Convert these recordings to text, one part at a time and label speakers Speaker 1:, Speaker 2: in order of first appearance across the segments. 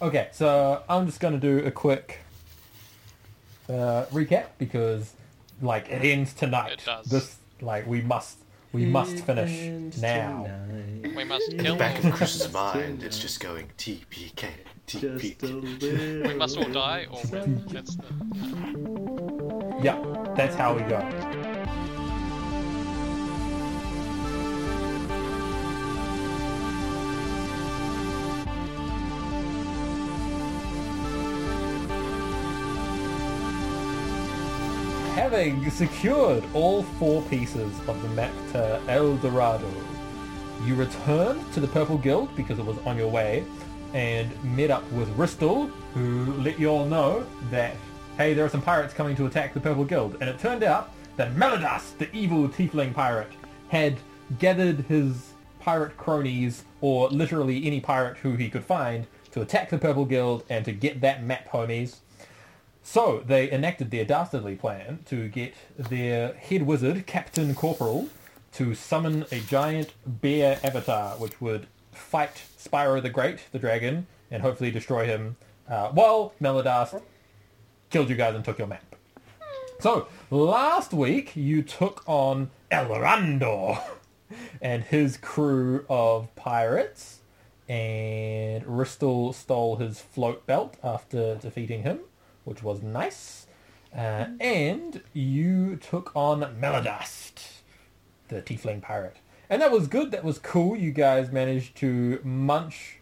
Speaker 1: Okay, so I'm just going to do a quick uh, recap because, like, it ends tonight.
Speaker 2: It does.
Speaker 1: This, like, we must, we must finish now.
Speaker 2: We must
Speaker 3: In the
Speaker 2: kill.
Speaker 3: back of Chris's mind, it's just going TPK,
Speaker 4: Just a
Speaker 3: TPK.
Speaker 4: little.
Speaker 2: We must all die or win. That's the.
Speaker 1: Yeah, that's how we go. Having secured all four pieces of the map to El Dorado, you returned to the Purple Guild because it was on your way and met up with Ristel, who let you all know that, hey, there are some pirates coming to attack the Purple Guild. And it turned out that Meladas, the evil tiefling pirate, had gathered his pirate cronies, or literally any pirate who he could find, to attack the Purple Guild and to get that map, homies. So they enacted their dastardly plan to get their head wizard, Captain Corporal, to summon a giant bear avatar, which would fight Spyro the Great, the dragon, and hopefully destroy him. Uh, while Melodast killed you guys and took your map. So last week you took on Elrondor and his crew of pirates, and Ristel stole his float belt after defeating him, which was nice. Uh, and you took on Melodast, the Tiefling pirate, and that was good. That was cool. You guys managed to munch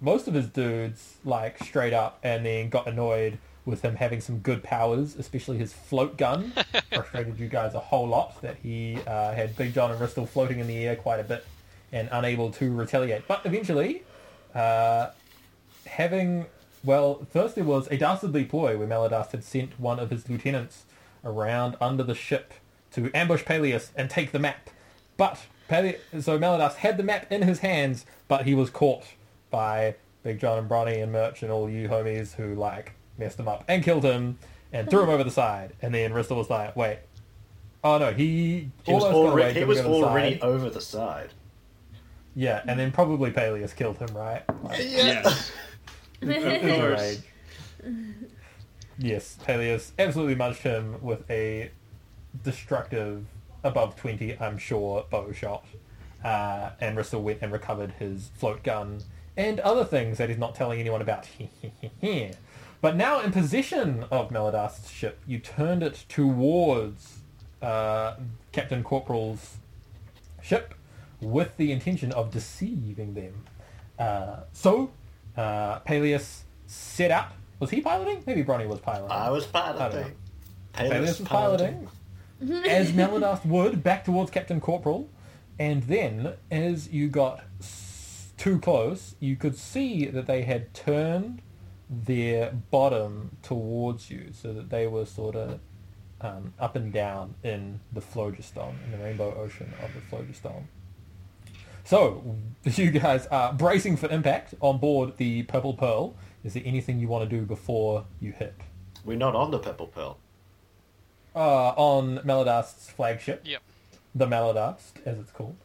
Speaker 1: most of his dudes like straight up and then got annoyed with him having some good powers, especially his float gun. Frustrated you guys a whole lot that he uh, had Big John and Bristol floating in the air quite a bit and unable to retaliate. But eventually, uh, having, well, first there was a dastardly ploy where Maladas had sent one of his lieutenants around under the ship to ambush Peleus and take the map. But, Pele- so Maladas had the map in his hands, but he was caught by Big John and Bronny and Merch and all you homies who like messed him up and killed him and threw him over the side. And then Ristle was like, wait. Oh no, he,
Speaker 4: He
Speaker 1: almost
Speaker 4: was
Speaker 1: got away,
Speaker 4: already, he
Speaker 1: didn't
Speaker 4: was
Speaker 1: go to the
Speaker 4: already
Speaker 1: side.
Speaker 4: over the side.
Speaker 1: Yeah, and then probably Peleus killed him, right?
Speaker 4: Yes. of course.
Speaker 1: Right. yes, Peleus absolutely munched him with a destructive above 20, I'm sure, bow shot. Uh, and Ristle went and recovered his float gun and other things that he's not telling anyone about. but now in possession of Melodast's ship, you turned it towards uh, Captain Corporal's ship with the intention of deceiving them. Uh, so, uh, Peleus set up. Was he piloting? Maybe Bronny was piloting.
Speaker 4: I was
Speaker 1: I
Speaker 4: piloting.
Speaker 1: don't Peleus was piloting, as Melodast would, back towards Captain Corporal. And then, as you got s- too close, you could see that they had turned their bottom towards you, so that they were sort of um, up and down in the phlogiston, in the rainbow ocean of the phlogiston. So, you guys are bracing for impact on board the Purple Pearl. Is there anything you want to do before you hit?
Speaker 4: We're not on the Purple Pearl.
Speaker 1: Uh, on Melodast's flagship,
Speaker 2: Yep.
Speaker 1: the Melodast, as it's called.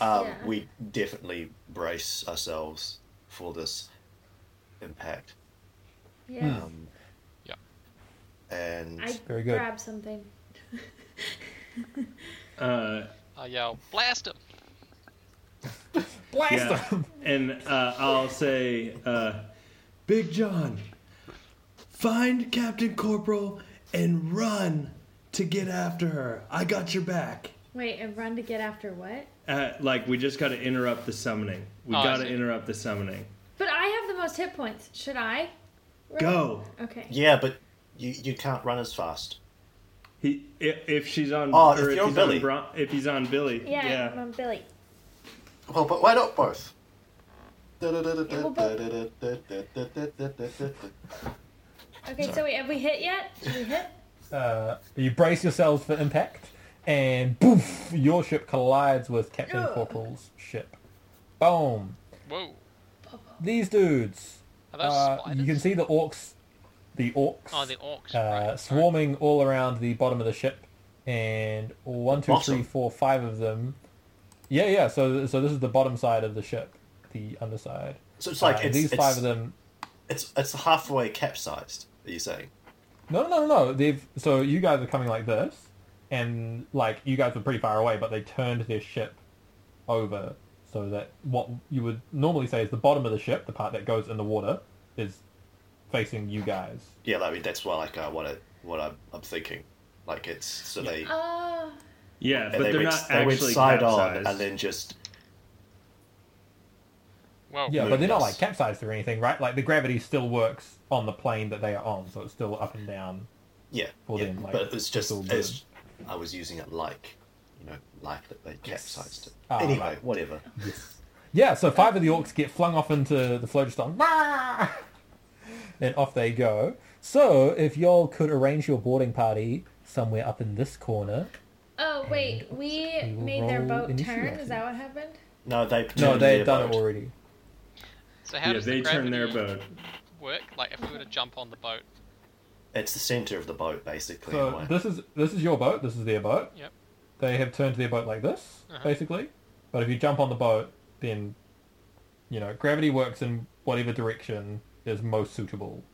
Speaker 4: Um,
Speaker 5: Yeah.
Speaker 4: We definitely brace ourselves for this impact.
Speaker 5: Yeah.
Speaker 4: Um,
Speaker 2: Yeah.
Speaker 4: And
Speaker 5: I
Speaker 1: Hmm. Very good.
Speaker 5: grab something.
Speaker 6: Uh,
Speaker 2: I yell, blast him!
Speaker 1: Blast
Speaker 6: yeah.
Speaker 1: them!
Speaker 6: and uh, I'll say, uh, Big John, find Captain Corporal and run to get after her. I got your back.
Speaker 5: Wait, and run to get after what?
Speaker 6: Uh, like we just got to interrupt the summoning. We
Speaker 2: Oh, I
Speaker 6: got to
Speaker 2: see.
Speaker 6: interrupt the summoning.
Speaker 5: But I have the most hit points. Should I? Run?
Speaker 6: Go.
Speaker 5: Okay.
Speaker 4: yeah, but you you can't run as fast.
Speaker 6: He if, if she's on
Speaker 4: Oh,
Speaker 6: or
Speaker 4: if
Speaker 6: if
Speaker 4: you're
Speaker 6: he's
Speaker 4: Billy.
Speaker 6: on Bron- if he's on Billy.
Speaker 5: Yeah, I'm on Billy.
Speaker 4: Well, but why not both?
Speaker 5: well, Okay, so wait, have we hit yet? Should we hit?
Speaker 1: Uh, you brace yourselves for impact, and boof, your ship collides with Captain
Speaker 5: Ugh.
Speaker 1: Corporal's ship. Boom.
Speaker 2: Whoa.
Speaker 1: These dudes.
Speaker 2: Are those
Speaker 1: uh,
Speaker 2: spiders?
Speaker 1: you can see the orcs, the orcs,
Speaker 2: Oh, the orcs.
Speaker 1: uh,
Speaker 2: right.
Speaker 1: swarming all around the bottom of the ship, and one, two,
Speaker 4: Awesome.
Speaker 1: three, four, five of them. Yeah, yeah. So, so this is the bottom side of the ship, the underside.
Speaker 4: So it's
Speaker 1: Uh,
Speaker 4: like
Speaker 1: and
Speaker 4: it's,
Speaker 1: these
Speaker 4: it's
Speaker 1: five of them
Speaker 4: It's it's halfway capsized. Are you saying?
Speaker 1: No, no, no, no. no. They've so you guys are coming like this, and like you guys were pretty far away, but they turned their ship over so that what you would normally say is the bottom of the ship, the part that goes in the water, is facing you guys.
Speaker 4: Yeah, I mean that's what like uh, what I, what I'm, I'm thinking. Like it's so they
Speaker 5: Oh,
Speaker 6: Yeah,
Speaker 4: and
Speaker 6: but
Speaker 4: they
Speaker 6: they're
Speaker 4: went,
Speaker 6: not
Speaker 4: they went
Speaker 6: actually
Speaker 4: side
Speaker 6: capsized.
Speaker 4: on and then just
Speaker 2: Whoa.
Speaker 1: Yeah, but they're not like
Speaker 4: Yes.
Speaker 1: capsized or anything, right? Like the gravity still works on the plane that they are on, so it's still up and down.
Speaker 4: yeah.
Speaker 1: Well,
Speaker 4: yeah.
Speaker 1: then, like,
Speaker 4: but it's
Speaker 1: it's
Speaker 4: just
Speaker 1: all
Speaker 4: it's, I was using it like you know like that they capsized it.
Speaker 1: Ah,
Speaker 4: anyway,
Speaker 1: right.
Speaker 4: whatever.
Speaker 1: Yeah, so five of the orcs get flung off into the floatiston. Wah! And off they go. So if y'all could arrange your boarding party somewhere up in this corner.
Speaker 5: oh wait, we
Speaker 1: We will
Speaker 5: made their
Speaker 1: roll
Speaker 5: boat turn.
Speaker 1: initiative.
Speaker 5: Is that what happened?
Speaker 4: No, they
Speaker 1: No,
Speaker 4: turned
Speaker 1: they
Speaker 4: their
Speaker 1: had done it
Speaker 4: boat.
Speaker 1: already.
Speaker 2: So how
Speaker 6: Yeah,
Speaker 2: does
Speaker 6: they
Speaker 2: the
Speaker 6: turn their
Speaker 2: gravity
Speaker 6: boat.
Speaker 2: work? Like if we were to jump on the boat.
Speaker 4: It's the center of the boat basically. in a
Speaker 1: So
Speaker 4: way.
Speaker 1: this is this is your boat. This is their boat.
Speaker 2: Yep.
Speaker 1: They have turned their boat like this,
Speaker 2: Uh-huh.
Speaker 1: basically. But if you jump on the boat, then you know gravity works in whatever direction is most suitable.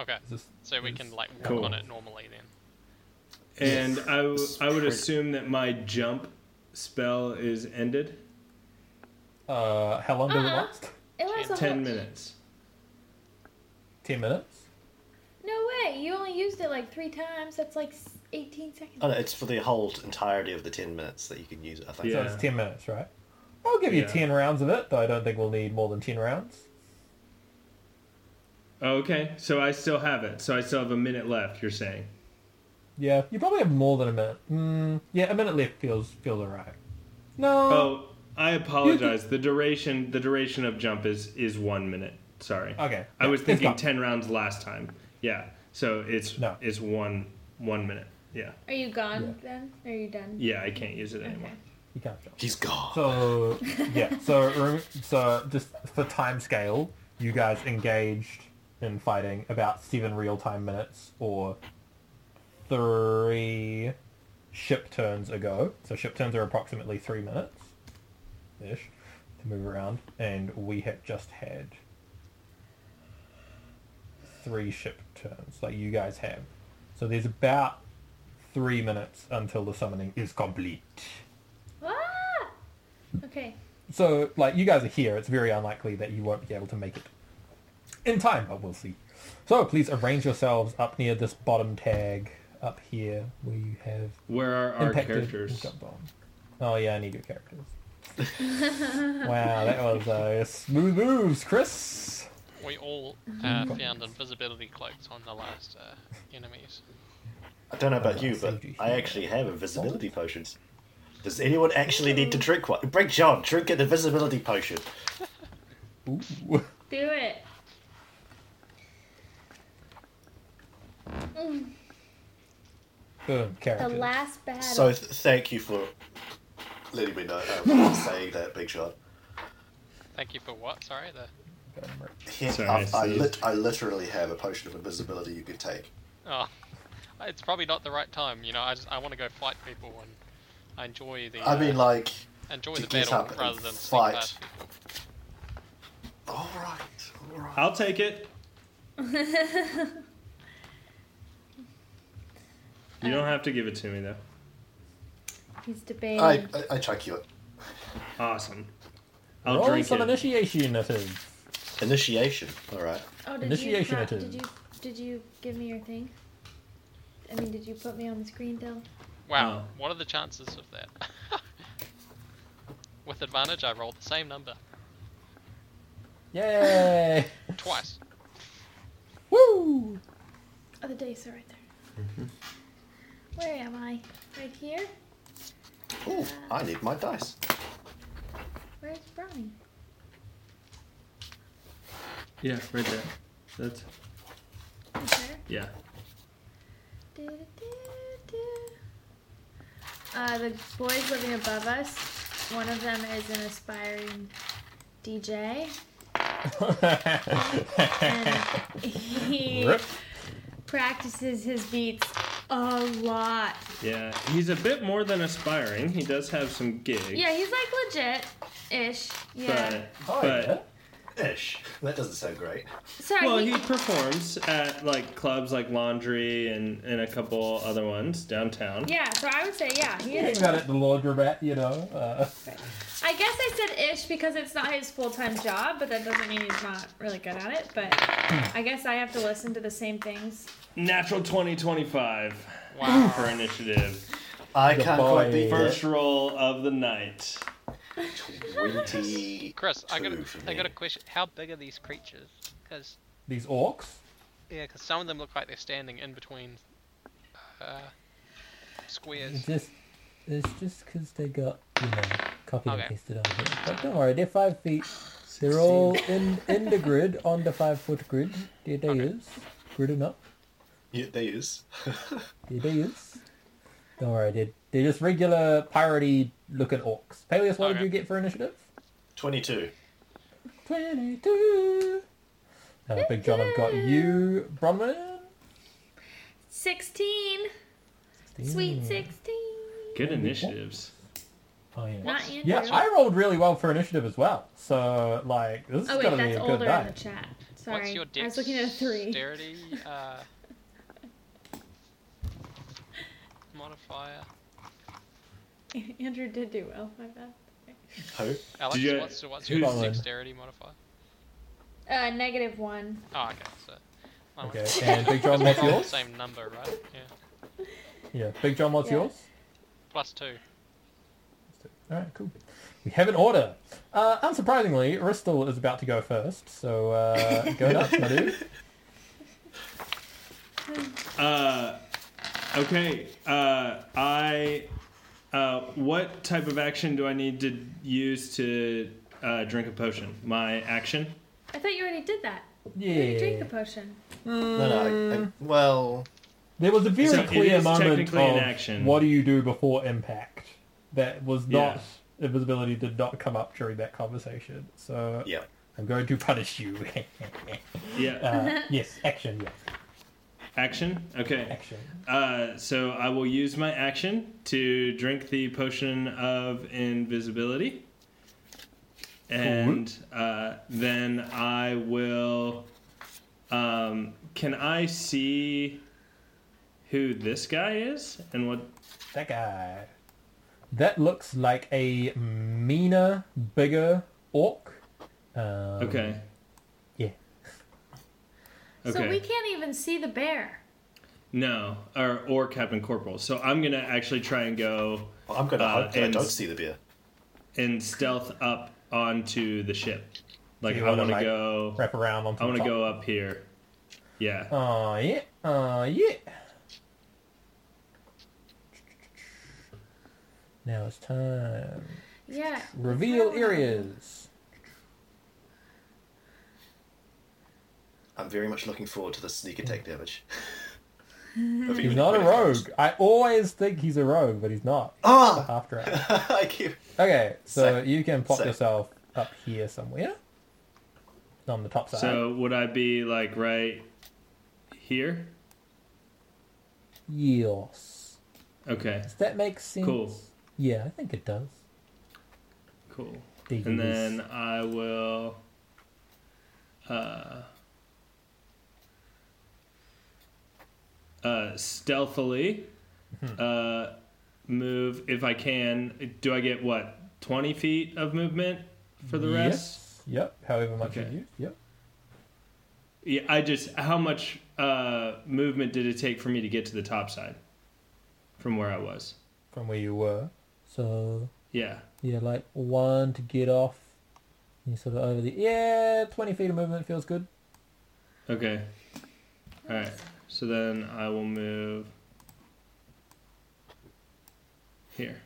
Speaker 2: Okay.
Speaker 1: Is this-
Speaker 2: So we can like walk
Speaker 6: Cool.
Speaker 2: on it normally then.
Speaker 6: And I, w- I would assume that my jump spell is ended.
Speaker 1: Uh, how long does it
Speaker 2: Uh-huh.
Speaker 5: Uh-uh.
Speaker 1: last?
Speaker 5: It was a
Speaker 6: Ten
Speaker 5: whole-
Speaker 6: minutes.
Speaker 1: Ten minutes.
Speaker 5: No way. You only used it like three times. That's like s- 18 seconds.
Speaker 4: Oh, no, it's for the whole entirety of the ten minutes that you can use it. I think.
Speaker 1: So
Speaker 6: Yeah.
Speaker 1: it's ten minutes, right? I'll give you
Speaker 6: Yeah.
Speaker 1: ten rounds of it, though I don't think we'll need more than ten rounds.
Speaker 6: Okay, so I still have it. So I still have a minute left. You're saying?
Speaker 1: Yeah, you probably have more than a minute. Mm, yeah, a minute left feels feels alright. No.
Speaker 6: Oh, I apologize. The duration the duration of jump is is one minute. Sorry.
Speaker 1: Okay.
Speaker 6: Oh. I was
Speaker 1: It's
Speaker 6: thinking
Speaker 1: fine.
Speaker 6: ten rounds last time. Yeah. So it's
Speaker 1: No.
Speaker 6: it's one one minute. Yeah.
Speaker 5: Are you gone then? Are you done?
Speaker 6: Yeah, I can't use it anymore.
Speaker 5: Okay.
Speaker 1: You can't jump.
Speaker 3: He's gone.
Speaker 1: So yeah, so rem- so just for time scale, you guys engaged in fighting about seven real time minutes or three ship turns ago. So ship turns are approximately three minutes ish to move around, and we have just had three ship turns like you guys have. So there's about three minutes until the summoning is complete.
Speaker 5: Ah! Okay.
Speaker 1: So, like, you guys are here. It's very unlikely that you won't be able to make it in time, but we'll see. So, please arrange yourselves up near this bottom tag up here where you have
Speaker 6: Where are our
Speaker 1: impacted
Speaker 6: characters?
Speaker 1: jump on. Oh, yeah, I need your characters. wow, that was uh, smooth moves, Chris.
Speaker 2: We all uh, found invisibility cloaks on the last uh, enemies.
Speaker 4: I don't know about you, but
Speaker 1: CG.
Speaker 4: I actually have invisibility potions. Does anyone actually need to drink one? Break John, drink an invisibility potion.
Speaker 1: Ooh.
Speaker 5: Do it.
Speaker 1: Boom,
Speaker 5: The
Speaker 1: characters.
Speaker 5: last battle.
Speaker 4: So th- thank you for letting me know um, saying that, Big John.
Speaker 2: Thank you for what? Sorry, the
Speaker 4: Here,
Speaker 6: Sorry,
Speaker 4: I've- I,
Speaker 6: Steve.
Speaker 4: lit- I literally have a potion of invisibility you can take.
Speaker 2: oh, it's probably not the right time. You know, I just I want to go fight people and I enjoy the.
Speaker 4: I mean,
Speaker 2: uh,
Speaker 4: like,
Speaker 2: enjoy
Speaker 4: to
Speaker 2: the
Speaker 4: get
Speaker 2: battle
Speaker 4: up and
Speaker 2: rather than sneak
Speaker 4: fight.
Speaker 2: past people.
Speaker 4: all right, all right.
Speaker 6: I'll take it. you don't have to give it to me though.
Speaker 5: He's debating.
Speaker 4: I, I, I chuck you it.
Speaker 6: Awesome. I'll
Speaker 1: Roll
Speaker 6: drink
Speaker 1: some
Speaker 6: it.
Speaker 1: initiation at him.
Speaker 4: Initiation. All right.
Speaker 5: oh, did
Speaker 1: Initiation
Speaker 5: you,
Speaker 1: it
Speaker 5: pro-
Speaker 1: is.
Speaker 5: did you did you give me your thing? I mean, did you put me on the screen, Dill?
Speaker 2: Wow,
Speaker 6: Oh.
Speaker 2: what are the chances of that? With advantage, I rolled the same number
Speaker 1: Yay!
Speaker 2: twice.
Speaker 1: Woo!
Speaker 5: Oh, the dice are right there. Where am I? Right here?
Speaker 4: Ooh, I need my dice.
Speaker 5: Where's Brownie?
Speaker 6: Yeah, right there. That's
Speaker 5: Right there.
Speaker 6: yeah.
Speaker 5: Uh, the boys living above us, one of them is an aspiring DJ, and he
Speaker 1: Rip.
Speaker 5: practices his beats a lot.
Speaker 6: Yeah, he's a bit more than aspiring. He does have some gigs.
Speaker 5: Yeah, he's like legit ish. Yeah.
Speaker 6: But,
Speaker 1: Oh,
Speaker 6: but
Speaker 1: yeah.
Speaker 4: Ish. That doesn't sound great.
Speaker 5: So
Speaker 6: Well,
Speaker 5: he,
Speaker 6: he performs at like clubs like Laundry and, and a couple other ones downtown.
Speaker 5: yeah, so I would say yeah, he is.
Speaker 1: Hang out at the laundromat, you know. Uh,
Speaker 5: I guess I said ish because it's not his full time job, but that doesn't mean he's not really good at it. But
Speaker 1: Hmm.
Speaker 5: I guess I have to listen to the same things.
Speaker 6: Natural 2025 for
Speaker 2: Wow.
Speaker 6: initiative.
Speaker 4: I
Speaker 1: The
Speaker 4: can't quite be
Speaker 1: boy.
Speaker 4: first.
Speaker 6: First roll of the night.
Speaker 4: 20.
Speaker 2: Chris, I got a,
Speaker 4: Two for
Speaker 2: I
Speaker 4: me.
Speaker 2: got a question. How big are these creatures? Because
Speaker 1: these orcs.
Speaker 2: yeah, 'cause some of them look like they're standing in between uh, squares.
Speaker 1: just, it's just because they got you know copied
Speaker 2: and Okay.
Speaker 1: pasted on here. But don't worry, they're five feet. They're all in in the grid on the five foot grid. There they is, gridding up.
Speaker 4: Yeah, they is.
Speaker 1: There they is. Don't worry, they're, they're just regular piratey looking orcs. Peleus, what did
Speaker 2: Okay.
Speaker 1: you get for initiative?
Speaker 4: 22.
Speaker 1: 22. Uh, Big John, I've got you, Bronwyn.
Speaker 5: 16. Sweet 16.
Speaker 6: Good initiatives.
Speaker 1: Oh, yeah.
Speaker 5: Not Andrew.
Speaker 1: Yeah, I rolled really well for initiative as well. So, like, this is
Speaker 5: oh, wait,
Speaker 1: gonna be
Speaker 5: that's
Speaker 1: a good
Speaker 5: older in
Speaker 1: night.
Speaker 5: the chat. Sorry.
Speaker 2: What's your
Speaker 5: I was looking at a 3.
Speaker 2: dexterity uh, modifier?
Speaker 5: Andrew did do well, my bad.
Speaker 4: Who?
Speaker 2: Alex,
Speaker 6: you-
Speaker 2: what's, what's your
Speaker 1: who's-
Speaker 2: dexterity modifier?
Speaker 5: Uh, negative 1.
Speaker 2: Oh, okay, so. mine was-
Speaker 1: Okay, and Big John, what's
Speaker 2: probably the
Speaker 1: yours?
Speaker 2: same number, right? Yeah.
Speaker 1: Yeah, Big John, what's
Speaker 5: Yeah.
Speaker 1: yours?
Speaker 2: Plus two.
Speaker 1: All right, cool. We have an order. Uh, unsurprisingly, Ristal is about to go first, so uh, go nuts, my dude.
Speaker 6: Uh, okay. Uh, I. Uh, what type of action do I need to use to uh, drink a potion? My action.
Speaker 5: I thought you already did that. You drank
Speaker 1: Yeah.
Speaker 5: the potion.
Speaker 4: No, no.
Speaker 1: Mm.
Speaker 4: I- well,
Speaker 1: There was a very
Speaker 6: So it
Speaker 1: clear
Speaker 6: is
Speaker 1: moment
Speaker 6: technically an
Speaker 1: of
Speaker 6: action.
Speaker 1: what do you do before impact that was not invisibility did not come up during that conversation. So
Speaker 4: yeah.
Speaker 1: I'm going to punish you.
Speaker 6: Yeah.
Speaker 1: uh, yes, action. Yeah,
Speaker 6: action. Okay.
Speaker 1: action.
Speaker 6: Uh, so I will use my action to drink the potion of invisibility. And uh, then I will. Um, can I see who this guy is and what?
Speaker 1: That guy. That looks like a meaner, bigger orc. Um,
Speaker 6: Okay.
Speaker 1: Yeah.
Speaker 5: So
Speaker 6: Okay.
Speaker 5: we can't even see the bear.
Speaker 6: No, or or Captain Corporal. So I'm gonna actually try and go
Speaker 4: Well, I'm going to
Speaker 6: Uh,
Speaker 4: hope that I
Speaker 6: and-
Speaker 4: don't see the beer.
Speaker 6: and stealth up onto the ship. Like
Speaker 1: You
Speaker 6: I
Speaker 1: wanna,
Speaker 6: want to
Speaker 1: like,
Speaker 6: go.
Speaker 1: Wrap around onto.
Speaker 6: I want
Speaker 1: the
Speaker 6: to
Speaker 1: top.
Speaker 6: go up here. Yeah.
Speaker 1: Oh yeah. Oh yeah. Now it's time.
Speaker 5: Yeah.
Speaker 1: Reveal areas.
Speaker 4: I'm very much looking forward to the sneak attack damage. Of
Speaker 1: He's
Speaker 4: even
Speaker 1: not a
Speaker 4: when it comes.
Speaker 1: rogue. I always think he's a rogue, but he's not.
Speaker 4: Ah!
Speaker 1: After it.
Speaker 4: I keep...
Speaker 1: Okay, so
Speaker 4: Sick.
Speaker 1: you can pop
Speaker 4: Sick.
Speaker 1: yourself up here somewhere. On the top side.
Speaker 6: So would I be like right here?
Speaker 1: Yes.
Speaker 6: Okay.
Speaker 1: Does that make sense?
Speaker 6: Cool.
Speaker 1: Yeah, I think it does.
Speaker 6: Cool.
Speaker 1: They
Speaker 6: And
Speaker 1: use-
Speaker 6: then I will. Uh, uh, stealthily uh, move if I can. Do I get what twenty feet of movement for the rest?
Speaker 1: Yes. Yep. However much
Speaker 6: Okay.
Speaker 1: you use. Yep.
Speaker 6: Yeah, I just how much uh, movement did it take for me to get to the top side from where I was?
Speaker 1: From where you were. So
Speaker 6: Yeah.
Speaker 1: Yeah, like one to get off. You sort of over the yeah, twenty feet of movement feels good.
Speaker 6: Okay. All right. So then I will move here.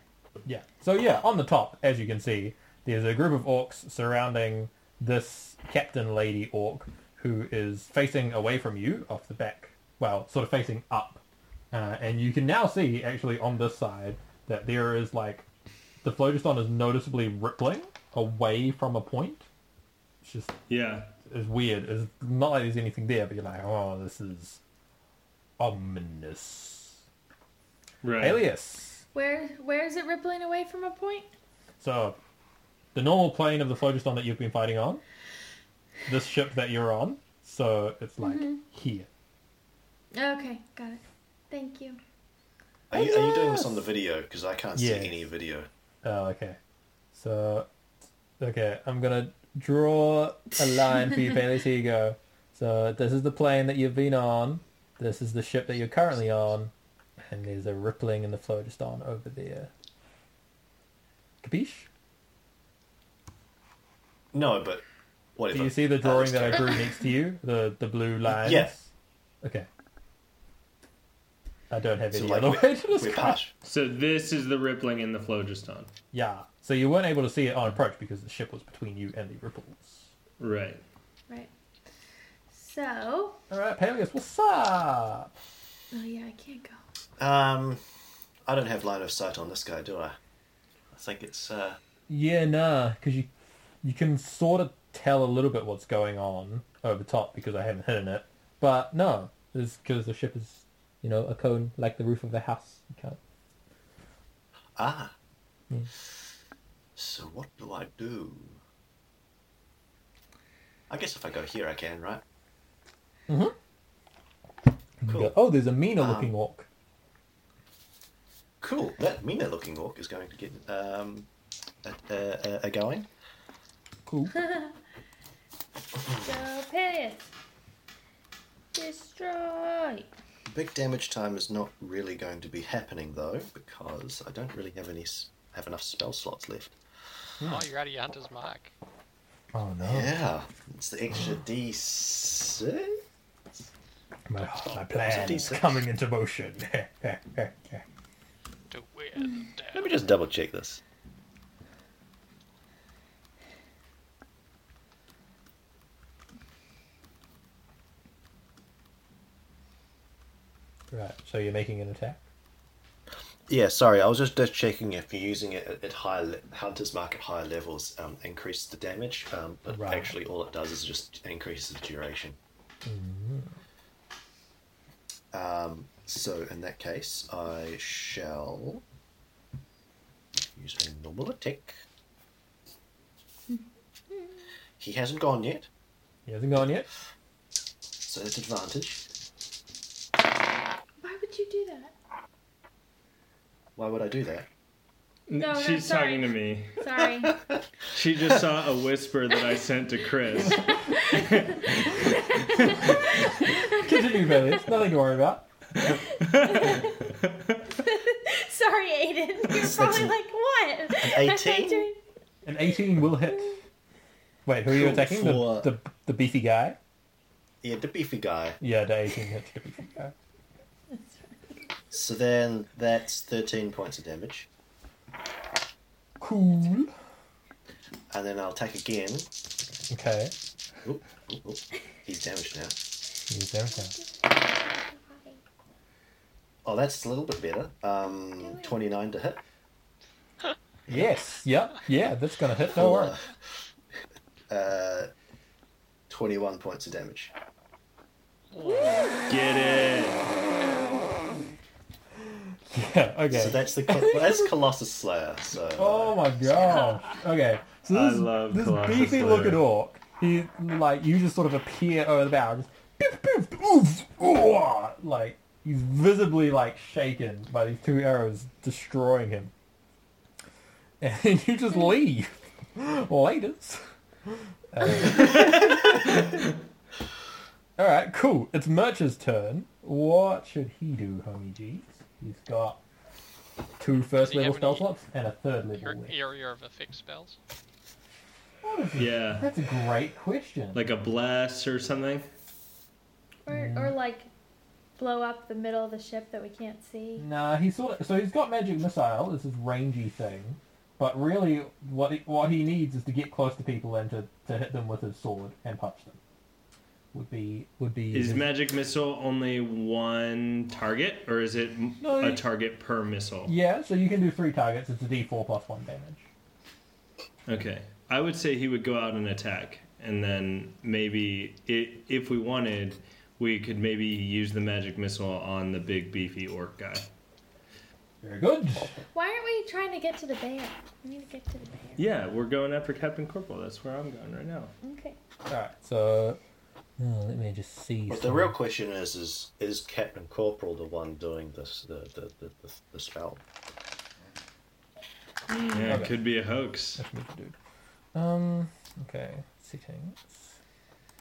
Speaker 1: Yeah. So yeah, on the top, as you can see, there's a group of orcs surrounding this captain lady orc who is facing away from you off the back. Well, sort of facing up, uh, and you can now see actually on this side that there is like the phlogiston is noticeably rippling away from a point. It's just
Speaker 6: Yeah.
Speaker 1: is weird. It's not like there's anything there, but you're like, oh, this is ominous.
Speaker 6: Right.
Speaker 1: Alias.
Speaker 5: Where where is it rippling away from a point?
Speaker 1: So, the normal plane of the phlogiston that you've been fighting on this ship that you're on. So it's like here.
Speaker 5: Okay, got it. Thank you.
Speaker 4: Are you, are you doing this on the video? Because I can't
Speaker 1: Yeah.
Speaker 4: see any video.
Speaker 1: Oh, okay. So, okay, I'm gonna draw a line for you, Bailey, so you go. So this is the plane that you've been on. This is the ship that you're currently on, and there's a rippling in the flow just on over there. Capiche?
Speaker 4: No, but whatever.
Speaker 1: Do you see the
Speaker 4: Uh,
Speaker 1: drawing
Speaker 4: it's
Speaker 1: that I
Speaker 4: okay.
Speaker 1: drew next to you? The the blue lines.
Speaker 4: Yes.
Speaker 1: Okay. I don't have
Speaker 4: So,
Speaker 1: any
Speaker 4: like,
Speaker 1: other
Speaker 4: we're-
Speaker 1: way to
Speaker 4: We're
Speaker 1: describe.
Speaker 4: past.
Speaker 6: So this is the rippling in the flow just on.
Speaker 1: Yeah. So you weren't able to see it on approach because the ship was between you and the ripples.
Speaker 6: Right.
Speaker 5: Right. So,
Speaker 1: All right, Peleus, what's up?
Speaker 5: oh yeah, I can't go.
Speaker 4: Um, I don't have line of sight on this guy, do I? I think it's uh,
Speaker 1: Yeah, nah, because you you can sort of tell a little bit what's going on over top because I haven't hidden it, but no, it's because the ship is you know a cone like the roof of the house. You can't.
Speaker 4: ah. So what do I do? I guess if I go here, I can, right?
Speaker 1: you
Speaker 4: Cool. Um,
Speaker 1: go, oh, there's a meaner looking orc.
Speaker 4: Cool. That meaner looking orc is going to get um a, a, a, a going.
Speaker 1: Cool.
Speaker 5: So, Peleus, destroy.
Speaker 4: Big damage time is not really going to be happening though because I don't really have any s- have enough spell slots left.
Speaker 2: Oh, you're out of your hunter's mark.
Speaker 1: Oh no,
Speaker 4: Yeah, it's the extra D six.
Speaker 1: my, my plan is
Speaker 4: Oh, decent.
Speaker 1: coming into motion.
Speaker 2: To wear them
Speaker 4: Let
Speaker 2: down.
Speaker 4: me just double check this.
Speaker 1: right, so you're making an attack.
Speaker 4: Yeah, sorry, I was just, just checking if you're using it at, at higher le- hunters mark at higher levels, um, increase the damage. Um, but
Speaker 1: Right.
Speaker 4: actually, all it does is just increases the duration. Um, so in that case, I shall use a normal attack. he hasn't gone yet,
Speaker 1: He hasn't gone yet.
Speaker 4: so that's advantage.
Speaker 5: Why would you do that?
Speaker 4: Why would I do that?
Speaker 5: Oh, No, no,
Speaker 6: She's
Speaker 5: sorry.
Speaker 6: talking to me.
Speaker 5: Sorry.
Speaker 6: She just saw a whisper that I sent to Chris.
Speaker 1: Continue, Peleus. Nothing to worry about.
Speaker 5: Sorry, Aiden. You're probably like, what? I'm not
Speaker 4: 18?
Speaker 5: doing-
Speaker 1: An 18 will hit. Wait, who are you
Speaker 4: Cool,
Speaker 1: attacking?
Speaker 4: for-
Speaker 1: The, the the beefy guy.
Speaker 4: Yeah, the beefy guy.
Speaker 1: Yeah, the 18 hits the beefy guy.
Speaker 4: So then that's thirteen points of damage.
Speaker 1: Cool.
Speaker 4: and then I'll attack again.
Speaker 1: Okay.
Speaker 4: Oop, oop, oop. He's damaged now.
Speaker 1: Use everything.
Speaker 4: Oh, that's a little bit better. Um, 29 to hit.
Speaker 1: Yes. Yep. Yeah, that's gonna hit. Don't worry.
Speaker 4: Uh, 21 points of damage.
Speaker 6: Get it.
Speaker 1: Yeah. Okay.
Speaker 4: So that's the col- that's Colossus Slayer. So
Speaker 1: Oh my gosh. Okay. So
Speaker 6: I
Speaker 1: this,
Speaker 6: love
Speaker 1: this
Speaker 6: Colossus
Speaker 1: beefy
Speaker 6: Slayer.
Speaker 1: looking orc, he like you just sort of appear over the bow, and just poof, poof, oof, oh, like he's visibly like shaken by these two arrows destroying him, and you just leave. Laters. Uh, all right, cool. It's Merch's turn. What should he do, homie G? He's got two first
Speaker 2: he
Speaker 1: level
Speaker 2: have
Speaker 1: spell
Speaker 2: any-
Speaker 1: slots and a third
Speaker 2: Your
Speaker 1: level. left.
Speaker 2: area of effect spells.
Speaker 6: Yeah.
Speaker 1: That's a great question.
Speaker 6: Like a blast or something.
Speaker 5: Or,
Speaker 6: Mm.
Speaker 5: or like, blow up the middle of the ship that we can't
Speaker 6: Mm.
Speaker 5: see.
Speaker 1: nah, he sort of so he's got magic missile. This is rangy thing, but really, what he, what he needs is to get close to people and to, to hit them with his sword and punch them. Would be would be
Speaker 6: Is
Speaker 1: his-
Speaker 6: magic missile only one target, or is it m-
Speaker 1: No,
Speaker 6: a
Speaker 1: you-
Speaker 6: target per missile?
Speaker 1: yeah. So you can do three targets. It's a D four plus one damage.
Speaker 6: Okay. I would say he would go out and attack, and then maybe i if we wanted, we could maybe use the magic missile on the big beefy orc guy.
Speaker 1: Very good.
Speaker 5: Why aren't we trying to get to the bear? We need to get to the bear.
Speaker 6: Yeah, we're going after Captain Corporal. That's where I'm going right now.
Speaker 5: Okay.
Speaker 1: All right. So oh, let me just see.
Speaker 4: But the
Speaker 1: some-
Speaker 4: real question is: is is Captain Corporal the one doing this the the, the, the, the spell?
Speaker 6: Yeah,
Speaker 1: Okay.
Speaker 6: it could be a hoax.
Speaker 1: That's what we do. Um. Okay. Settings.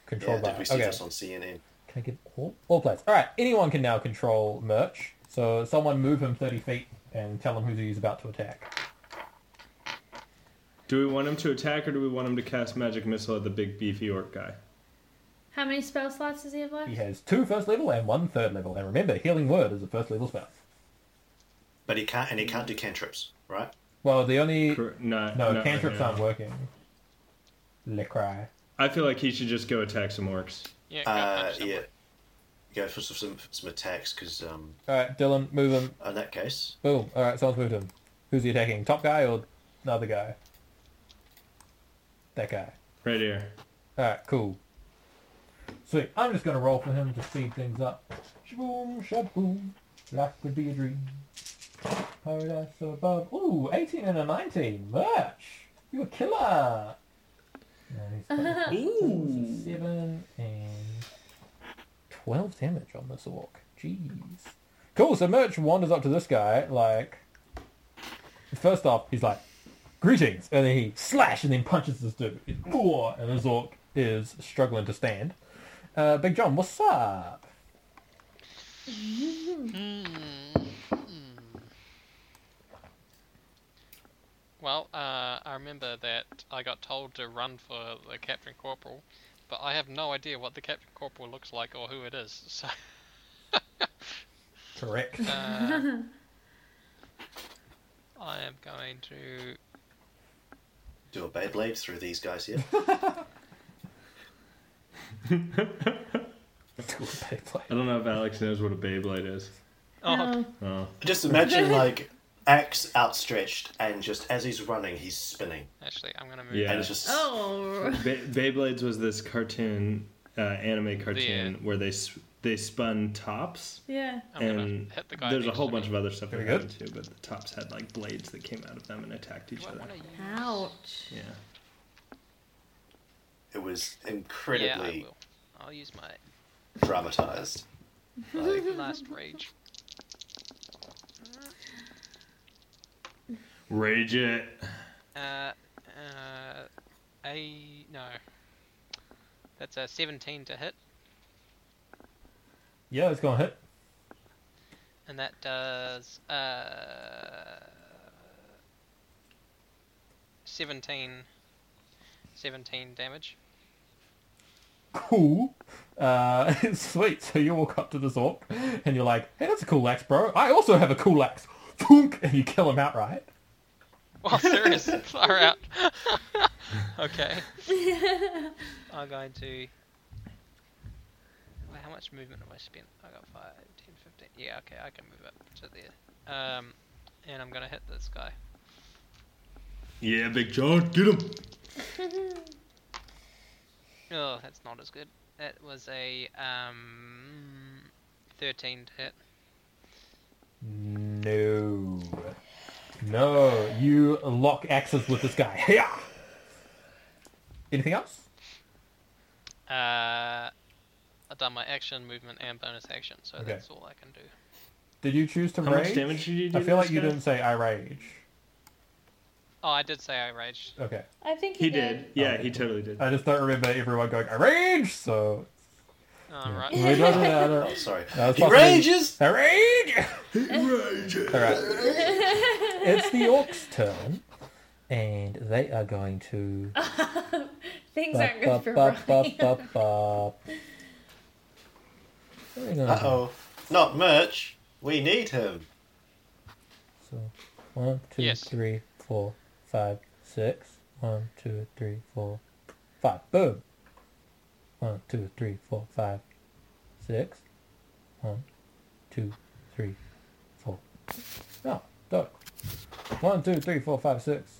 Speaker 1: Control
Speaker 4: Yeah,
Speaker 1: bar.
Speaker 4: did we see
Speaker 1: okay.
Speaker 4: this on CNN?
Speaker 1: Can I get all, all players? All right. Anyone can now control merch. So someone move him thirty feet and tell him who he's about to attack.
Speaker 6: Do we want him to attack or do we want him to cast magic missile at the big beefy orc guy?
Speaker 5: How many spell slots does he have left?
Speaker 1: He has two first level and one third level. And remember, healing word is a first level spell.
Speaker 4: But he can't, and he can't do cantrips, right?
Speaker 1: Well, the only
Speaker 6: Cor- Not,
Speaker 1: no
Speaker 6: not
Speaker 1: cantrips
Speaker 6: right now.
Speaker 1: aren't working. Le cry.
Speaker 6: I feel like he should just go attack some orcs.
Speaker 2: Yeah, go
Speaker 4: Uh,
Speaker 2: punch someone.
Speaker 4: yeah. Go for some some, some attacks because um,
Speaker 1: All right, Dylan, move him.
Speaker 4: in that case,
Speaker 1: Boom. All right, someone's moved him. Who's he attacking? Top guy or the other guy? That guy.
Speaker 6: Right here.
Speaker 1: Alright, cool. Sweet. I'm just gonna roll for him to speed things up. Shaboom, shaboom. Life could be a dream. Paradise above. Ooh, 18 and a 19. Merch! You a killer! And he's got
Speaker 6: Ooh.
Speaker 1: 7 and 12 damage on this orc. Jeez. Cool, so Merch wanders up to this guy, like... First off, he's like, greetings, and then he slash, and then punches this dude. It's poor, and this orc is struggling to stand. Uh, Big John, what's up?
Speaker 2: Hmm. Well, uh, I remember that I got told to run for the Captain Corporal, but I have no idea what the Captain Corporal looks like or who it is. So,
Speaker 1: Correct.
Speaker 2: uh, I am going to.
Speaker 4: do a Beyblade through these guys here.
Speaker 6: I don't know if Alex knows what a Beyblade is.
Speaker 2: Oh,
Speaker 6: Oh.
Speaker 4: just imagine like axe outstretched, and just as he's running, he's spinning,
Speaker 2: actually, I'm going to move.
Speaker 6: Yeah.
Speaker 4: and it's just
Speaker 5: Oh.
Speaker 6: Bey- Beyblades was this cartoon, uh, anime cartoon, where they sp- they spun tops.
Speaker 5: Yeah.
Speaker 2: I'm
Speaker 6: and
Speaker 2: gonna hit the guy.
Speaker 6: there's a
Speaker 2: next
Speaker 6: whole
Speaker 2: to me.
Speaker 6: bunch of other stuff
Speaker 1: Very
Speaker 6: that
Speaker 1: good.
Speaker 6: happened too, but the tops had like blades that came out of them and attacked each
Speaker 2: Do I
Speaker 6: other.
Speaker 2: wanna use-
Speaker 5: Ouch.
Speaker 6: Yeah.
Speaker 4: it was
Speaker 2: Yeah, I
Speaker 4: incredibly
Speaker 2: will. I'll use my
Speaker 4: dramatized. Like,
Speaker 2: last rage.
Speaker 6: Rage it.
Speaker 2: Uh, uh, a no. That's a 17 to hit,
Speaker 1: yeah, it's gonna hit.
Speaker 2: and that does uh 17, 17 damage.
Speaker 1: Cool. Uh, sweet. So you walk up to this orc, and you're like, "Hey, that's a cool axe, bro. I also have a cool axe." Thunk, and you kill him outright.
Speaker 2: Oh, serious? Far out. okay. I'm going to. Wait, how much movement have I spent? I got 5, 10, 15. Yeah, okay, I can move up to there. Um, and I'm going to hit this guy.
Speaker 6: Yeah, Big John, get him.
Speaker 2: Oh, that's not as good. That was a um, 13 to hit.
Speaker 1: No. No, you lock axes with this guy. Hey Anything else?
Speaker 2: Uh, I've done my action, movement, and bonus action, so
Speaker 1: Okay.
Speaker 2: that's all I can do.
Speaker 1: Did you choose to
Speaker 6: How
Speaker 1: rage?
Speaker 6: much damage did you do?
Speaker 1: I
Speaker 6: to
Speaker 1: feel
Speaker 6: this
Speaker 1: like you
Speaker 6: guy?
Speaker 1: didn't say I rage.
Speaker 2: Oh, I did say I raged.
Speaker 1: Okay.
Speaker 5: I think he,
Speaker 6: He did. Yeah, he totally did.
Speaker 1: I just don't remember everyone going, I rage! So.
Speaker 2: Oh, I'm right.
Speaker 1: Well, it doesn't matter.
Speaker 4: oh, sorry.
Speaker 1: That was
Speaker 4: He
Speaker 1: possibly-
Speaker 4: rages.
Speaker 1: I rage! Alright. It's the orc's turn, and they are going to.
Speaker 5: Things aren't good for
Speaker 1: Bop, bop,
Speaker 5: Brian.
Speaker 1: bop, bop, bop. What are they gonna
Speaker 4: Uh
Speaker 1: do?
Speaker 4: oh, not merch. We need him.
Speaker 1: So, one, two,
Speaker 2: Yes.
Speaker 1: three, four, five, six. One, two, three, four, five. Boom. One, two, three, four, five, six. One, two, three, four. No, duck. One, two, three, four, five, six.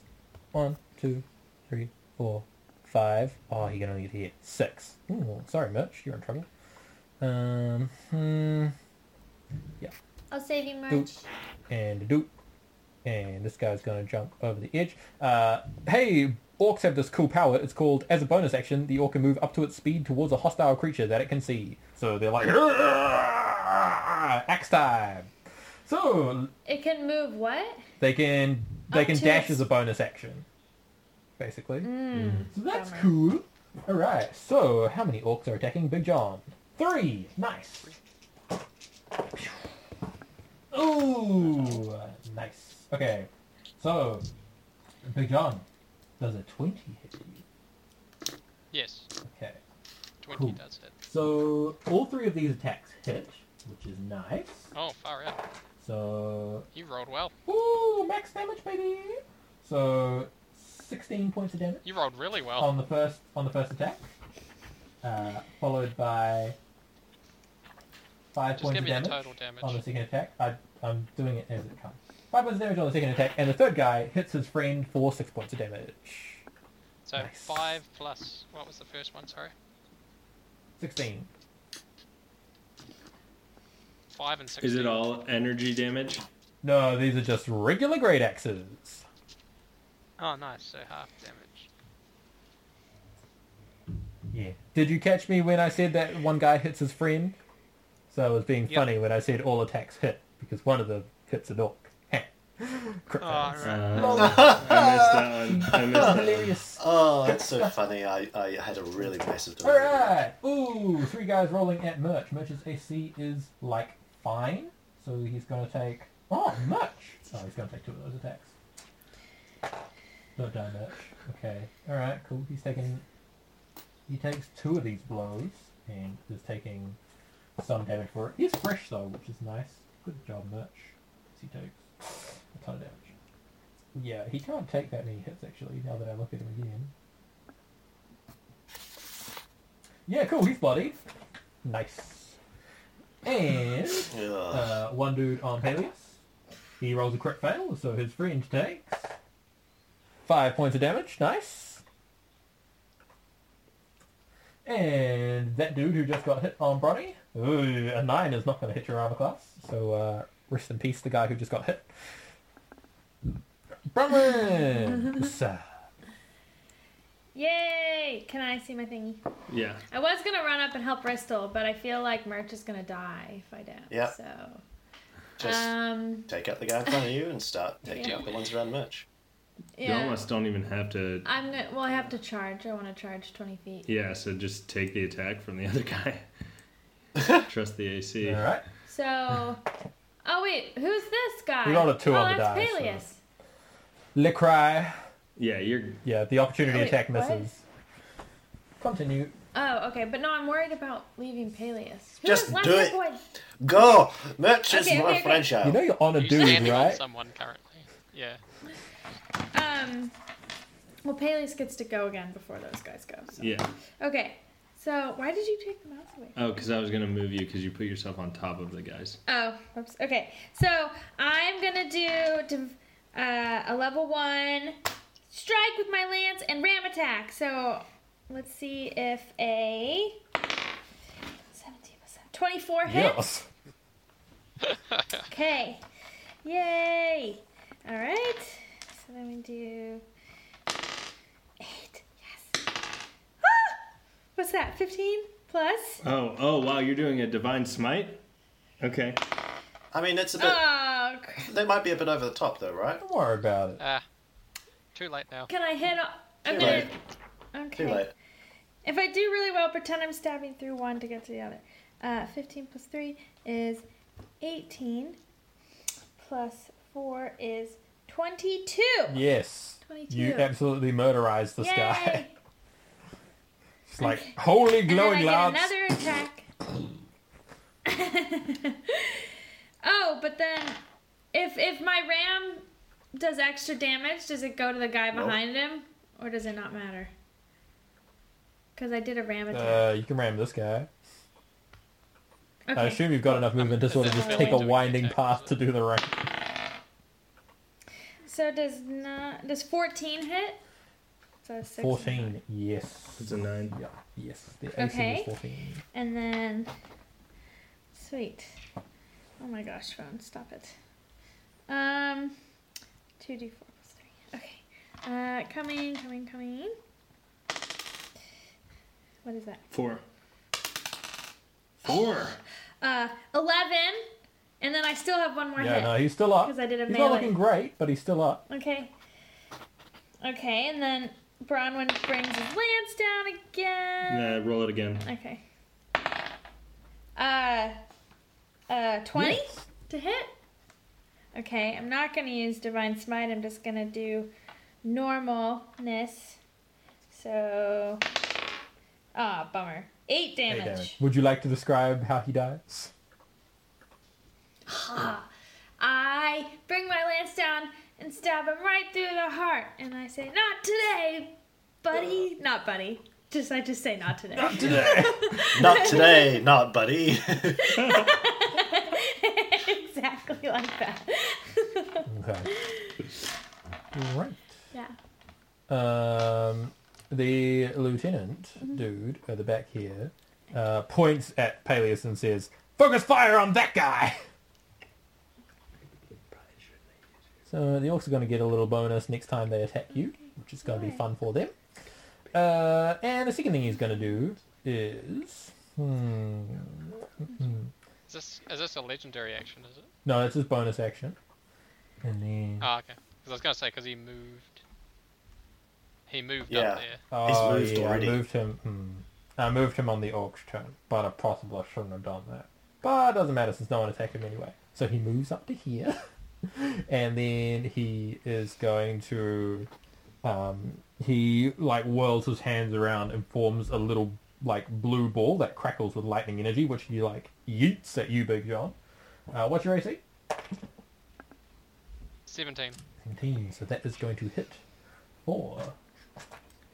Speaker 1: One, two, three, four, five. Oh, he can only get hit six. hmm. Ooh, sorry, Mitch, you're in trouble. Um, hmm. Yeah.
Speaker 7: I'll save you merch.
Speaker 1: doop, and a doop, and this guy's gonna jump over the edge. Uh, hey, orcs have this cool power. It's called as a bonus action, the orc can move up to its speed towards a hostile creature that it can see. So they're like, "Argh! axe time. So
Speaker 5: It can move what?
Speaker 1: they can they
Speaker 5: Up
Speaker 1: can
Speaker 5: to
Speaker 1: dash
Speaker 5: its-
Speaker 1: as a bonus action, basically. So that's
Speaker 5: Bummer.
Speaker 1: cool. All right. So how many orcs are attacking Big John? Three. Nice. Ooh, nice. Okay. So Big John does a twenty hit you.
Speaker 2: Yes,
Speaker 1: Okay.
Speaker 2: 20
Speaker 1: Cool.
Speaker 2: does hit.
Speaker 1: So all three of these attacks hit, which is nice.
Speaker 2: Oh, far out.
Speaker 1: So
Speaker 2: You rolled well.
Speaker 1: ooh, max damage, baby. So sixteen points of damage.
Speaker 2: You rolled really well.
Speaker 1: on the first on the first attack, uh, followed by five
Speaker 2: Just
Speaker 1: points of
Speaker 2: give me the
Speaker 1: damage
Speaker 2: total
Speaker 1: on the
Speaker 2: damage.
Speaker 1: second attack. I, I'm doing it as it comes. Five points of damage on the second attack, and the third guy hits his friend for six points of damage.
Speaker 2: So
Speaker 1: Nice.
Speaker 2: 5 plus. What was the first one? Sorry.
Speaker 1: Sixteen.
Speaker 2: 5 and 16.
Speaker 6: Is it all energy damage?
Speaker 1: No, these are just regular great axes.
Speaker 2: Oh, nice. So half damage.
Speaker 1: Yeah. Did you catch me when I said that one guy hits his friend? So I was being
Speaker 2: Yep.
Speaker 1: funny when I said all attacks hit because one of them hits an orc. Heh. Crit
Speaker 2: Oh,
Speaker 1: fails.
Speaker 6: Uh,
Speaker 2: right.
Speaker 6: I missed that one. I missed that one.
Speaker 1: Hilarious.
Speaker 4: Oh, that's so funny. I, I had a really massive
Speaker 1: All
Speaker 4: delivery.
Speaker 1: right. Ooh, three guys rolling at Merch. Merch's AC is like fine, so he's gonna take. Oh, Merch. Oh, he's gonna take two of those attacks. Don't die, Merch. Okay. All right. Cool. He's taking. He takes two of these blows and is taking some damage for it. He's fresh though, which is nice. Good job, Merch. He takes a ton of damage. Yeah, he can't take that many hits actually. Now that I look at him again. Yeah, cool. He's bloody. Nice. And
Speaker 4: Ugh.
Speaker 1: uh, one dude on Peleus. He rolls a crit fail, so his friend takes five points of damage. Nice. And that dude who just got hit on Bronny, ooh, a nine is not going to hit your armor class. So uh, rest in peace, the guy who just got hit. Bronny. Sir.
Speaker 5: Yay! Can I see my thingy?
Speaker 6: Yeah.
Speaker 5: I was gonna run up and help Bristol, but I feel like Merch is gonna die if I don't.
Speaker 4: Yeah.
Speaker 5: So.
Speaker 4: Just
Speaker 5: Um.
Speaker 4: take out the guy in front of you and start taking
Speaker 5: Yeah.
Speaker 4: out the ones around Mitch.
Speaker 5: Yeah.
Speaker 6: You almost don't even have to.
Speaker 5: I'm gonna. Well, I have to charge. I want to charge twenty feet.
Speaker 6: Yeah, so just take the attack from the other guy. Trust the AC.
Speaker 1: All right.
Speaker 5: So. Oh wait, who's this guy?
Speaker 1: We rolled a two
Speaker 5: oh,
Speaker 1: on the
Speaker 5: that's
Speaker 1: die, so-
Speaker 5: Peleus.
Speaker 1: Le Cry.
Speaker 6: Yeah, you're.
Speaker 1: Yeah, the opportunity
Speaker 5: Wait,
Speaker 1: attack
Speaker 5: what?
Speaker 1: misses. Continue.
Speaker 5: Oh, okay, but no, I'm worried about leaving Peleus. Who
Speaker 4: Just
Speaker 5: has less
Speaker 4: do
Speaker 5: hit
Speaker 4: it.
Speaker 5: points?
Speaker 4: Go! Mitch is
Speaker 5: Okay,
Speaker 4: my
Speaker 5: okay, okay.
Speaker 4: friend
Speaker 1: You know you're on a
Speaker 2: You're
Speaker 1: dude,
Speaker 2: standing on
Speaker 1: right?
Speaker 2: someone currently. Yeah.
Speaker 5: Um. Well, Peleus gets to go again before those guys go. So.
Speaker 6: Yeah.
Speaker 5: Okay. So why did you take the mouse away?
Speaker 6: Oh, because I was going to move you because you put yourself on top of the guys.
Speaker 5: Oh, oops. Okay. So I'm gonna do div- uh, a level one strike with my lance and ram attack. So let's see if a 17 24 hits.
Speaker 1: Yes.
Speaker 5: Okay. Yay. All right. So then we do eight. Yes. Ah! What's that? 15 plus?
Speaker 6: Oh, oh, wow, you're doing a divine smite? Okay.
Speaker 4: I mean, it's a bit.
Speaker 5: Oh, crap.
Speaker 4: They might be a bit over the top, though, right?
Speaker 1: Don't worry about it.
Speaker 2: Ah. Too late now.
Speaker 5: can I hit? a- I'm
Speaker 4: Too late.
Speaker 5: gonna.
Speaker 4: Too
Speaker 5: Okay.
Speaker 4: late.
Speaker 5: If I do really well, pretend I'm stabbing through one to get to the other. Uh, 15 plus 3 is 18. Plus 4 is 22.
Speaker 1: Yes.
Speaker 5: 22.
Speaker 1: You absolutely murderized this
Speaker 5: Yay!
Speaker 1: guy. It's like holy
Speaker 5: And then I
Speaker 1: glowing
Speaker 5: get
Speaker 1: lance.
Speaker 5: another attack. oh, but then if if my ram does extra damage, does it go to the guy
Speaker 4: Nope.
Speaker 5: behind him, or does it not matter? Because I did a ram attack.
Speaker 1: Uh, you can ram this guy. I
Speaker 5: okay.
Speaker 1: assume you've got enough movement to sort of
Speaker 2: This is
Speaker 1: just
Speaker 2: the
Speaker 1: take a
Speaker 2: window we
Speaker 1: winding
Speaker 2: attack,
Speaker 1: path to
Speaker 2: isn't
Speaker 1: do the ram.
Speaker 5: So does not does fourteen hit? So six.
Speaker 1: Fourteen. Yes.
Speaker 6: It's a nine.
Speaker 1: Yeah. Yes. The AC
Speaker 5: Okay.
Speaker 1: is fourteen.
Speaker 5: And then, sweet. Oh my gosh, phone, stop it. Um, 2d4 plus 3. Okay. Uh, coming, coming, coming. What is that?
Speaker 6: Four. Four.
Speaker 5: Uh, 11. And then I still have one more
Speaker 1: Yeah,
Speaker 5: hit.
Speaker 1: no, he's still up.
Speaker 5: 'Cause I did a
Speaker 1: he's not
Speaker 5: melee.
Speaker 1: looking great, but he's still up.
Speaker 5: Okay. Okay, and then Bronwyn brings his lance down again.
Speaker 6: Nah, roll it again.
Speaker 5: Okay. Uh, uh, 20
Speaker 1: Yes.
Speaker 5: to hit? Okay, I'm not gonna use Divine Smite, I'm just gonna do normalness. So. Ah, bummer. Eight
Speaker 1: Hey,
Speaker 5: damage.
Speaker 1: damage. Would you like to describe how he dies?
Speaker 5: Ah, I bring my lance down and stab him right through the heart. And I say, Not today, buddy. Not buddy. Just I just say not today.
Speaker 4: Not today, not buddy.
Speaker 5: exactly like that.
Speaker 1: Okay. right.
Speaker 5: yeah.
Speaker 1: Um, the lieutenant dude at the back here uh, points at Peleus and says, "Focus fire on that guy." So they're also going to get a little bonus next time they attack you, which is going to be
Speaker 5: Alright.
Speaker 1: fun for them. Uh, and the second thing he's going to do is, hmm,
Speaker 2: Is this is this a legendary action? Is it?
Speaker 1: no, that's his bonus action. And then,
Speaker 2: Oh, okay. 'Cause I was gonna say because he moved. He moved
Speaker 4: Yeah.
Speaker 2: up there.
Speaker 4: he's
Speaker 1: Oh,
Speaker 4: moved
Speaker 1: yeah,
Speaker 4: already.
Speaker 1: I moved him. Hmm. I moved him on the orc's turn, but I possibly shouldn't have done that. But it doesn't matter since no one attacked him anyway. So he moves up to here, and then he is going to. Um, he like whirls his hands around and forms a little like blue ball that crackles with lightning energy, which he like yeets at you, Big John. Uh, what's your AC?
Speaker 2: Seventeen.
Speaker 1: 17. So that is going to hit four.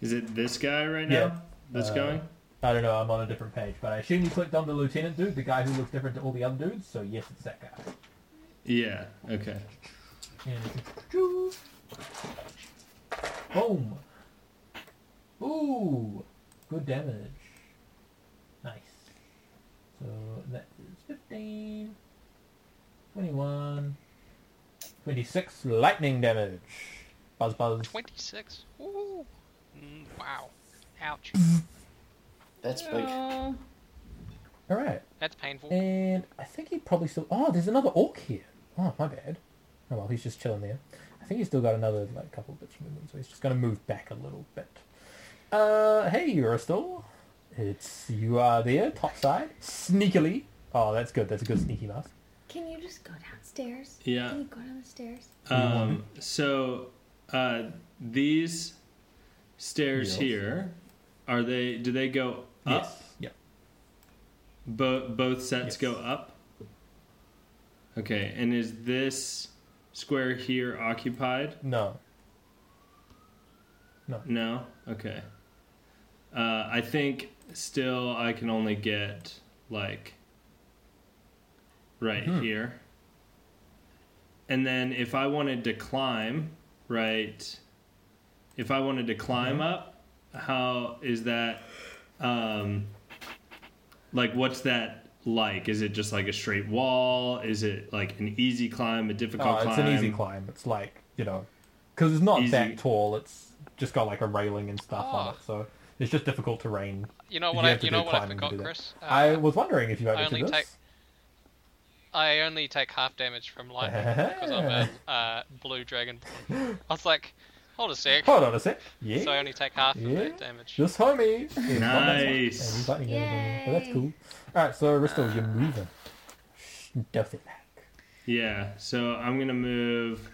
Speaker 6: Is it this guy right now?
Speaker 1: Yeah.
Speaker 6: That's
Speaker 1: Uh,
Speaker 6: going?
Speaker 1: I don't know, I'm on a different page, but I assume you clicked on the lieutenant dude, the guy who looks different to all the other dudes, so yes, it's that guy.
Speaker 6: Yeah, okay.
Speaker 1: And- Boom! Ooh! Good damage. Nice. So that is 15, 21, 26 lightning damage. Buzz buzz.
Speaker 2: Twenty-six. Ooh. Mm, wow. Ouch.
Speaker 4: That's big.
Speaker 5: Oh,
Speaker 1: Alright.
Speaker 2: That's painful.
Speaker 1: And I think he probably still. Oh, there's another orc here. Oh, my bad. Oh well, he's just chilling there. I think he's still got another like couple bits of movement, so he's just gonna move back a little bit. Uh, hey, Eurostal. It's you are there, top side, sneakily. Oh, that's good. That's a good sneaky mask.
Speaker 5: can you just go downstairs?
Speaker 6: Yeah.
Speaker 5: Can you go down the stairs?
Speaker 6: Um, so uh, these stairs
Speaker 1: Yes.
Speaker 6: here are they do they go up?
Speaker 1: Yep.
Speaker 6: Bo- both sets
Speaker 1: Yes.
Speaker 6: go up? Okay, and is this square here occupied?
Speaker 1: No.
Speaker 6: No? Okay. Uh, I think still I can only get like right
Speaker 1: Hmm.
Speaker 6: here. And then if I wanted to climb, right? If I wanted to
Speaker 1: Mm-hmm.
Speaker 6: climb up, how is that um like what's that like? Is it just like a straight wall? Is it like an easy climb, a difficult
Speaker 1: Oh, it's
Speaker 6: climb?
Speaker 1: an easy climb. It's like you know, because it's not
Speaker 6: Easy.
Speaker 1: that tall. It's just got like a railing and stuff on
Speaker 2: Oh.
Speaker 1: it, so it's just difficult terrain.
Speaker 2: You know
Speaker 1: Did
Speaker 2: what?
Speaker 1: you
Speaker 2: I
Speaker 1: have to
Speaker 2: you
Speaker 1: do
Speaker 2: know what I
Speaker 1: climbing to
Speaker 2: forgot,
Speaker 1: do that?
Speaker 2: Chris. Uh,
Speaker 1: I was wondering if you might
Speaker 2: I
Speaker 1: get to
Speaker 2: only
Speaker 1: this.
Speaker 2: take- I only take half damage from lightning because I'm a uh, blue dragonborn. I was like, hold a sec.
Speaker 1: Hold on a sec. Yeah.
Speaker 2: So I only take half of
Speaker 1: Yeah.
Speaker 2: that damage.
Speaker 1: Just homie. Yeah,
Speaker 6: Nice.
Speaker 1: And he's lightning damage on you. Well, that's
Speaker 5: Yay.
Speaker 1: cool. Alright, so Aristo, you're moving. Stuff it back.
Speaker 6: Yeah, so I'm gonna move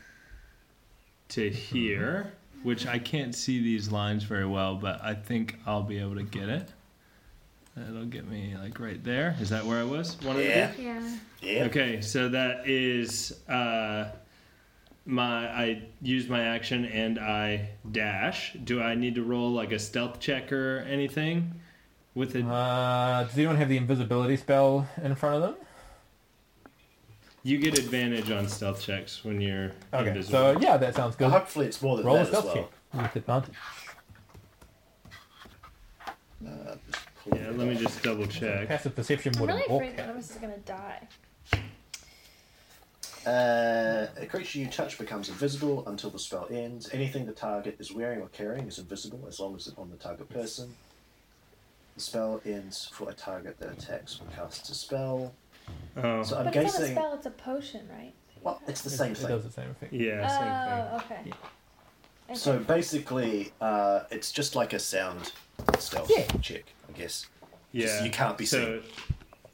Speaker 6: to here, which I can't see these lines very well, but I think I'll be able to get it. It'll get me like right there. Is that where I was? One of the
Speaker 4: Yeah.
Speaker 5: Yeah.
Speaker 4: Yeah.
Speaker 6: Okay, so that is uh, my. I use my action and I dash. Do I need to roll like a stealth check or anything? With it,
Speaker 1: Uh, does anyone have the invisibility spell in front of them?
Speaker 6: you get advantage on stealth checks when you're
Speaker 1: Okay,
Speaker 6: invisible.
Speaker 1: so yeah, that sounds good.
Speaker 4: Well, hopefully it's more than
Speaker 1: Roll a
Speaker 4: that as
Speaker 1: stealth
Speaker 4: well.
Speaker 1: check with advantage.
Speaker 6: yeah, let me just double check.
Speaker 1: Passive perception
Speaker 5: I'm
Speaker 1: would
Speaker 5: really
Speaker 1: have
Speaker 5: afraid
Speaker 1: orc
Speaker 5: that I
Speaker 1: had.
Speaker 5: was gonna die.
Speaker 4: Uh, a creature you touch becomes invisible until the spell ends. Anything the target is wearing or carrying is invisible as long as it's on the target person. The spell ends for a target that attacks or casts a spell.
Speaker 6: Oh,
Speaker 4: So I'm
Speaker 5: But it's not a
Speaker 4: guessing.
Speaker 5: spell, it's a potion, right?
Speaker 4: Well, it's the
Speaker 1: It-
Speaker 4: same
Speaker 1: it,
Speaker 4: thing.
Speaker 1: does the same thing.
Speaker 6: yeah,
Speaker 1: Uh,
Speaker 5: oh, okay. Okay.
Speaker 4: So basically, uh, it's just like a sound stealth
Speaker 1: Yeah.
Speaker 4: check, I guess.
Speaker 6: same thing. Yeah,
Speaker 4: you can't be
Speaker 6: so.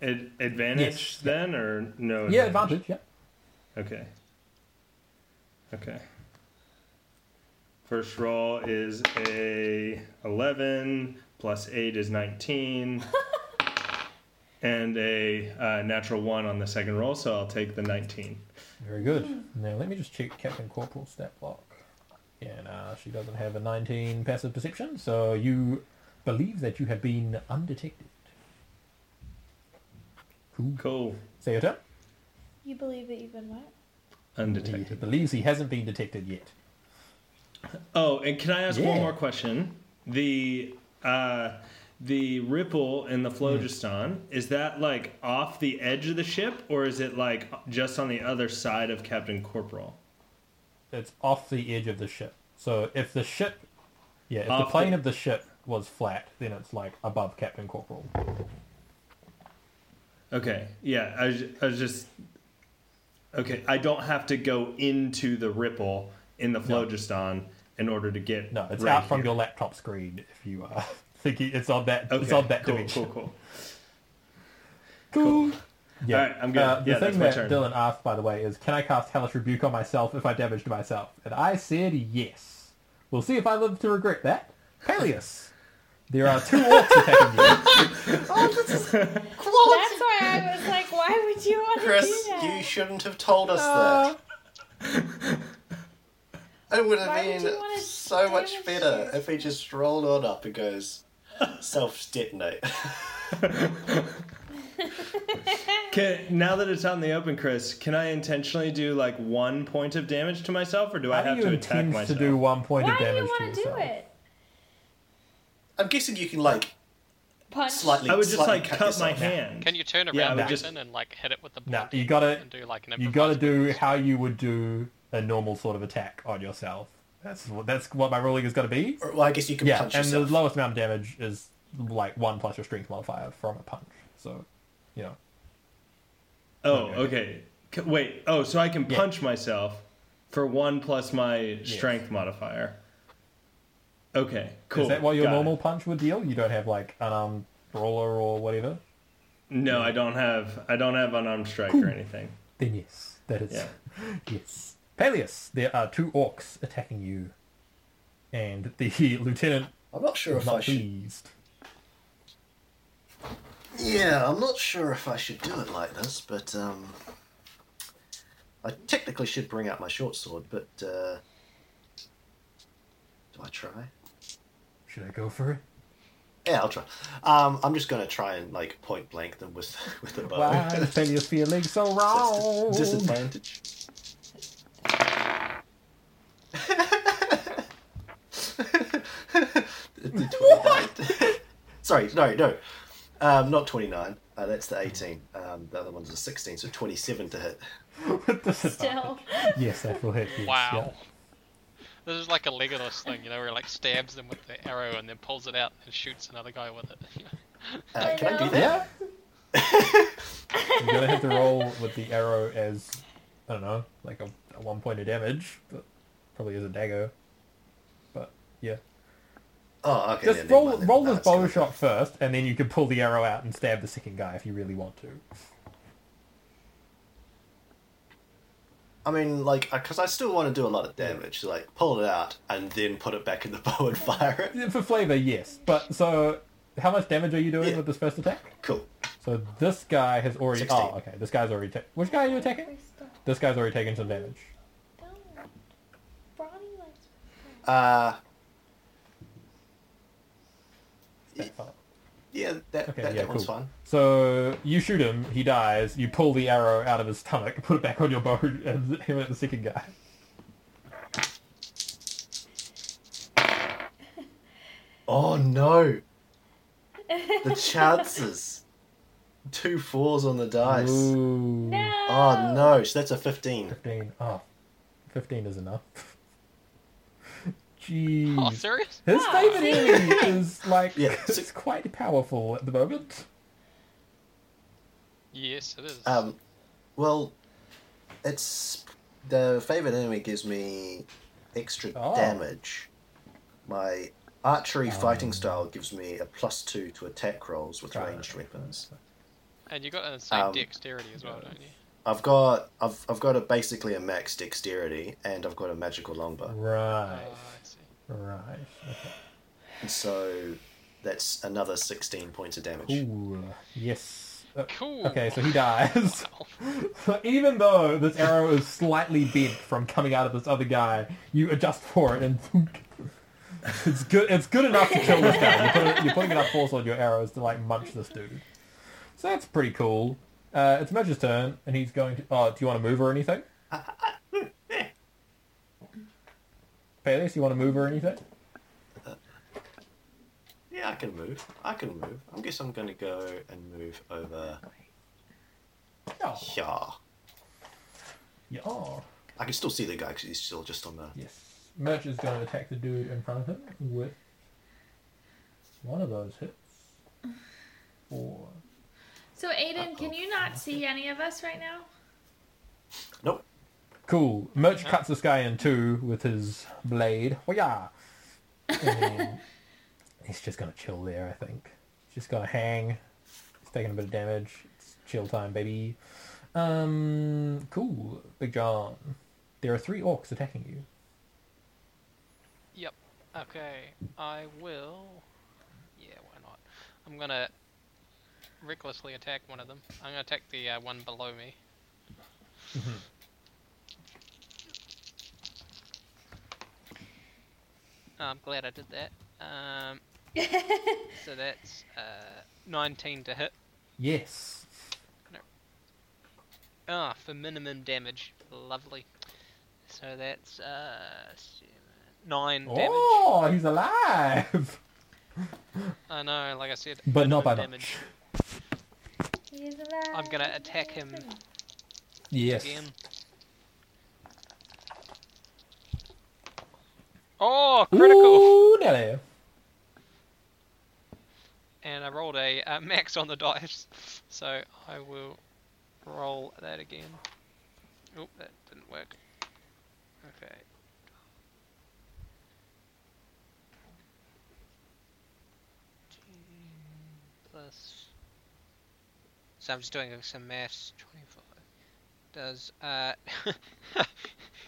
Speaker 6: Ad- advantage
Speaker 1: Yes.
Speaker 6: then or no?
Speaker 1: Yeah, advantage. Yeah.
Speaker 6: Okay. Okay. First roll is a 11 plus 8 is 19 and a uh, natural 1 on the second roll, so I'll take the 19.
Speaker 1: Very good. Now let me just check Captain Corporal's stat block. Yeah, nah, she doesn't have a 19 passive perception, so you believe that you have been undetected. Cool.
Speaker 6: Cool.
Speaker 1: Say your turn.
Speaker 5: You believe that you've been what?
Speaker 1: He
Speaker 6: Undetected.
Speaker 1: believes he hasn't been detected yet.
Speaker 6: Oh, and can I ask
Speaker 1: Yeah.
Speaker 6: one more question? The uh, the ripple in the
Speaker 1: Hmm.
Speaker 6: phlogiston is that like off the edge of the ship, or is it like just on the other side of Captain Corporal?
Speaker 1: It's off the edge of the ship. So if the ship, yeah, if
Speaker 6: Off
Speaker 1: the plane
Speaker 6: the-
Speaker 1: of the ship was flat, then it's like above Captain Corporal.
Speaker 6: Okay. Yeah. I was, I was just. Okay. I don't have to go into the ripple in the phlogiston in order to get.
Speaker 1: No, it's
Speaker 6: right
Speaker 1: out from
Speaker 6: here.
Speaker 1: your laptop screen if you are thinking it's on that.
Speaker 6: Okay,
Speaker 1: It's on that
Speaker 6: cool,
Speaker 1: dimension.
Speaker 6: Cool. Cool.
Speaker 1: Cool. Yeah.
Speaker 6: Alright, I'm good.
Speaker 1: Uh, the
Speaker 6: Yeah, that's
Speaker 1: thing
Speaker 6: my
Speaker 1: that
Speaker 6: turn.
Speaker 1: Dylan asked, by the way, is can I cast Hellish Rebuke on myself if I damaged myself? And I said yes. We'll see if I live to regret that. Peleus, there are two orcs attacking you.
Speaker 5: That's why I was like, why would you want to
Speaker 4: Chris,
Speaker 5: do that?
Speaker 4: you shouldn't have told us that. It would have
Speaker 5: Why would
Speaker 4: been
Speaker 5: you wanna
Speaker 4: so much
Speaker 5: damage
Speaker 4: better
Speaker 5: you?
Speaker 4: if he just rolled on up and goes self detonate.
Speaker 6: Can, now that it's out in the open, Chris, can I intentionally do like one point of damage to myself, or do I
Speaker 1: How
Speaker 6: have
Speaker 1: do you
Speaker 6: to attack
Speaker 1: intend to
Speaker 6: myself?
Speaker 1: do one point
Speaker 5: why
Speaker 1: of
Speaker 5: do you
Speaker 1: damage
Speaker 5: want
Speaker 1: to
Speaker 5: to do
Speaker 1: yourself?
Speaker 5: it?
Speaker 4: I'm guessing you can like
Speaker 5: Punch.
Speaker 4: slightly.
Speaker 6: I would just
Speaker 4: slightly
Speaker 6: like cut, my
Speaker 4: yourself.
Speaker 6: hand.
Speaker 2: Can you turn around
Speaker 6: Yeah, I would
Speaker 2: Nathan,
Speaker 6: just-
Speaker 2: and like hit it with the
Speaker 1: No,
Speaker 2: body
Speaker 1: you gotta
Speaker 2: and do like an
Speaker 1: you gotta
Speaker 2: improvised
Speaker 1: do
Speaker 2: punch?
Speaker 1: how you would do a normal sort of attack on yourself. That's what that's what my ruling is gonna be.
Speaker 4: Or, well, I guess you can
Speaker 1: Yeah,
Speaker 4: punch
Speaker 1: and
Speaker 4: yourself.
Speaker 1: the lowest amount of damage is like one plus your strength modifier from a punch. So, you know,
Speaker 6: Oh, okay. C- Wait. Oh, so I can punch myself for one plus my strength modifier. Okay. Cool.
Speaker 1: is that what your
Speaker 6: Got it.
Speaker 1: normal punch would deal? You don't have like an um brawler or whatever.
Speaker 6: No, I don't have. I don't have unarmed strike or anything.
Speaker 1: Then yes, that is
Speaker 6: Yeah.
Speaker 1: yes. Peleus, there are two orcs attacking you, and the lieutenant
Speaker 4: I'm not sure
Speaker 1: is
Speaker 4: if I
Speaker 1: not
Speaker 4: should.
Speaker 1: pleased.
Speaker 4: Yeah, I'm not sure if I should do it like this, but um, I technically should bring out my short sword, but uh, do I try?
Speaker 1: Should I go for it?
Speaker 4: Yeah, I'll try. Um, I'm just gonna try and like point blank them with with a
Speaker 6: Uh,
Speaker 4: bow.
Speaker 1: Why is Peleus feeling so wrong?
Speaker 4: Disadvantage. what? Sorry, no, no. Um, not 29. Uh, that's the 18. Um, the other one's a 16, so 27 to hit.
Speaker 5: Still.
Speaker 1: Yes, that will hit you.
Speaker 2: Wow. This is like a Legolas thing, you know, where he like stabs them with the arrow and then pulls it out and shoots another guy with it.
Speaker 4: Uh, can I do
Speaker 5: know.
Speaker 4: that?
Speaker 1: Yeah. You're gonna have to roll with the arrow as I don't know, like a, a one point of damage, but probably as a dagger. But yeah,
Speaker 4: Oh, okay.
Speaker 1: just
Speaker 4: yeah, never
Speaker 1: roll
Speaker 4: mind then.
Speaker 1: roll
Speaker 4: No,
Speaker 1: this
Speaker 4: it's gonna
Speaker 1: bow
Speaker 4: be-
Speaker 1: shot first, and then you can pull the arrow out and stab the second guy if you really want to.
Speaker 4: I mean, like, because I still want to do a lot of damage. so, Like, pull it out and then put it back in the bow and fire it.
Speaker 1: For flavor, yes. But so, how much damage are you doing
Speaker 4: Yeah.
Speaker 1: with this first attack?
Speaker 4: Cool.
Speaker 1: So this guy has already.
Speaker 4: 16.
Speaker 1: Oh, okay. This guy's already. Ta- Which guy are you attacking? This guy's already taken some damage.
Speaker 5: Brawny likes-
Speaker 4: Uh,
Speaker 1: That fella.
Speaker 4: yeah, that,
Speaker 1: Okay,
Speaker 4: that,
Speaker 1: yeah,
Speaker 4: that one's
Speaker 1: cool.
Speaker 4: fine.
Speaker 1: So you shoot him, he dies. You pull the arrow out of his stomach, put it back on your bow, and him at the second guy.
Speaker 4: Oh no! The chances. Two fours on the dice.
Speaker 1: Ooh.
Speaker 5: No.
Speaker 4: Oh no, so that's a 15.
Speaker 1: 15. Oh, 15 is enough. Jeez.
Speaker 2: Oh, serious?
Speaker 1: His
Speaker 5: Wow.
Speaker 1: favorite enemy is like
Speaker 4: Yeah,
Speaker 1: it's
Speaker 4: six-
Speaker 1: quite powerful at the moment.
Speaker 2: Yes, it is.
Speaker 4: Um, well, it's the favorite enemy gives me extra
Speaker 1: Oh. Um.
Speaker 4: damage. My archery fighting style gives me a plus two to attack rolls with
Speaker 1: Right.
Speaker 4: ranged weapons.
Speaker 2: and you got an insane
Speaker 4: um,
Speaker 2: dexterity as well, don't you?
Speaker 4: I've got I've I've got a basically a max dexterity and I've got a magical longbow.
Speaker 2: Oh, I
Speaker 1: Right,
Speaker 2: see.
Speaker 1: right.
Speaker 4: So that's another sixteen points of damage.
Speaker 1: Cool. Yes. Uh,
Speaker 2: Cool. Oh.
Speaker 1: Okay, so he dies. Even though this arrow is slightly bent from coming out of this other guy, you adjust for it, and it's good. It's good enough to kill this guy. You're putting, you're putting enough force on your arrows to like munch this dude. So that's pretty cool. Uh, it's Mudge's turn, and he's going to. Oh, do you want to move or anything? Peleus, you want to move or anything?
Speaker 4: Yeah, I can move. I can move. I guess I'm gonna go and move over
Speaker 1: Oh,
Speaker 4: here. I
Speaker 1: yeah. Oh,
Speaker 4: can still see the guy because he's still just on the
Speaker 1: yes. Mudge is going to attack the dude in front of him with one of those hits. Four.
Speaker 5: So Aiden, can you not see any of us right now?
Speaker 4: Nope.
Speaker 1: Cool. Merch cuts this guy in two with his blade. Oh yeah. And he's just gonna chill there, I think. Just gonna hang. He's taking a bit of damage. It's chill time, baby. Um cool. Big John. There are three orcs attacking you.
Speaker 2: Yep. Okay. I will. Yeah, why not? I'm gonna recklessly attack one of them. I'm gonna attack the uh, one below me. Oh, I'm glad I did that. Um, so that's uh, 19 to hit.
Speaker 1: Yes.
Speaker 2: Ah, for minimum damage. Lovely. So that's uh, seven, 9 damage.
Speaker 1: Oh, he's alive.
Speaker 2: I know, like I said.
Speaker 1: But not by
Speaker 2: minimum
Speaker 1: much.
Speaker 5: He's alive.
Speaker 2: I'm gonna attack him
Speaker 1: Yes.
Speaker 2: again. Oh, critical!
Speaker 1: Ooh, Nelly.
Speaker 2: And I rolled a uh, max on the dice, so I will roll that again. Oh, that didn't work. Okay. Plus. So I'm just doing some maths. 25. Does uh,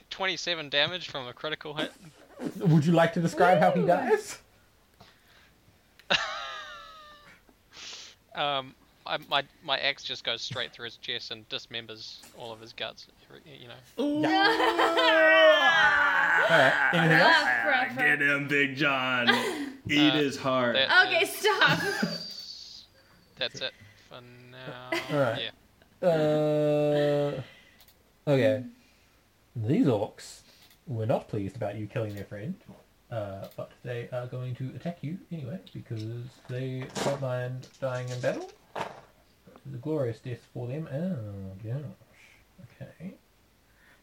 Speaker 2: 27 damage from a critical hit.
Speaker 1: Would you like to describe how he
Speaker 5: Ooh.
Speaker 1: dies?
Speaker 2: Um, I, my my axe just goes straight through his chest and dismembers all of his guts. every- You know.
Speaker 1: Alright. Anything else?
Speaker 5: Rough, rough,
Speaker 6: Get
Speaker 5: rough.
Speaker 6: him, Big John. Eat
Speaker 2: Uh,
Speaker 6: his heart.
Speaker 2: that-
Speaker 5: Okay, stop.
Speaker 2: That's it for now.
Speaker 1: Alright.
Speaker 2: Yeah.
Speaker 1: Uh, okay. Mm. These orcs were not pleased about you killing their friend, uh, but they are going to attack you anyway because they don't mind dying in battle. It's a glorious death for them. Oh gosh. Okay.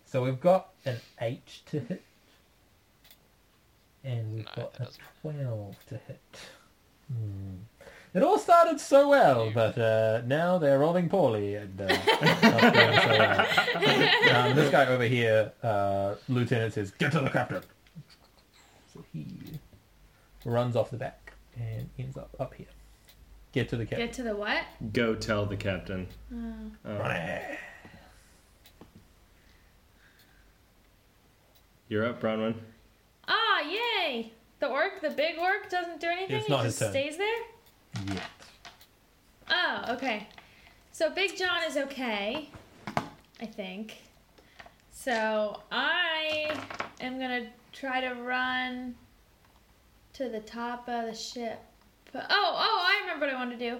Speaker 1: So we've got an eight to hit, and we've
Speaker 2: No,
Speaker 1: got
Speaker 2: that
Speaker 1: a
Speaker 2: doesn't.
Speaker 1: twelve to hit. Hmm. It all started so well, but uh, now they're rolling poorly. And, uh, not doing so well. um, this guy over here, uh, Lieutenant, says, "Get to the captain." So he runs off the back and ends up up here. Get to the captain.
Speaker 5: Get to the what?
Speaker 6: Go tell the captain.
Speaker 1: Run it.
Speaker 6: You're up, Bronwyn.
Speaker 5: Ah, yay! The orc, the big orc, doesn't do anything.
Speaker 1: It's not
Speaker 5: he
Speaker 1: his
Speaker 5: just
Speaker 1: turn.
Speaker 5: stays there.
Speaker 1: Yet.
Speaker 5: Oh, okay. So Big John is okay, I think. So I am gonna try to run to the top of the ship. Oh, oh, I remember what I wanted to do.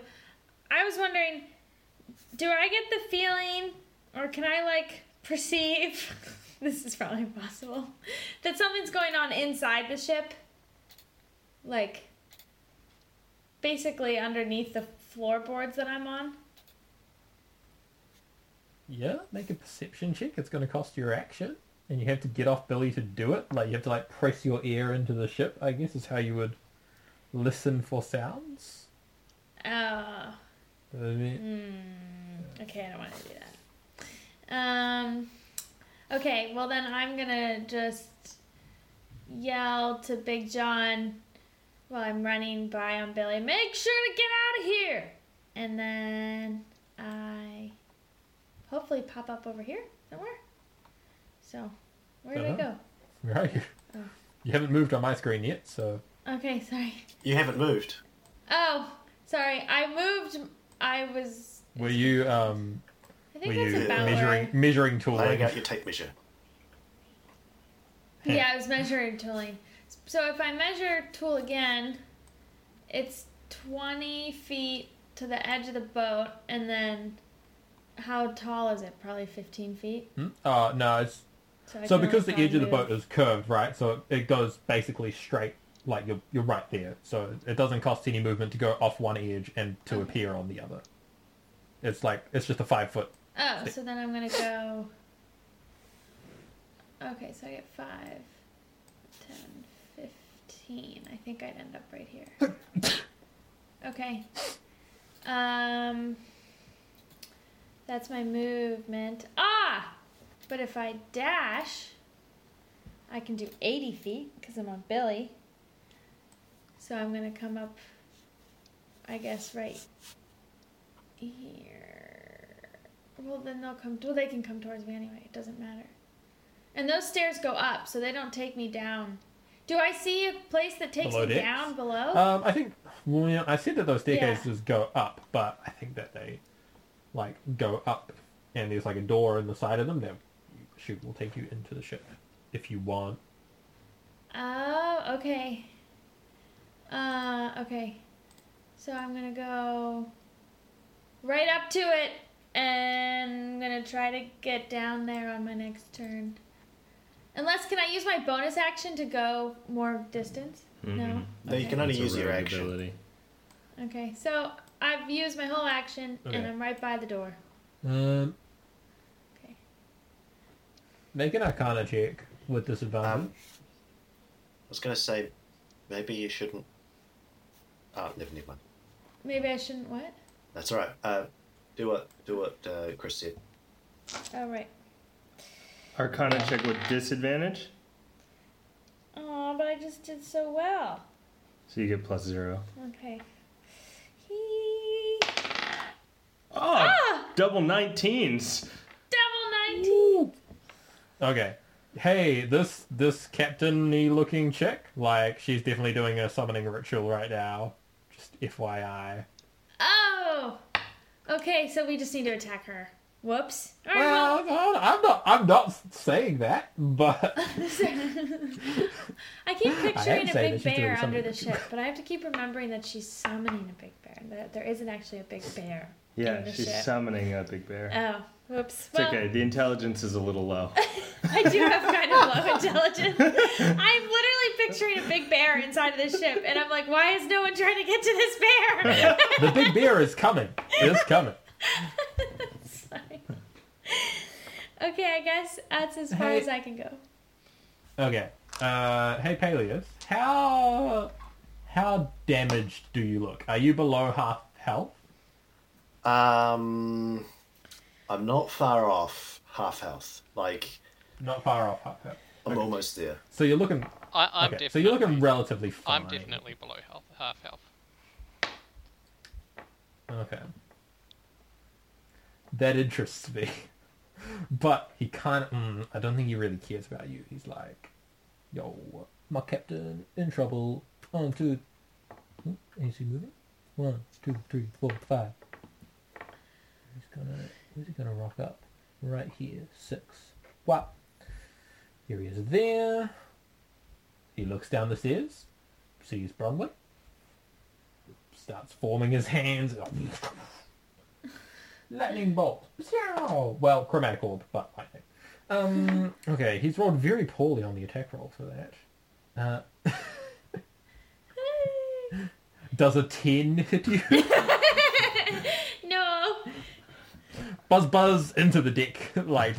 Speaker 5: I was wondering, do I get the feeling, or can I like perceive? this is probably impossible. That something's going on inside the ship, like basically underneath the floorboards that I'm on.
Speaker 1: Yeah, make a perception check. It's going to cost your action, and you have to get off Billy to do it. Like you have to like press your ear into the ship. I guess is how you would listen for sounds.
Speaker 5: Oh.
Speaker 1: I mean,
Speaker 5: Mm, okay, I don't want to do that. Um, okay, well then I'm gonna just yell to Big John while I'm running by on Billy. Make sure to get out of here. And then I hopefully pop up over here somewhere. So where did
Speaker 1: Uh-huh.
Speaker 5: I
Speaker 1: Where are you?
Speaker 5: Oh.
Speaker 1: You haven't moved on my screen yet, so
Speaker 5: go? Okay, sorry.
Speaker 3: You haven't moved.
Speaker 5: Oh, sorry. I moved. I was.
Speaker 1: were you um
Speaker 5: I
Speaker 1: were
Speaker 5: think
Speaker 1: you
Speaker 5: that's about where I-
Speaker 1: measuring measuring tool?
Speaker 3: Laying
Speaker 1: like-
Speaker 3: out your tape measure.
Speaker 5: Yeah, I was measuring tooling. So if I measure tool again, it's 20 feet to the edge of the boat, and then how tall is it? Probably 15 feet.
Speaker 1: Hmm? Uh, no, it's
Speaker 5: I
Speaker 1: So
Speaker 5: can
Speaker 1: because the
Speaker 5: only
Speaker 1: edge of the boat
Speaker 5: probably move-
Speaker 1: is curved, right? So it it goes basically straight, like you're you're right there. So it doesn't cost any movement to go off one edge and to appear on the other. It's like it's just a five foot.
Speaker 5: Oh, so then I'm going to go. Okay, so I get 5, 10, 15. I think I'd end up right here. Okay. Um, that's my movement. Ah! But if I dash, I can do 80 feet because I'm on Billy. So I'm going to come up, I guess, right here. Well, then they'll come. Well, they can come towards me anyway. It doesn't matter. And those stairs go up, so they don't take me down. Do I see a place that takes
Speaker 1: Below
Speaker 5: me
Speaker 1: decks?
Speaker 5: down below?
Speaker 1: Um, I think well, yeah, I said that those
Speaker 5: Yeah.
Speaker 1: staircases go up, but I think that they like go up, and there's like a door in the side of them that shoot will take you into the ship if you want.
Speaker 5: Oh, okay. Uh, okay. So I'm gonna go right up to it, and I'm gonna try to get down there on my next turn. Unless, can I use my bonus action to go more distance? No.
Speaker 4: Mm-hmm.
Speaker 3: No, you
Speaker 5: Okay.
Speaker 3: can only
Speaker 6: Mm-hmm. That's a
Speaker 3: use your
Speaker 6: rogue
Speaker 3: action.
Speaker 6: ability.
Speaker 5: Okay, so I've used my whole action,
Speaker 1: Okay.
Speaker 5: and I'm right by the door.
Speaker 1: Um,
Speaker 5: Okay.
Speaker 1: make an Arcana check with disadvantage.
Speaker 3: Um, I was going to say, maybe you shouldn't. Oh, never, never mind.
Speaker 5: Maybe I shouldn't. What?
Speaker 3: That's all right. Uh, do what do what uh, Chris said.
Speaker 5: Oh, right.
Speaker 6: Arcana check with disadvantage,
Speaker 5: Oh, but I just did so well.
Speaker 6: so you get plus zero.
Speaker 5: Okay. He.
Speaker 6: Oh, double 19s.
Speaker 5: Double 19!
Speaker 1: Okay. Hey, this this captainy looking chick, like she's definitely doing a summoning ritual right now. Just FYI.
Speaker 5: Oh! Okay, so we just need to attack her. Whoops. Alright,
Speaker 1: Well,
Speaker 5: well.
Speaker 1: no, I'm not I'm not saying that, but
Speaker 5: I keep picturing a
Speaker 1: saying that
Speaker 5: big
Speaker 1: she's doing
Speaker 5: bear
Speaker 1: something.
Speaker 5: under the ship, but I have to keep remembering that she's summoning a big bear. That there isn't actually a big bear. in
Speaker 6: Yeah,
Speaker 5: the
Speaker 6: she's
Speaker 5: ship.
Speaker 6: summoning a big bear.
Speaker 5: Oh, whoops.
Speaker 6: it's
Speaker 5: Well,
Speaker 6: okay. The intelligence is a little low.
Speaker 5: I do have kind of low intelligence. I'm literally picturing a big bear inside of this ship, and I'm like, why is no one trying to get to this bear?
Speaker 1: the big bear is coming. It's coming.
Speaker 5: Sorry. Okay, I guess that's as far
Speaker 1: Hey.
Speaker 5: as I can go.
Speaker 1: Okay. Uh hey Peleus, how how damaged do you look? Are you below half health?
Speaker 3: Um, I'm not far off half health. Like
Speaker 1: Not far off half health.
Speaker 3: I'm almost there.
Speaker 1: So you're looking
Speaker 2: I, I'm
Speaker 1: okay,
Speaker 2: definitely.
Speaker 1: so you're looking relatively fine.
Speaker 2: I'm definitely below health, half health.
Speaker 1: Okay. That interests me. But he can't. Mm, I don't think he really cares about you. He's like, yo, my captain in trouble. One, two. Hmm, Is he moving? One, two, three, four, five. He's gonna. Where's he gonna rock up? Right here. Six. Wow. Here he is there. He looks down the stairs, sees Bronwyn, starts forming his hands. Lightning bolt. Pow! Well, chromatic orb, but lightning. Um, okay, he's rolled very poorly on the attack roll for that. Uh, does a 10 hit you?
Speaker 5: No.
Speaker 1: buzz buzz into the deck, like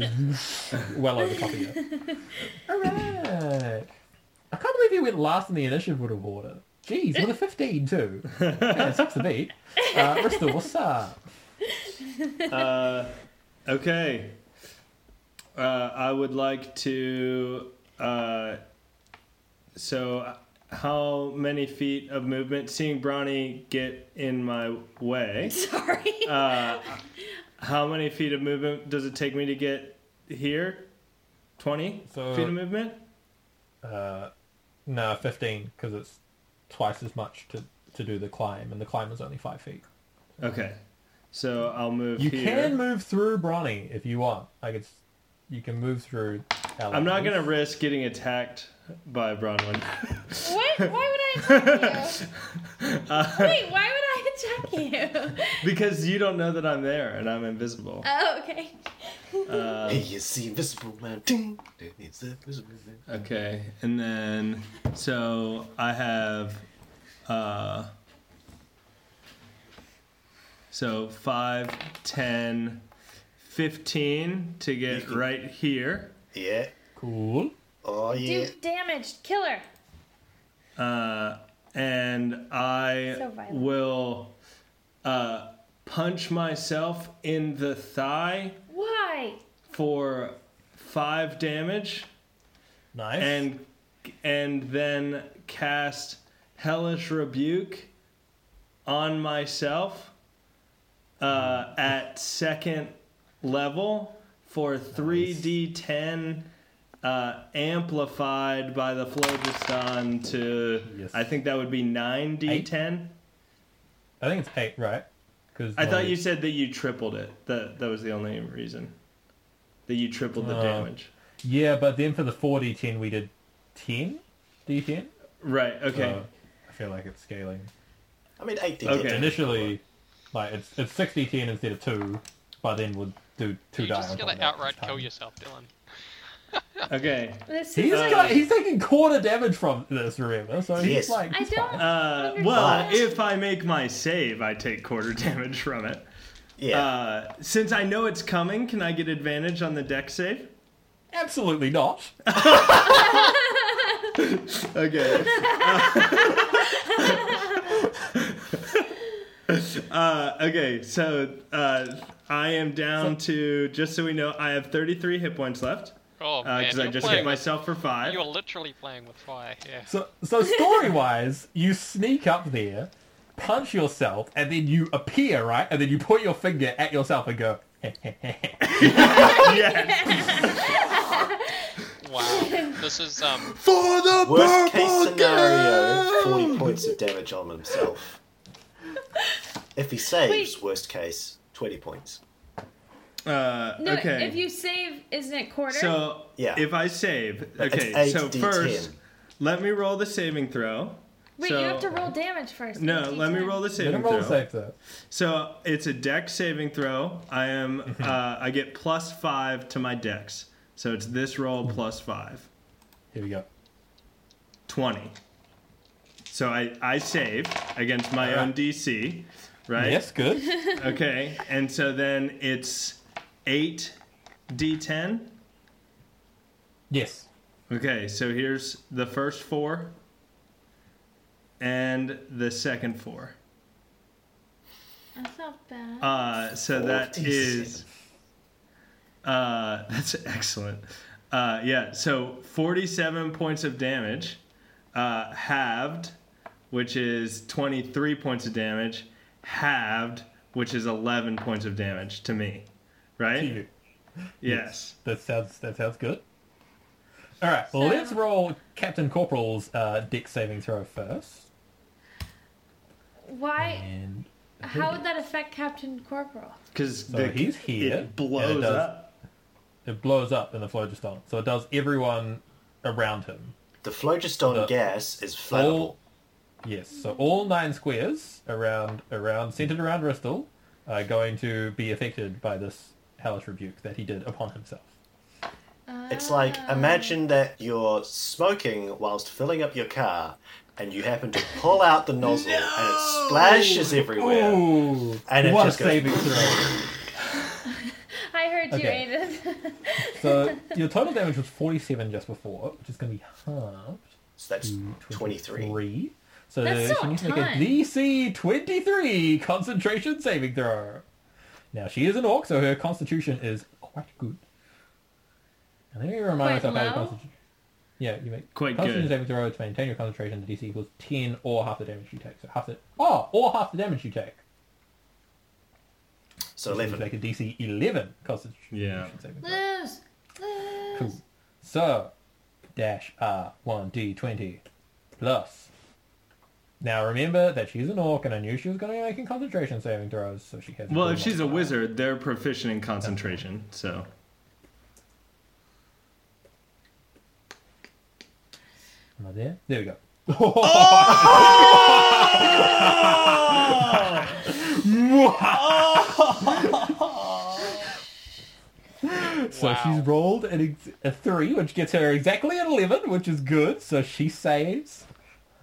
Speaker 1: well over top of you. Alright. I can't believe you went last in the initiative would have order. Jeez, with a 15 too. Yeah, it sucks to beat. Uh, Bristol, what's up?
Speaker 6: Uh, okay. Uh, I would like to. Uh, so, how many feet of movement? Seeing Brawny get in my way.
Speaker 5: Sorry.
Speaker 6: Uh, how many feet of movement does it take me to get here? 20
Speaker 1: So-
Speaker 6: feet of movement?
Speaker 1: Uh, no, 15, because it's twice as much to, to do the climb, and the climb is only 5 feet.
Speaker 6: Okay. So I'll move
Speaker 1: You
Speaker 6: here.
Speaker 1: can move through Brawny if you want. Like it's, you can move through.
Speaker 6: I'm not
Speaker 1: allies.
Speaker 6: going to risk getting attacked by Bronwyn.
Speaker 5: what? Why would I attack you? Wait, why would I attack you?
Speaker 6: because you don't know that I'm there and I'm invisible.
Speaker 5: Oh, okay.
Speaker 6: Um,
Speaker 3: Hey, it's the invisible man. Ding. It's the invisible man.
Speaker 6: Okay, and then so I have uh so 5 10 15 to get right here.
Speaker 3: Yeah.
Speaker 1: Cool.
Speaker 3: Oh
Speaker 5: Do
Speaker 3: yeah.
Speaker 5: damage. Killer.
Speaker 6: Uh and I
Speaker 5: So violent.
Speaker 6: will uh punch myself in the thigh
Speaker 5: Why?
Speaker 6: for 5 damage.
Speaker 1: Nice.
Speaker 6: and and then cast hellish rebuke on myself uh, at second level for 3d10 uh, amplified by the phlogiston to
Speaker 1: Yes.
Speaker 6: i think that would be 9d10
Speaker 1: I think it's eight, right? Because
Speaker 6: i thought you said that you tripled it that that was the only reason that you tripled the
Speaker 1: Oh.
Speaker 6: damage
Speaker 1: Yeah, but then for the four d ten we did ten d ten.
Speaker 6: right okay
Speaker 1: So I feel like it's scaling.
Speaker 3: I mean, eight did
Speaker 6: Okay.
Speaker 3: it.
Speaker 1: Initially, like it's it's six d ten instead of two, but then we'll do two die.
Speaker 2: You're just
Speaker 1: on top
Speaker 2: gonna
Speaker 1: of that
Speaker 2: outright
Speaker 1: each time.
Speaker 2: kill yourself, Dylan.
Speaker 6: okay
Speaker 5: This
Speaker 1: He's
Speaker 5: is.
Speaker 1: got- he's taking quarter damage from this, remember? So
Speaker 3: Yes.
Speaker 1: he's like,
Speaker 5: I
Speaker 1: he's
Speaker 5: don't.
Speaker 1: fine.
Speaker 6: Uh, well,
Speaker 5: But-
Speaker 6: if I make my save, I take quarter damage from it.
Speaker 3: Yeah.
Speaker 6: Uh, since I know it's coming, can I get advantage on the deck save?
Speaker 1: absolutely not.
Speaker 6: Okay. uh, okay, so uh, I am down to, just so we know, I have 33 hit points left
Speaker 2: Oh man,
Speaker 6: because Uh, I
Speaker 2: you're,
Speaker 6: just hit
Speaker 2: playing
Speaker 6: myself for
Speaker 2: with,
Speaker 6: five.
Speaker 2: you're literally playing with fire here.
Speaker 1: So, so story wise, you sneak up there, punch yourself, and then you appear, right? And then you point your finger at yourself and go,
Speaker 6: Yes.
Speaker 2: Wow, this is um,
Speaker 6: For the
Speaker 3: Worst case
Speaker 6: purple
Speaker 3: scenario,
Speaker 6: gang!
Speaker 3: forty points of damage on himself. if he saves, worst case, twenty points.
Speaker 6: Uh,
Speaker 5: No,
Speaker 6: okay.
Speaker 5: if you save, isn't it quarter?
Speaker 6: So
Speaker 3: Yeah.
Speaker 6: if I save, okay.
Speaker 3: eight
Speaker 6: so
Speaker 3: D10.
Speaker 6: first, let me roll the saving throw.
Speaker 5: Wait,
Speaker 6: so-
Speaker 5: you have to roll damage first.
Speaker 6: No, let me roll the saving
Speaker 1: Minimal
Speaker 6: throw.
Speaker 1: safe though.
Speaker 6: So it's a deck saving throw. I am. uh, I get plus five to my dex. So it's this roll plus five.
Speaker 1: Here we go.
Speaker 6: 20. So I, I save against my own DC, right?
Speaker 1: Yes, good.
Speaker 6: Okay. And so then it's 8 d10.
Speaker 1: yes.
Speaker 6: Okay, so here's the first four and the second four.
Speaker 5: That's not bad.
Speaker 6: Uh, so that
Speaker 3: 47.
Speaker 6: is uh, that's excellent. Uh, yeah, so 47 points of damage uh, halved, which is 23 points of damage, halved, which is 11 points of damage to me, right?
Speaker 1: To you.
Speaker 6: Yes.
Speaker 1: That sounds that sounds good. All right, well, let's roll Captain Corporal's uh, deck saving throw first.
Speaker 5: Why?
Speaker 1: And
Speaker 5: How would that affect Captain Corporal?
Speaker 6: Because
Speaker 1: So he's here, and it
Speaker 6: It blows
Speaker 1: does-
Speaker 6: up.
Speaker 1: it blows up in the phlogiston, so it does everyone around him.
Speaker 3: The phlogiston
Speaker 6: Uh,
Speaker 1: The-
Speaker 3: gas is flammable.
Speaker 1: All, yes, so all nine squares around, around, centered around Bristol, are going to be affected by this hellish rebuke that he did upon himself.
Speaker 3: It's like imagine that you're smoking whilst filling up your car, and you happen to pull out the nozzle, and
Speaker 6: Oh.
Speaker 3: it splashes everywhere.
Speaker 1: Ooh,
Speaker 3: Oh, And it
Speaker 1: what
Speaker 3: just
Speaker 1: a
Speaker 3: goes-
Speaker 1: saving throw!
Speaker 5: I heard you,
Speaker 1: Okay.
Speaker 5: Aiden.
Speaker 1: So your total damage was 47 just before, which is going to be halved
Speaker 3: So that's
Speaker 1: to
Speaker 3: 23.
Speaker 1: 23. So she
Speaker 5: That's not
Speaker 1: needs to make a
Speaker 5: time.
Speaker 1: DC 23 concentration saving throw. Now she is an orc, so her constitution is quite good. And let me remind
Speaker 5: Quite
Speaker 1: myself how
Speaker 5: low?
Speaker 1: your constitution. Yeah, you make
Speaker 6: Quite
Speaker 1: constitution
Speaker 6: good.
Speaker 1: saving throw to maintain your concentration. The DC equals 10 or half the damage you take. So half the oh, or half the damage you take.
Speaker 3: So
Speaker 1: She needs to
Speaker 3: 11.
Speaker 1: Make a DC 11 constitution
Speaker 6: Yeah.
Speaker 1: saving throw.
Speaker 5: lose, lose.
Speaker 1: Cool. So, dash R one D twenty plus. Now remember that she's an orc, and I knew she was going to be making concentration saving throws, so she has.
Speaker 6: Well,
Speaker 1: full
Speaker 6: if she's a
Speaker 1: modifier.
Speaker 6: wizard, they're proficient in concentration, so
Speaker 1: Am I there? There we go. So
Speaker 2: Wow.
Speaker 1: she's rolled an ex- a three, which gets her exactly an eleven, which is good. So she saves.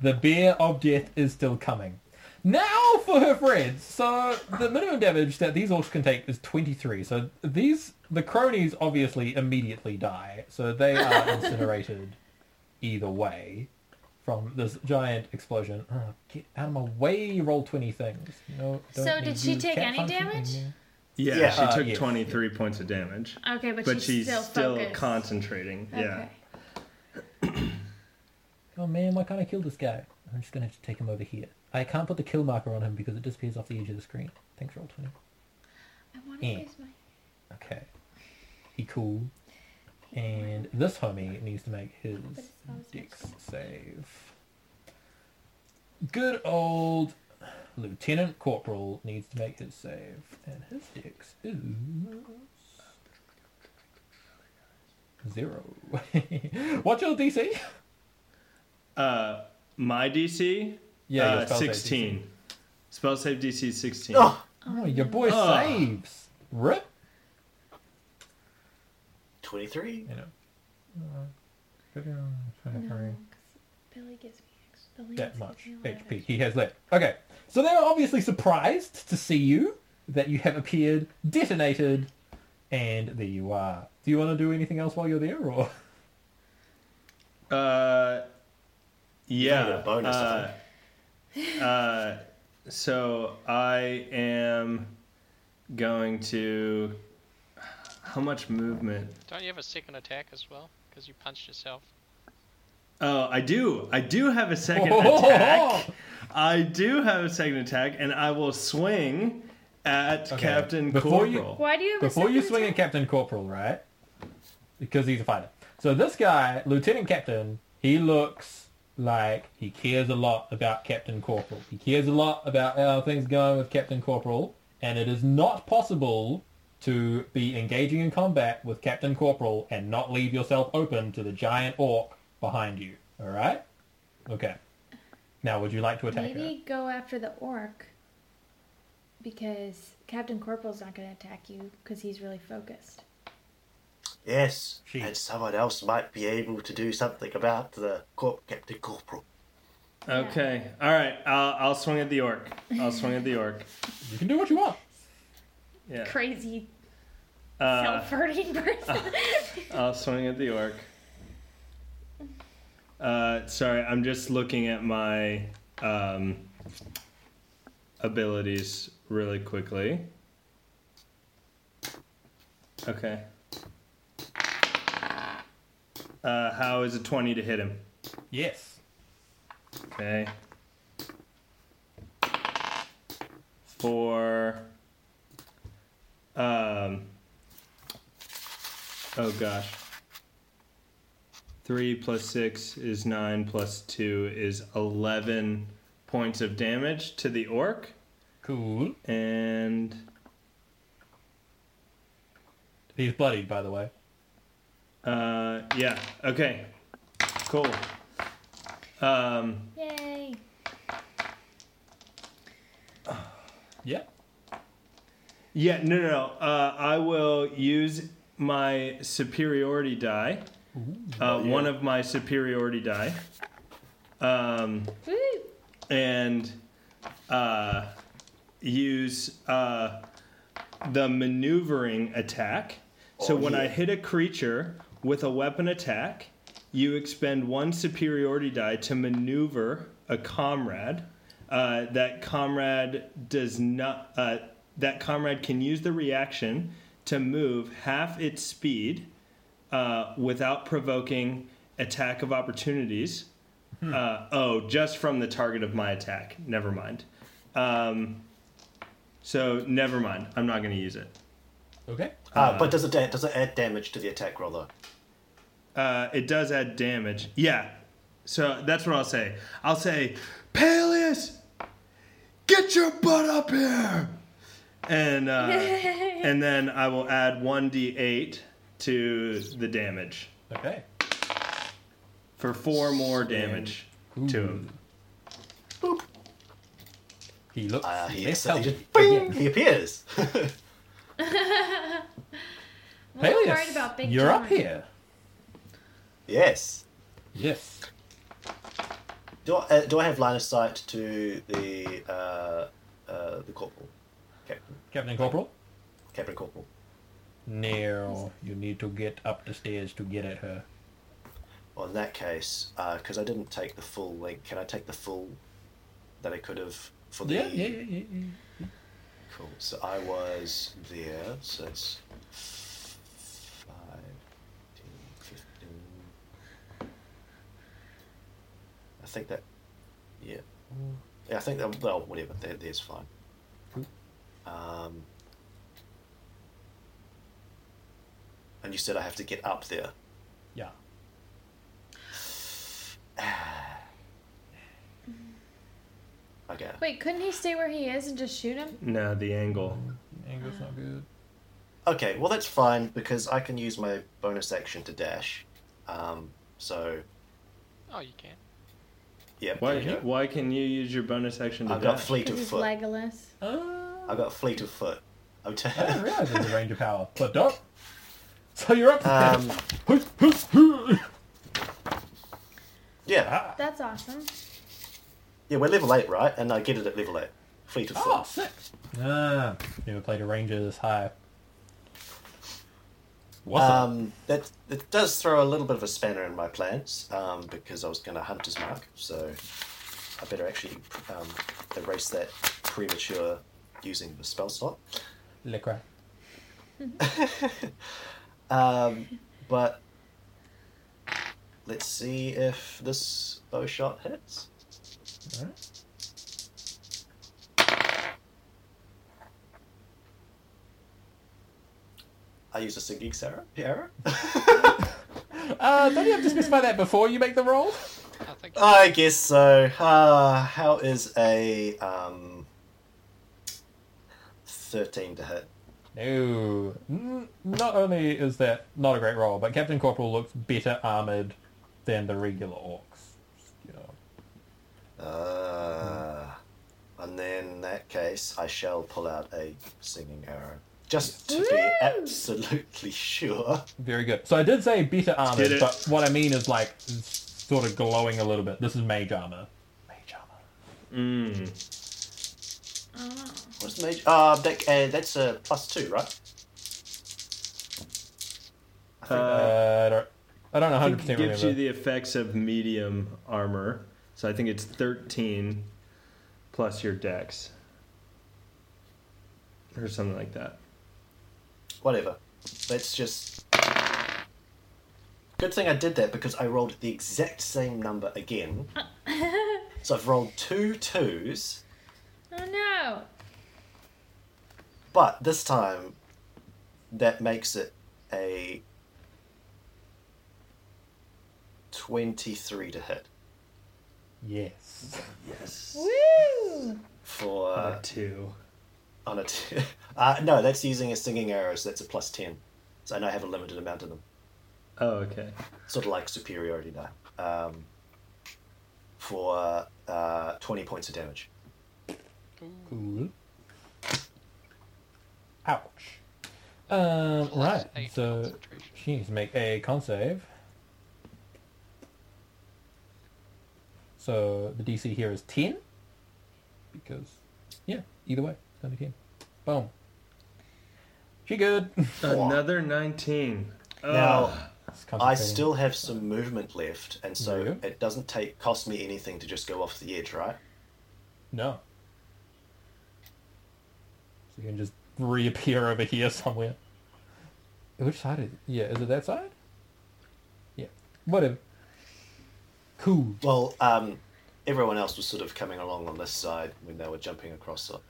Speaker 1: The bear of death is still coming. Now for her friends. So the minimum damage that these orcs can take is twenty-three. So these the cronies obviously immediately die. So they are incinerated either way from this giant explosion. Oh, get out of my way! Roll twenty things. No. don't
Speaker 5: So
Speaker 1: need
Speaker 5: did she
Speaker 1: you
Speaker 5: take
Speaker 1: cat
Speaker 5: any
Speaker 1: functioning
Speaker 5: damage?
Speaker 1: here.
Speaker 6: yeah,
Speaker 3: Yeah.
Speaker 6: she
Speaker 1: Uh,
Speaker 6: took
Speaker 1: yes.
Speaker 6: 23 points of damage.
Speaker 5: Okay, but,
Speaker 6: But
Speaker 5: she's,
Speaker 6: she's,
Speaker 5: still,
Speaker 6: still,
Speaker 5: focused.
Speaker 6: concentrating. Yeah.
Speaker 5: Okay.
Speaker 1: Oh man, why can't I kill this guy? I'm just gonna have to take him over here. I can't put the kill marker on him because it disappears off the edge of the screen. Thanks, roll twenty.
Speaker 5: I want to
Speaker 1: Yeah.
Speaker 5: use my.
Speaker 1: Okay. He cool. And this homie needs to make his
Speaker 5: it's always
Speaker 1: dex save. Good old Lieutenant Corporal needs to make his save. And his dex is zero. What's your DC?
Speaker 6: Uh, my DC?
Speaker 1: your
Speaker 6: uh,
Speaker 1: spell save DC.
Speaker 6: 16. Spell save DC 16.
Speaker 3: Oh,
Speaker 1: Oh, your boy
Speaker 6: Oh.
Speaker 1: saves. Rip.
Speaker 3: 23?
Speaker 1: You know. Uh,
Speaker 5: Billy gives me extra. The
Speaker 1: that
Speaker 5: Lance
Speaker 1: much
Speaker 5: gives me a lot of
Speaker 1: HP he has left. Okay, so they are obviously surprised to see you, that you have appeared, detonated, and there you are. Do you want to do anything else while you're there, or
Speaker 6: Uh,
Speaker 3: You get
Speaker 6: yeah.
Speaker 3: a bonus,
Speaker 6: uh, uh, so I am going to. How much movement?
Speaker 2: Don't you have a second attack as well? Because you punched yourself.
Speaker 6: Oh, I do. I do have a second
Speaker 1: Oh!
Speaker 6: attack. I do have a second attack, and I will swing at
Speaker 1: Okay,
Speaker 6: Captain
Speaker 1: before
Speaker 6: Corporal.
Speaker 1: you-
Speaker 5: Why do you have a
Speaker 1: before you
Speaker 5: second
Speaker 1: swing at
Speaker 5: attack?
Speaker 1: Captain Corporal, right? Because he's a fighter. So this guy, Lieutenant Captain, he looks like he cares a lot about Captain Corporal. He cares a lot about how things going with Captain Corporal, and it is not possible to be engaging in combat with Captain Corporal and not leave yourself open to the giant orc behind you. All right? Okay. Now, would you like to attack her?
Speaker 5: Maybe go after the orc. Because Captain Corporal's not going to attack you because he's really focused.
Speaker 3: Yes.
Speaker 1: She-
Speaker 3: And someone else might be able to do something about the cor- Captain Corporal.
Speaker 6: Okay. All right. I'll, I'll swing at the orc. I'll swing at the orc.
Speaker 1: You can do what you want.
Speaker 6: Yeah.
Speaker 5: Crazy,
Speaker 6: Uh,
Speaker 5: self-hurting person.
Speaker 6: I'll swing at the orc. Uh, sorry, I'm just looking at my um, abilities really quickly. Okay. Uh, how is a 20 to hit him?
Speaker 1: Yes.
Speaker 6: Okay. For um oh gosh. Three plus six is nine plus two is eleven points of damage to the orc.
Speaker 1: Cool.
Speaker 6: And
Speaker 1: He's bloodied, by the way.
Speaker 6: uh yeah, okay. Cool. Um
Speaker 5: Yay.
Speaker 1: Yeah.
Speaker 6: Yeah, no, no, no. Uh, I will use my superiority die. Uh,
Speaker 3: yeah.
Speaker 6: One of my superiority die. Um,
Speaker 5: Woo.
Speaker 6: and uh, use uh, the maneuvering attack. So
Speaker 8: Oh,
Speaker 6: when
Speaker 8: yeah.
Speaker 6: I hit a creature with a weapon attack, you expend one superiority die to maneuver a comrade. Uh, that comrade does not. Uh, that comrade can use the reaction to move half its speed uh, without provoking attack of opportunities. Uh, oh, just from the target of my attack. Never mind. Um, so never mind. I'm not going to use it.
Speaker 1: Okay.
Speaker 4: Uh, but does it da- does it add damage to the attack roll though?
Speaker 6: Uh, it does add damage. Yeah. So that's what I'll say. I'll say, Peleus, get your butt up here, and uh, and then I will add one d8 to the damage
Speaker 1: Okay.
Speaker 6: for four more damage to him.
Speaker 1: Ah, He looks
Speaker 4: Uh, he,
Speaker 1: less
Speaker 4: ex-
Speaker 1: healthy.
Speaker 4: he, just, bing, he appears.
Speaker 5: I'm a little worried
Speaker 1: Peleus,
Speaker 5: about Big
Speaker 1: you're up
Speaker 5: John.
Speaker 1: here.
Speaker 4: yes.
Speaker 1: Yes.
Speaker 4: Do I, uh, do I have line of sight to the uh, uh, the corporal, captain,
Speaker 1: Captain Corporal?
Speaker 4: captain corporal?
Speaker 1: No, you need to get up the stairs to get at her.
Speaker 4: Well, in that case, because I didn't take the full link, can I take the full that I could have for the?
Speaker 1: Oh, Yeah, yeah, yeah, yeah. yeah.
Speaker 4: Cool. So I was there. So that's five, 10, 15. I think that. Yeah. Yeah, I think that. Well, whatever. That, that's fine. Um. And you said I have to get up there.
Speaker 1: Yeah.
Speaker 4: Okay.
Speaker 5: Wait, couldn't he stay where he is and just shoot him?
Speaker 6: No, the angle.
Speaker 1: Angle's not good.
Speaker 4: Okay, well that's fine because I can use my bonus action to dash. Um, so
Speaker 2: Oh, you can.
Speaker 4: yeah,
Speaker 6: Why?
Speaker 4: there you go.
Speaker 6: Why can you use your bonus action to
Speaker 4: I've got
Speaker 6: dash?
Speaker 4: fleet of
Speaker 5: Because he's
Speaker 4: foot.
Speaker 5: Legolas.
Speaker 1: Uh,
Speaker 4: I've got fleet of foot. I'm t-
Speaker 1: I didn't realize it was a ranger power. But don't. So you're up.
Speaker 4: um, yeah,
Speaker 1: ah.
Speaker 5: That's awesome.
Speaker 4: yeah, we're level eight, right? And I get it at level eight. Fleet of
Speaker 1: Oh,
Speaker 4: foot.
Speaker 1: sick. Ah, never played a ranger this high. What's up?
Speaker 4: Um, that that does throw a little bit of a spanner in my plans um, because I was going to hunt his mark, so I better actually um, erase that premature using the spell slot.
Speaker 1: Le crap.
Speaker 4: Um, but let's see if this bow shot hits.
Speaker 1: Alright.
Speaker 4: I use a singing Sarah arrow.
Speaker 1: Uh, don't you have to specify that before you make the roll?
Speaker 2: I think.
Speaker 1: Oh.
Speaker 4: I guess so. Uh, how is a um, thirteen to hit?
Speaker 1: No. N- Not only is that not a great roll, but Captain Corporal looks better armored than the regular orcs. You know.
Speaker 4: Uh, and then in that case, I shall pull out a singing arrow just to be absolutely sure.
Speaker 1: Very good. So I did say better
Speaker 6: Did
Speaker 1: armor,
Speaker 6: it.
Speaker 1: but what I mean is like s- sort of glowing a little bit. This is mage armor. Mage armor.
Speaker 6: Mm.
Speaker 5: Oh.
Speaker 4: What's the major? Uh, that, uh, that's a plus two, right? I think, uh,
Speaker 1: Uh, I don't. I don't
Speaker 6: I
Speaker 1: 100
Speaker 6: think it
Speaker 1: percent
Speaker 6: gives
Speaker 1: remember.
Speaker 6: you the effects of medium armor. So I think it's 13 plus your dex. Or something like that.
Speaker 4: whatever. Let's just. Good thing I did that because I rolled the exact same number again. so I've rolled two twos,
Speaker 5: Oh no.
Speaker 4: but this time that makes it a 23 to hit
Speaker 1: Yes.
Speaker 6: Yes.
Speaker 5: Woo!
Speaker 4: for.
Speaker 6: two.
Speaker 4: on it. uh, no, that's using a singing arrow, so that's a plus 10. So I know I have a limited amount of them.
Speaker 6: Oh, okay.
Speaker 4: Sort of like superiority die. Um, for uh, 20 points of damage.
Speaker 1: Cool. Ouch. Um.
Speaker 2: Plus
Speaker 1: Right.
Speaker 2: eight
Speaker 1: So
Speaker 2: concentration.
Speaker 1: she needs to make a con save. So the DC here is 10. Because yeah, either way, it's only 10. Boom. She good.
Speaker 6: Another Oh. 19.
Speaker 3: Now,
Speaker 6: Ugh.
Speaker 1: It's
Speaker 3: I
Speaker 1: concentrating.
Speaker 3: still have some movement left, and so
Speaker 1: Do you?
Speaker 3: it doesn't take cost me anything to just go off the edge, right?
Speaker 1: No. So you can just reappear over here somewhere. Which side is it? Yeah, is it that side? Yeah. Whatever. Cool.
Speaker 3: Well, um, everyone else was sort of coming along on this side when they were jumping across on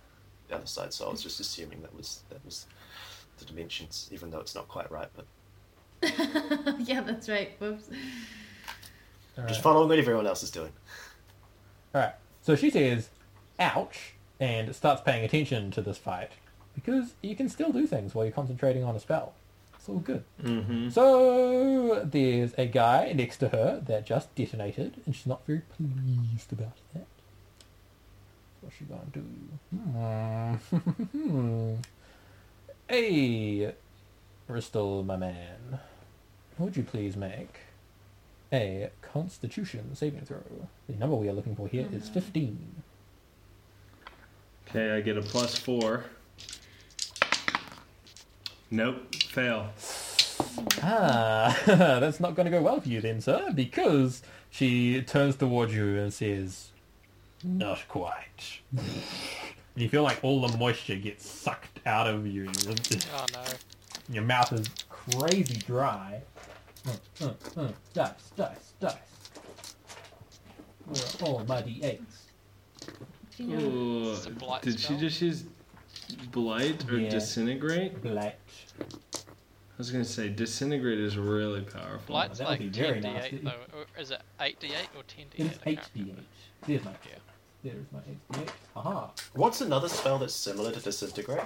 Speaker 3: the other side, so I was just assuming that was that was the dimensions, even though it's not quite right. But
Speaker 7: yeah, that's right. Whoops.
Speaker 3: just following what everyone else is doing.
Speaker 1: Alright. So she says, ouch, and starts paying attention to this fight. Because you can still do things while you're concentrating on a spell. It's all good. Mm-hmm. So there's a guy next to her that just detonated, and she's not very pleased about that. What's she gonna do? Hmm. hey, Bristol, my man. Would you please make a Constitution saving throw? The number we are looking for here is 15.
Speaker 6: Okay, I get a plus four. Nope, fail.
Speaker 1: Ah, that's not going to go well for you then, sir, because she turns towards you and says, Not quite. And you feel like all the moisture gets sucked out of you.
Speaker 2: Oh no.
Speaker 1: Your mouth is crazy dry. Mm, mm, mm. Dice, dice, dice. Where are all my d8s?
Speaker 7: You know,
Speaker 6: Ooh,
Speaker 2: It's a blight
Speaker 6: did she
Speaker 2: spell.
Speaker 6: just use blight or
Speaker 1: Yeah.
Speaker 6: disintegrate?
Speaker 1: Black.
Speaker 6: I was gonna say disintegrate is really powerful.
Speaker 2: Blight's
Speaker 1: that would
Speaker 2: like
Speaker 1: be very
Speaker 2: 10d8
Speaker 1: nasty.
Speaker 2: though. Or is it 8d8 or 10d8?
Speaker 1: It is
Speaker 2: I can't
Speaker 1: HDH. There's my
Speaker 2: Yeah.
Speaker 1: There's my HDH. Aha.
Speaker 3: What's another spell that's similar to disintegrate?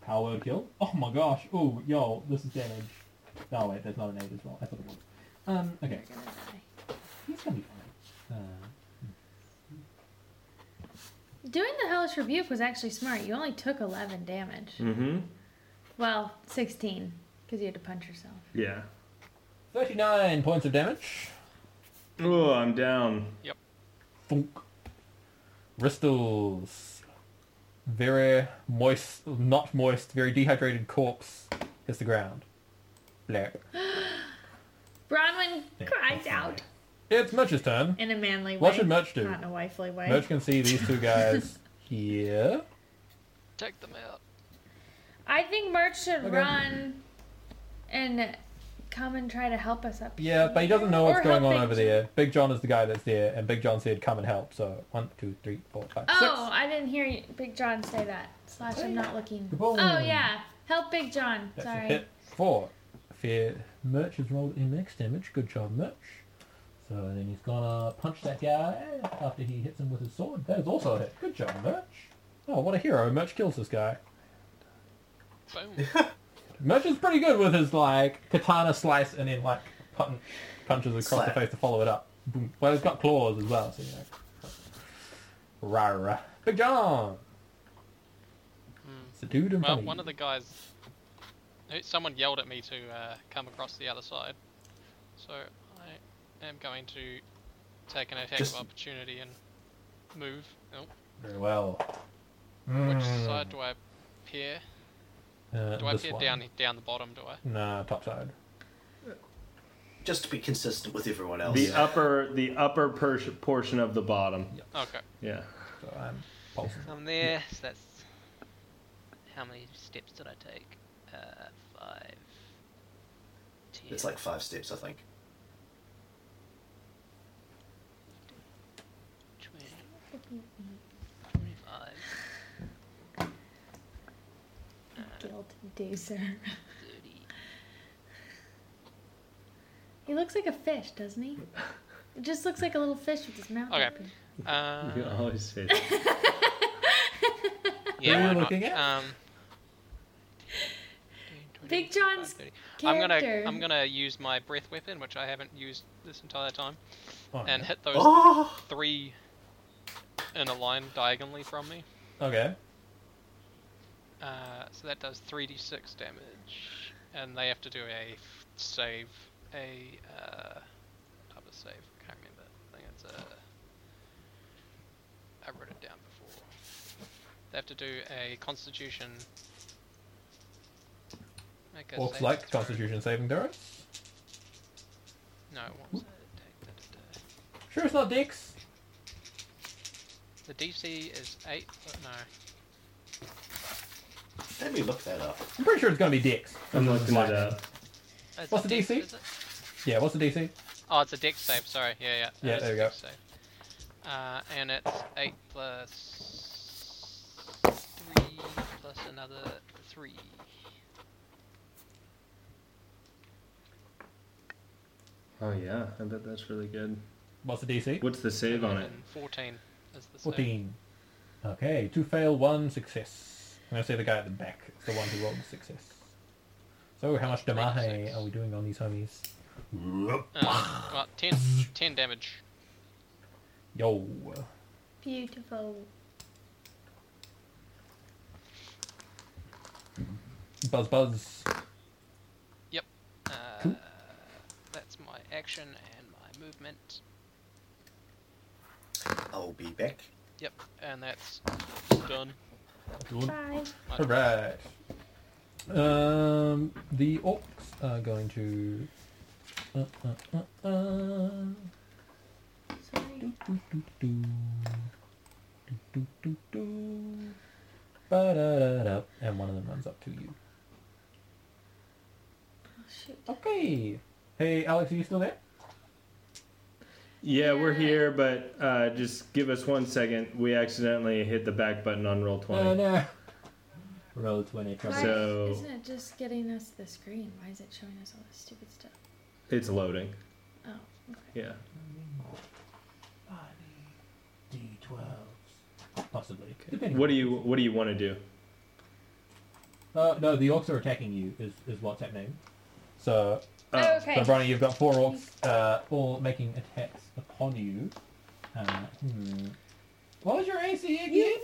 Speaker 1: Power word kill. Oh my gosh. Oh, yo, this is damage. No, wait, there's not an 8 as well. I thought it was. Um, okay.
Speaker 7: you're gonna die.
Speaker 1: He's gonna be fine. Uh,
Speaker 5: Doing the hellish rebuke was actually smart. You only took 11 damage.
Speaker 6: Mm-hmm.
Speaker 5: Well, 16, because you had to punch yourself.
Speaker 6: Yeah.
Speaker 1: 39 points of damage.
Speaker 6: Oh, I'm down.
Speaker 1: Thunk. Bristol's very moist, not moist, very dehydrated corpse hits the ground. Blair.
Speaker 5: Bronwyn
Speaker 1: Yeah,
Speaker 5: cries
Speaker 1: that's
Speaker 5: out
Speaker 1: It's Merch's turn.
Speaker 5: in a manly way.
Speaker 1: What should Merch do?
Speaker 5: Not in a wifely way.
Speaker 1: Merch can see these two guys here.
Speaker 2: Take them out.
Speaker 5: I think Merch should
Speaker 1: Okay.
Speaker 5: run and come and try to help us up
Speaker 1: Yeah, but he doesn't know what's
Speaker 5: Or
Speaker 1: going
Speaker 5: help
Speaker 1: on
Speaker 5: Big
Speaker 1: over there. Big John is the guy that's there, and Big John said, "Come and help." So one, two, three, four, five, six.
Speaker 5: Oh, I didn't hear you, Big John say that. Slash, I'm not looking.
Speaker 1: Boom.
Speaker 5: Oh, yeah. Help Big John.
Speaker 1: That's a
Speaker 5: Sorry.
Speaker 1: hit. Four. Fear. Merch has rolled in max damage. Good job, Merch. So then he's gonna punch that guy after he hits him with his sword. That is also a hit. Good job, Merch. Oh, what a hero. Merch kills this guy.
Speaker 2: Boom.
Speaker 1: Merch is pretty good with his, like, katana slice and then, like, pun- punches across
Speaker 3: Slap.
Speaker 1: the face to follow it up. Boom. Well, it's got claws as well, so, you know. Rah, rah. Big John! It's a dude in front
Speaker 2: Hmm. Well, one
Speaker 1: you.
Speaker 2: of the guys. who- Someone yelled at me to uh, come across the other side. So I am going to take an attack
Speaker 3: Just-
Speaker 2: of opportunity and move. Oh,
Speaker 1: Very well.
Speaker 2: which
Speaker 1: Mm.
Speaker 2: side do I pair?
Speaker 1: Uh,
Speaker 2: Do I
Speaker 1: this
Speaker 2: pair
Speaker 1: one.
Speaker 2: down down the bottom? Do I?
Speaker 1: Nah, top side.
Speaker 3: Just to be consistent with everyone else.
Speaker 6: The uh, upper, the upper per- portion of the bottom.
Speaker 2: Okay,
Speaker 6: Yeah.
Speaker 1: So I'm pulsing.
Speaker 9: I'm there. So that's how many steps did I take? Uh, five. Ten.
Speaker 3: It's like five steps, I think.
Speaker 9: 20, 25,
Speaker 5: Guilty doozer.
Speaker 9: 30.
Speaker 5: He looks like a fish, doesn't he? It just looks like a little fish with his mouth
Speaker 2: Okay.
Speaker 5: open.
Speaker 2: Uh,
Speaker 6: You always say that.
Speaker 1: are
Speaker 2: yeah,
Speaker 1: we
Speaker 2: why not?
Speaker 1: looking at?
Speaker 2: Um, 10, 20,
Speaker 5: Big
Speaker 2: 25,
Speaker 5: John's
Speaker 2: 30. I'm
Speaker 5: character.
Speaker 2: gonna I'm gonna use my breath weapon, which I haven't used this entire time,
Speaker 1: Oh,
Speaker 2: and hit those
Speaker 3: Oh,
Speaker 2: three in a line diagonally from me.
Speaker 1: okay.
Speaker 2: Uh, so that does 3d6 damage, and they have to do a f- save, a uh, type of save. I can't remember. I think it's a. I wrote it down before. They have to do a Constitution Make a
Speaker 1: Orcs
Speaker 2: saving
Speaker 1: like
Speaker 2: throw.
Speaker 1: Constitution saving throw.
Speaker 2: No, what's it? Take the, the-
Speaker 1: Sure, it's not Dex.
Speaker 2: the DC is eight. but No,
Speaker 3: Let me look that up.
Speaker 1: I'm pretty sure it's gonna be Dex.
Speaker 6: I'm looking it up.
Speaker 2: It's
Speaker 1: What's
Speaker 2: a
Speaker 1: the
Speaker 2: dex,
Speaker 1: DC?
Speaker 2: is it?
Speaker 1: Yeah, what's the DC?
Speaker 2: Oh, it's a deck save. Sorry. Yeah, yeah.
Speaker 1: Yeah,
Speaker 2: it is
Speaker 1: there
Speaker 2: a
Speaker 1: we go.
Speaker 2: dex Save. Uh, and it's eight plus three plus another three.
Speaker 6: Oh yeah, I bet that's really good.
Speaker 1: What's the DC?
Speaker 6: What's the save on it?
Speaker 2: And Fourteen is the save.
Speaker 1: 14. Okay, two fail, one success. I'm going to say the guy at the back is the one who rolled the success. So, how much
Speaker 2: Three
Speaker 1: damage
Speaker 2: six.
Speaker 1: are we doing on these homies?
Speaker 2: Uh, well, 10, 10 damage.
Speaker 1: Yo.
Speaker 7: Beautiful.
Speaker 1: Buzz, buzz.
Speaker 2: Uh,
Speaker 1: Cool.
Speaker 2: That's my action and my movement.
Speaker 3: I'll be back.
Speaker 2: Yep, and that's done.
Speaker 7: Bye.
Speaker 1: Alright. Um, the orcs are going to. Uh, uh, uh, uh.
Speaker 7: Sorry.
Speaker 1: Do, do, do. Do, do, do, do. Ba-da-da-da. And one of them runs up to you.
Speaker 7: Oh, shoot.
Speaker 1: Okay. Hey, Alex, are you still there?
Speaker 6: Yeah, we're here, but uh, just give us one second. We accidentally hit the back button on roll twenty.
Speaker 1: Uh, no. Roll 20.
Speaker 7: Why
Speaker 6: So-
Speaker 7: isn't it just getting us the screen? Why is it showing us all this stupid stuff?
Speaker 6: It's loading.
Speaker 7: Oh, okay.
Speaker 6: Yeah.
Speaker 1: D12s. Possibly. Depending
Speaker 6: What
Speaker 1: on-
Speaker 6: do you What do you want to do?
Speaker 1: Uh, no, the orcs are attacking you, is, is what's happening. So,
Speaker 6: Oh,
Speaker 5: okay.
Speaker 1: so Bronny, you've got four orcs uh, all making attacks upon you. Uh, hmm. What was your AC again?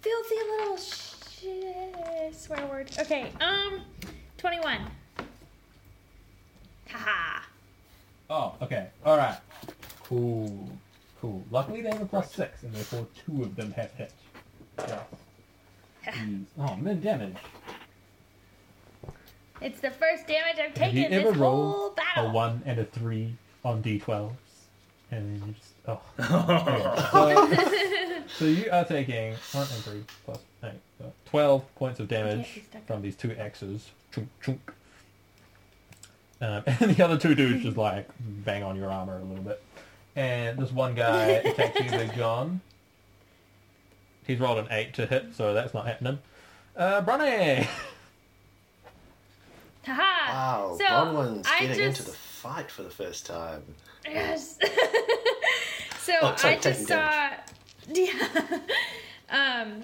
Speaker 5: Filthy little shit. Swear word. Okay, um, 21. Haha.
Speaker 1: Oh, okay. All right. Cool. Cool. Luckily, they have a plus six, and therefore two of them have hit. Yeah. Jeez. Oh, mid damage.
Speaker 5: It's the first damage I've
Speaker 1: Have you
Speaker 5: taken
Speaker 1: ever
Speaker 5: this whole
Speaker 1: rolled a
Speaker 5: battle.
Speaker 1: one and a three on d12s? And then you just oh. so, so you are taking one and three plus eight, so twelve points of damage
Speaker 7: be stuck.
Speaker 1: from these two axes. Chunk chunk. Um, and the other two dudes just like bang on your armor a little bit. And this one guy attacks you, Big John. He's rolled an eight to hit, so that's not happening. Uh, Bronny.
Speaker 5: Haha.
Speaker 3: Wow,
Speaker 5: Uh, so
Speaker 3: Bronwyn's
Speaker 5: I
Speaker 3: getting
Speaker 5: just,
Speaker 3: into the fight for the first time.
Speaker 5: Yes. so
Speaker 3: Oh, sorry,
Speaker 5: I just
Speaker 3: taking
Speaker 5: saw. Yeah. um,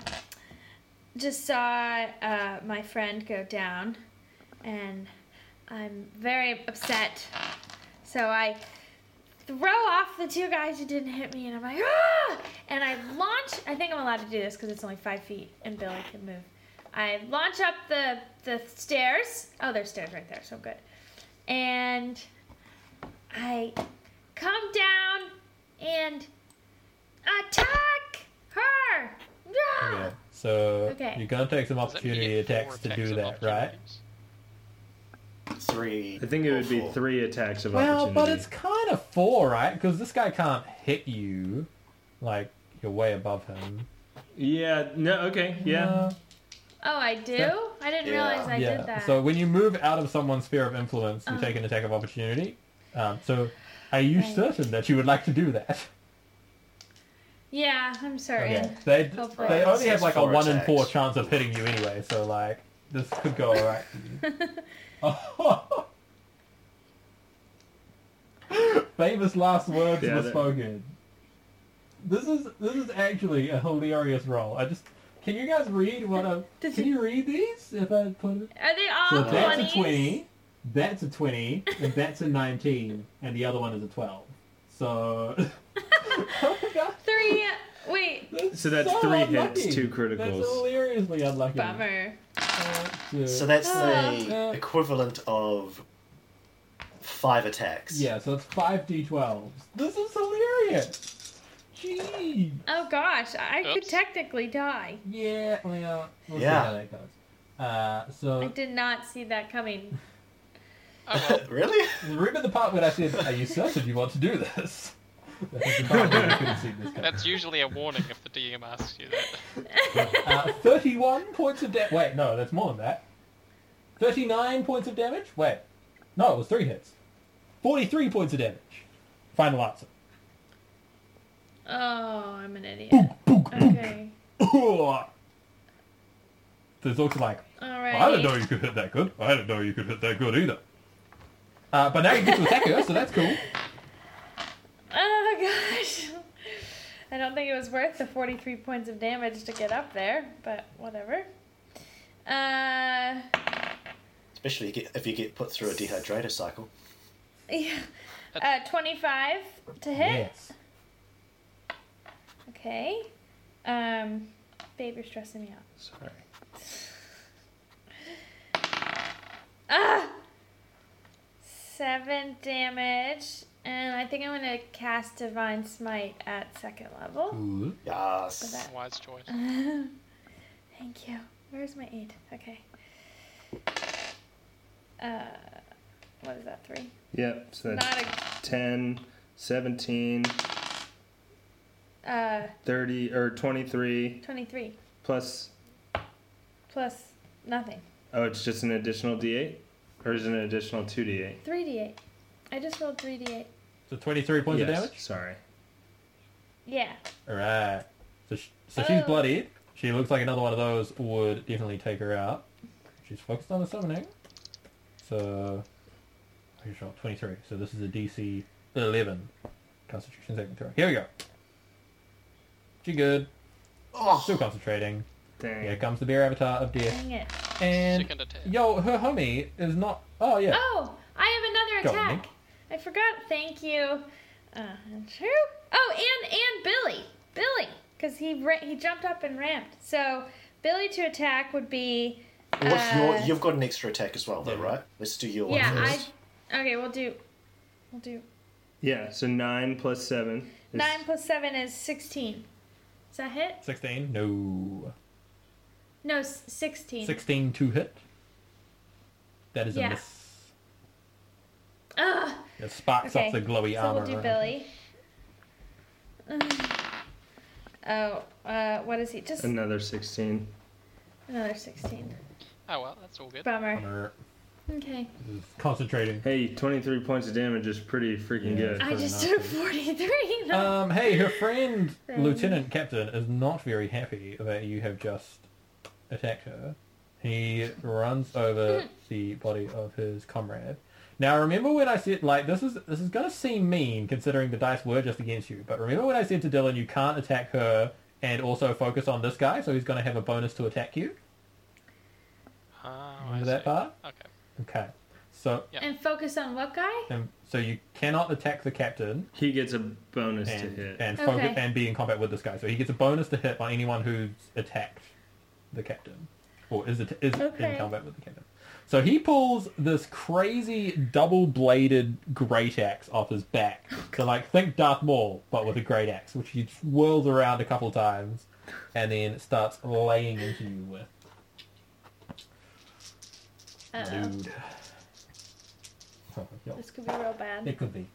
Speaker 5: just saw uh, my friend go down, and I'm very upset. So I throw off the two guys who didn't hit me, and I'm like, ah! And I launch. I think I'm allowed to do this because it's only five feet, and Billy can move. I launch up the the stairs. Oh, there's stairs right there, so I'm good. And I come down and attack her. Ah!
Speaker 1: Yeah. So
Speaker 5: Okay.
Speaker 1: you're gonna take some
Speaker 2: Does that mean you
Speaker 1: opportunity
Speaker 2: get four
Speaker 1: attacks to do
Speaker 2: of
Speaker 1: that, right?
Speaker 2: opportunities?
Speaker 3: Three.
Speaker 6: I think it
Speaker 3: or
Speaker 6: would be
Speaker 3: four.
Speaker 6: three attacks of
Speaker 1: Well,
Speaker 6: opportunity.
Speaker 1: but it's kind of four, right? Because this guy can't hit you. Like you're way above him.
Speaker 6: Yeah. No. Okay. Yeah.
Speaker 1: Uh,
Speaker 5: Oh, I do? I didn't
Speaker 3: Yeah.
Speaker 5: realize I
Speaker 1: yeah.
Speaker 5: did that.
Speaker 1: So when you move out of someone's sphere of influence, you
Speaker 5: Oh.
Speaker 1: take an attack of opportunity. Um, so are you
Speaker 5: Right.
Speaker 1: certain that you would like to do that?
Speaker 5: yeah, I'm sorry.
Speaker 1: They
Speaker 5: Hopefully.
Speaker 1: they only have
Speaker 3: Says
Speaker 1: like a
Speaker 3: four
Speaker 1: one in four
Speaker 3: attacks.
Speaker 1: chance of hitting you anyway. So like this could go alright. for you. Famous last words
Speaker 6: Yeah,
Speaker 1: were
Speaker 6: that-
Speaker 1: spoken. This is this is actually a hilarious role. I just can you guys read what I
Speaker 5: Does Oh,
Speaker 1: can
Speaker 5: it-
Speaker 1: you read these if I put it
Speaker 5: Are they
Speaker 1: so
Speaker 5: all
Speaker 1: that's a
Speaker 5: 20s?
Speaker 1: 20, that's a 20, and that's a 19, and the other one is a 12. So. oh my god.
Speaker 5: Three. Wait,
Speaker 1: That's
Speaker 6: So that's three hits, two criticals.
Speaker 1: That's hilariously unlucky.
Speaker 5: bummer.
Speaker 1: So-
Speaker 3: So that's
Speaker 1: Ah.
Speaker 3: the equivalent of five attacks.
Speaker 1: yeah, so it's 5d12s. This is hilarious. Gee.
Speaker 5: Oh gosh, I could
Speaker 2: Oops.
Speaker 5: technically die.
Speaker 1: Yeah, well, we'll see
Speaker 3: Yeah.
Speaker 1: how that goes. Uh,
Speaker 5: I
Speaker 1: so
Speaker 5: did not see that coming.
Speaker 2: Oh well,
Speaker 3: really?
Speaker 1: remember the part when I said, "Are you certain you want to do this?" That's the part where I couldn't see this coming.
Speaker 2: that's usually a warning if the DM asks you that.
Speaker 1: Uh, 31 points of damage. Wait, no, that's more than that. 39 points of damage? Wait. No, it was three hits. 43 points of damage. Final answer.
Speaker 5: Oh, I'm an idiot. Okay.
Speaker 1: There's also like,
Speaker 5: All right.
Speaker 1: I didn't know you could hit that good. I didn't know you could hit that good either. Uh, but now you get to attack her, so that's cool.
Speaker 5: Oh my gosh. I don't think it was worth the 43 points of damage to get up there, but whatever. Uh,
Speaker 3: Especially if you get- if you get put through a dehydrator cycle.
Speaker 5: yeah. Uh, 25 to hit.
Speaker 1: Yes.
Speaker 5: Okay. Um, babe, you're stressing me out.
Speaker 6: Sorry.
Speaker 5: Ah! Seven damage, and I think I'm gonna cast Divine Smite at second level.
Speaker 1: Ooh.
Speaker 3: Yes.
Speaker 5: that-
Speaker 2: Wise choice.
Speaker 5: Thank you. Where's my eight? Okay. Uh, what is that? Three.
Speaker 6: Yep. So that's
Speaker 5: Not a.
Speaker 6: 10, 17,
Speaker 5: Uh,
Speaker 6: 30, or 23,
Speaker 5: twenty-three
Speaker 6: plus.
Speaker 5: plus nothing.
Speaker 6: Oh, it's just an additional d8? Or is it an additional 2d8?
Speaker 5: Three d eight. I just rolled three d eight.
Speaker 1: So 23 points of
Speaker 6: Yes,
Speaker 1: damage?
Speaker 6: Sorry.
Speaker 5: Yeah.
Speaker 1: Alright. So, sh- so she's
Speaker 5: Oh.
Speaker 1: bloodied. She looks like another one of those would definitely take her out. She's focused on the summoning. So, I just rolled 23. So this is a DC 11 Constitution saving throw. Here we go. She good.
Speaker 3: Oh,
Speaker 1: Still concentrating.
Speaker 6: Dang.
Speaker 1: Here comes the bear avatar of death.
Speaker 5: Dang it.
Speaker 1: And
Speaker 2: Second attack.
Speaker 1: yo, her homie is not. Oh yeah.
Speaker 5: Oh, I have
Speaker 1: Go
Speaker 5: another
Speaker 1: on,
Speaker 5: attack. I forgot. Thank you. Uh, true. Oh, and and Billy, Billy, because he ra- he jumped up and ramped. So Billy to attack would be.
Speaker 3: what's your?
Speaker 5: uh,
Speaker 3: You've got an extra attack as well, though,
Speaker 1: Yeah.
Speaker 3: right? Let's do your
Speaker 5: yeah,
Speaker 3: one first.
Speaker 5: I. Okay, we'll do. We'll do
Speaker 6: Yeah, so 9 plus 7. is-
Speaker 5: nine plus seven is sixteen. Is that hit?
Speaker 1: 16? No.
Speaker 5: No, s- sixteen.
Speaker 1: 16 to hit. That is
Speaker 5: Yeah.
Speaker 1: a miss.
Speaker 5: Ugh.
Speaker 1: It sparks
Speaker 5: Okay.
Speaker 1: up the glowy
Speaker 5: so
Speaker 1: armor.
Speaker 5: we'll do
Speaker 1: around
Speaker 5: Billy. Oh, uh, what is he? Just
Speaker 6: Another 16.
Speaker 5: another sixteen.
Speaker 2: Oh well, that's all good.
Speaker 5: Bummer.
Speaker 1: Armor.
Speaker 5: Okay.
Speaker 1: Concentrating.
Speaker 6: Hey, 23 points of damage is pretty freaking
Speaker 1: Yeah.
Speaker 6: good.
Speaker 5: I
Speaker 1: Fair
Speaker 5: just
Speaker 1: enough.
Speaker 5: took 43. though.
Speaker 1: Um, hey, her friend,
Speaker 5: Friend.
Speaker 1: Lieutenant Captain, is not very happy that you have just attacked her. He runs over the body of his comrade. Now, remember when I said, like, this is this is going to seem mean considering the dice were just against you, but remember when I said to Dylan, you can't attack her and also focus on this guy, so he's going to have a bonus to attack you?
Speaker 2: Oh, I
Speaker 1: Remember that
Speaker 2: see.
Speaker 1: part?
Speaker 2: Okay.
Speaker 1: Okay. So,
Speaker 5: and focus on what guy?
Speaker 1: and, so you cannot attack the captain
Speaker 6: He gets a bonus
Speaker 1: and,
Speaker 6: to hit.
Speaker 1: and focus
Speaker 5: Okay.
Speaker 1: and be in combat with this guy. So he gets a bonus to hit by anyone who's attacked the captain or is it is
Speaker 5: Okay.
Speaker 1: in combat with the captain. So he pulls this crazy double-bladed great axe off his back.
Speaker 5: Oh,
Speaker 1: So like think Darth Maul but with a great axe, which he whirls around a couple times and then starts laying into you with.
Speaker 5: Uh-oh.
Speaker 1: Dude. Oh, yeah.
Speaker 5: This could be real bad
Speaker 1: It could be.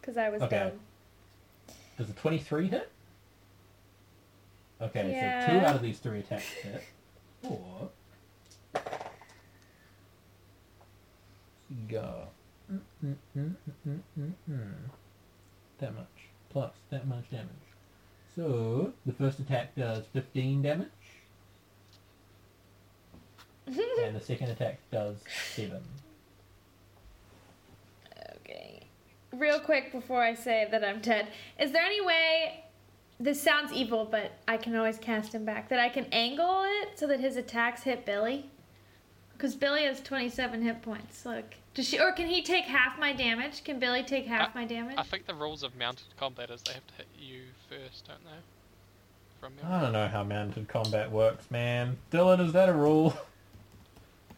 Speaker 5: because I was
Speaker 1: Okay.
Speaker 5: dumb.
Speaker 1: Does a 23 hit? Okay, so two
Speaker 5: Yeah.
Speaker 1: out of these three attacks hit. Or... Go. Mm-mm-mm-mm-mm-mm. That much. Plus that much damage. So, the first attack does 15 damage. and the second attack does 7.
Speaker 5: Okay. Real quick before I say that I'm dead, is there any way? This sounds evil, but I can always cast him back. That I can angle it so that his attacks hit Billy, because Billy has 27 hit points. Look, does she or can he take half my damage? Can Billy take half my damage?
Speaker 2: I think the rules of mounted combat is they have to hit you first, don't they? From
Speaker 1: I
Speaker 2: memory.
Speaker 1: don't know how mounted combat works, man. Dylan, is that a rule?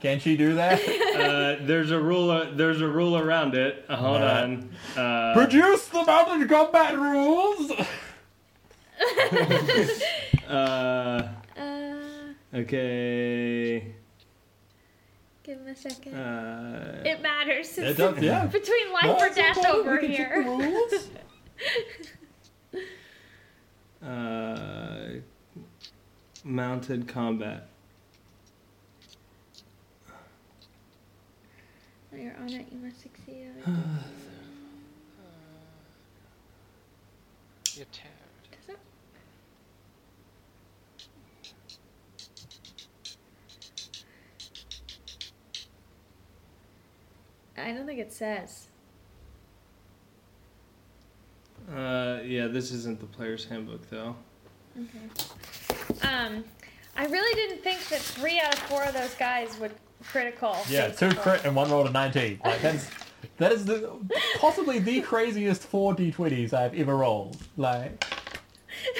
Speaker 1: Can she do that?
Speaker 6: uh, there's a rule. there's a rule around it. Uh, Hold
Speaker 1: Nah.
Speaker 6: on. Uh,
Speaker 1: Produce the mounted combat rules!
Speaker 6: uh,
Speaker 5: Uh,
Speaker 6: okay.
Speaker 5: Give him a second.
Speaker 6: Uh,
Speaker 5: it matters.
Speaker 1: It does, yeah.
Speaker 5: Between life
Speaker 1: No,
Speaker 5: or
Speaker 1: it's okay,
Speaker 5: death over
Speaker 1: we can check the
Speaker 5: here.
Speaker 1: rules.
Speaker 6: Uh, mounted combat.
Speaker 5: When you're on it, you must succeed. on it.
Speaker 2: You're tabbed.
Speaker 5: Does it? I don't think it says.
Speaker 6: Uh, yeah, this isn't the player's handbook though.
Speaker 5: Um, I really didn't think that three out of four of those guys would critical.
Speaker 1: Yeah, two
Speaker 5: basically.
Speaker 1: crit and one roll to 19. Like, that's, that is the, possibly the craziest four d20s I've ever rolled. Like,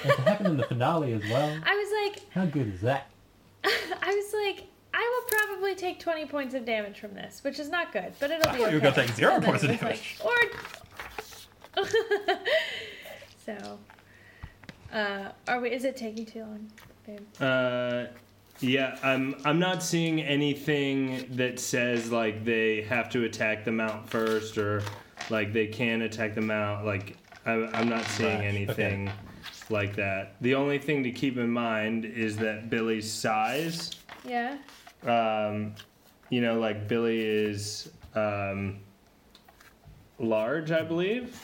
Speaker 1: and it happened in the finale as well.
Speaker 5: I was like,
Speaker 1: How good is that?
Speaker 5: I was like, I will probably take 20 points of damage from this, which is not good, but it'll
Speaker 1: I
Speaker 5: be
Speaker 1: thought
Speaker 5: okay.
Speaker 1: you were gonna take zero
Speaker 5: And then
Speaker 1: points of
Speaker 5: it was Like, or... so, uh, are we, is it taking too long, babe?
Speaker 6: Uh, yeah, I'm I'm not seeing anything that says like they have to attack the mount first or like they can attack the mount. Like I'm I'm not seeing
Speaker 1: Right,
Speaker 6: anything like that. The only thing to keep in mind is that Billy's size.
Speaker 5: Yeah?
Speaker 6: um, you know, like Billy is um, large, I believe.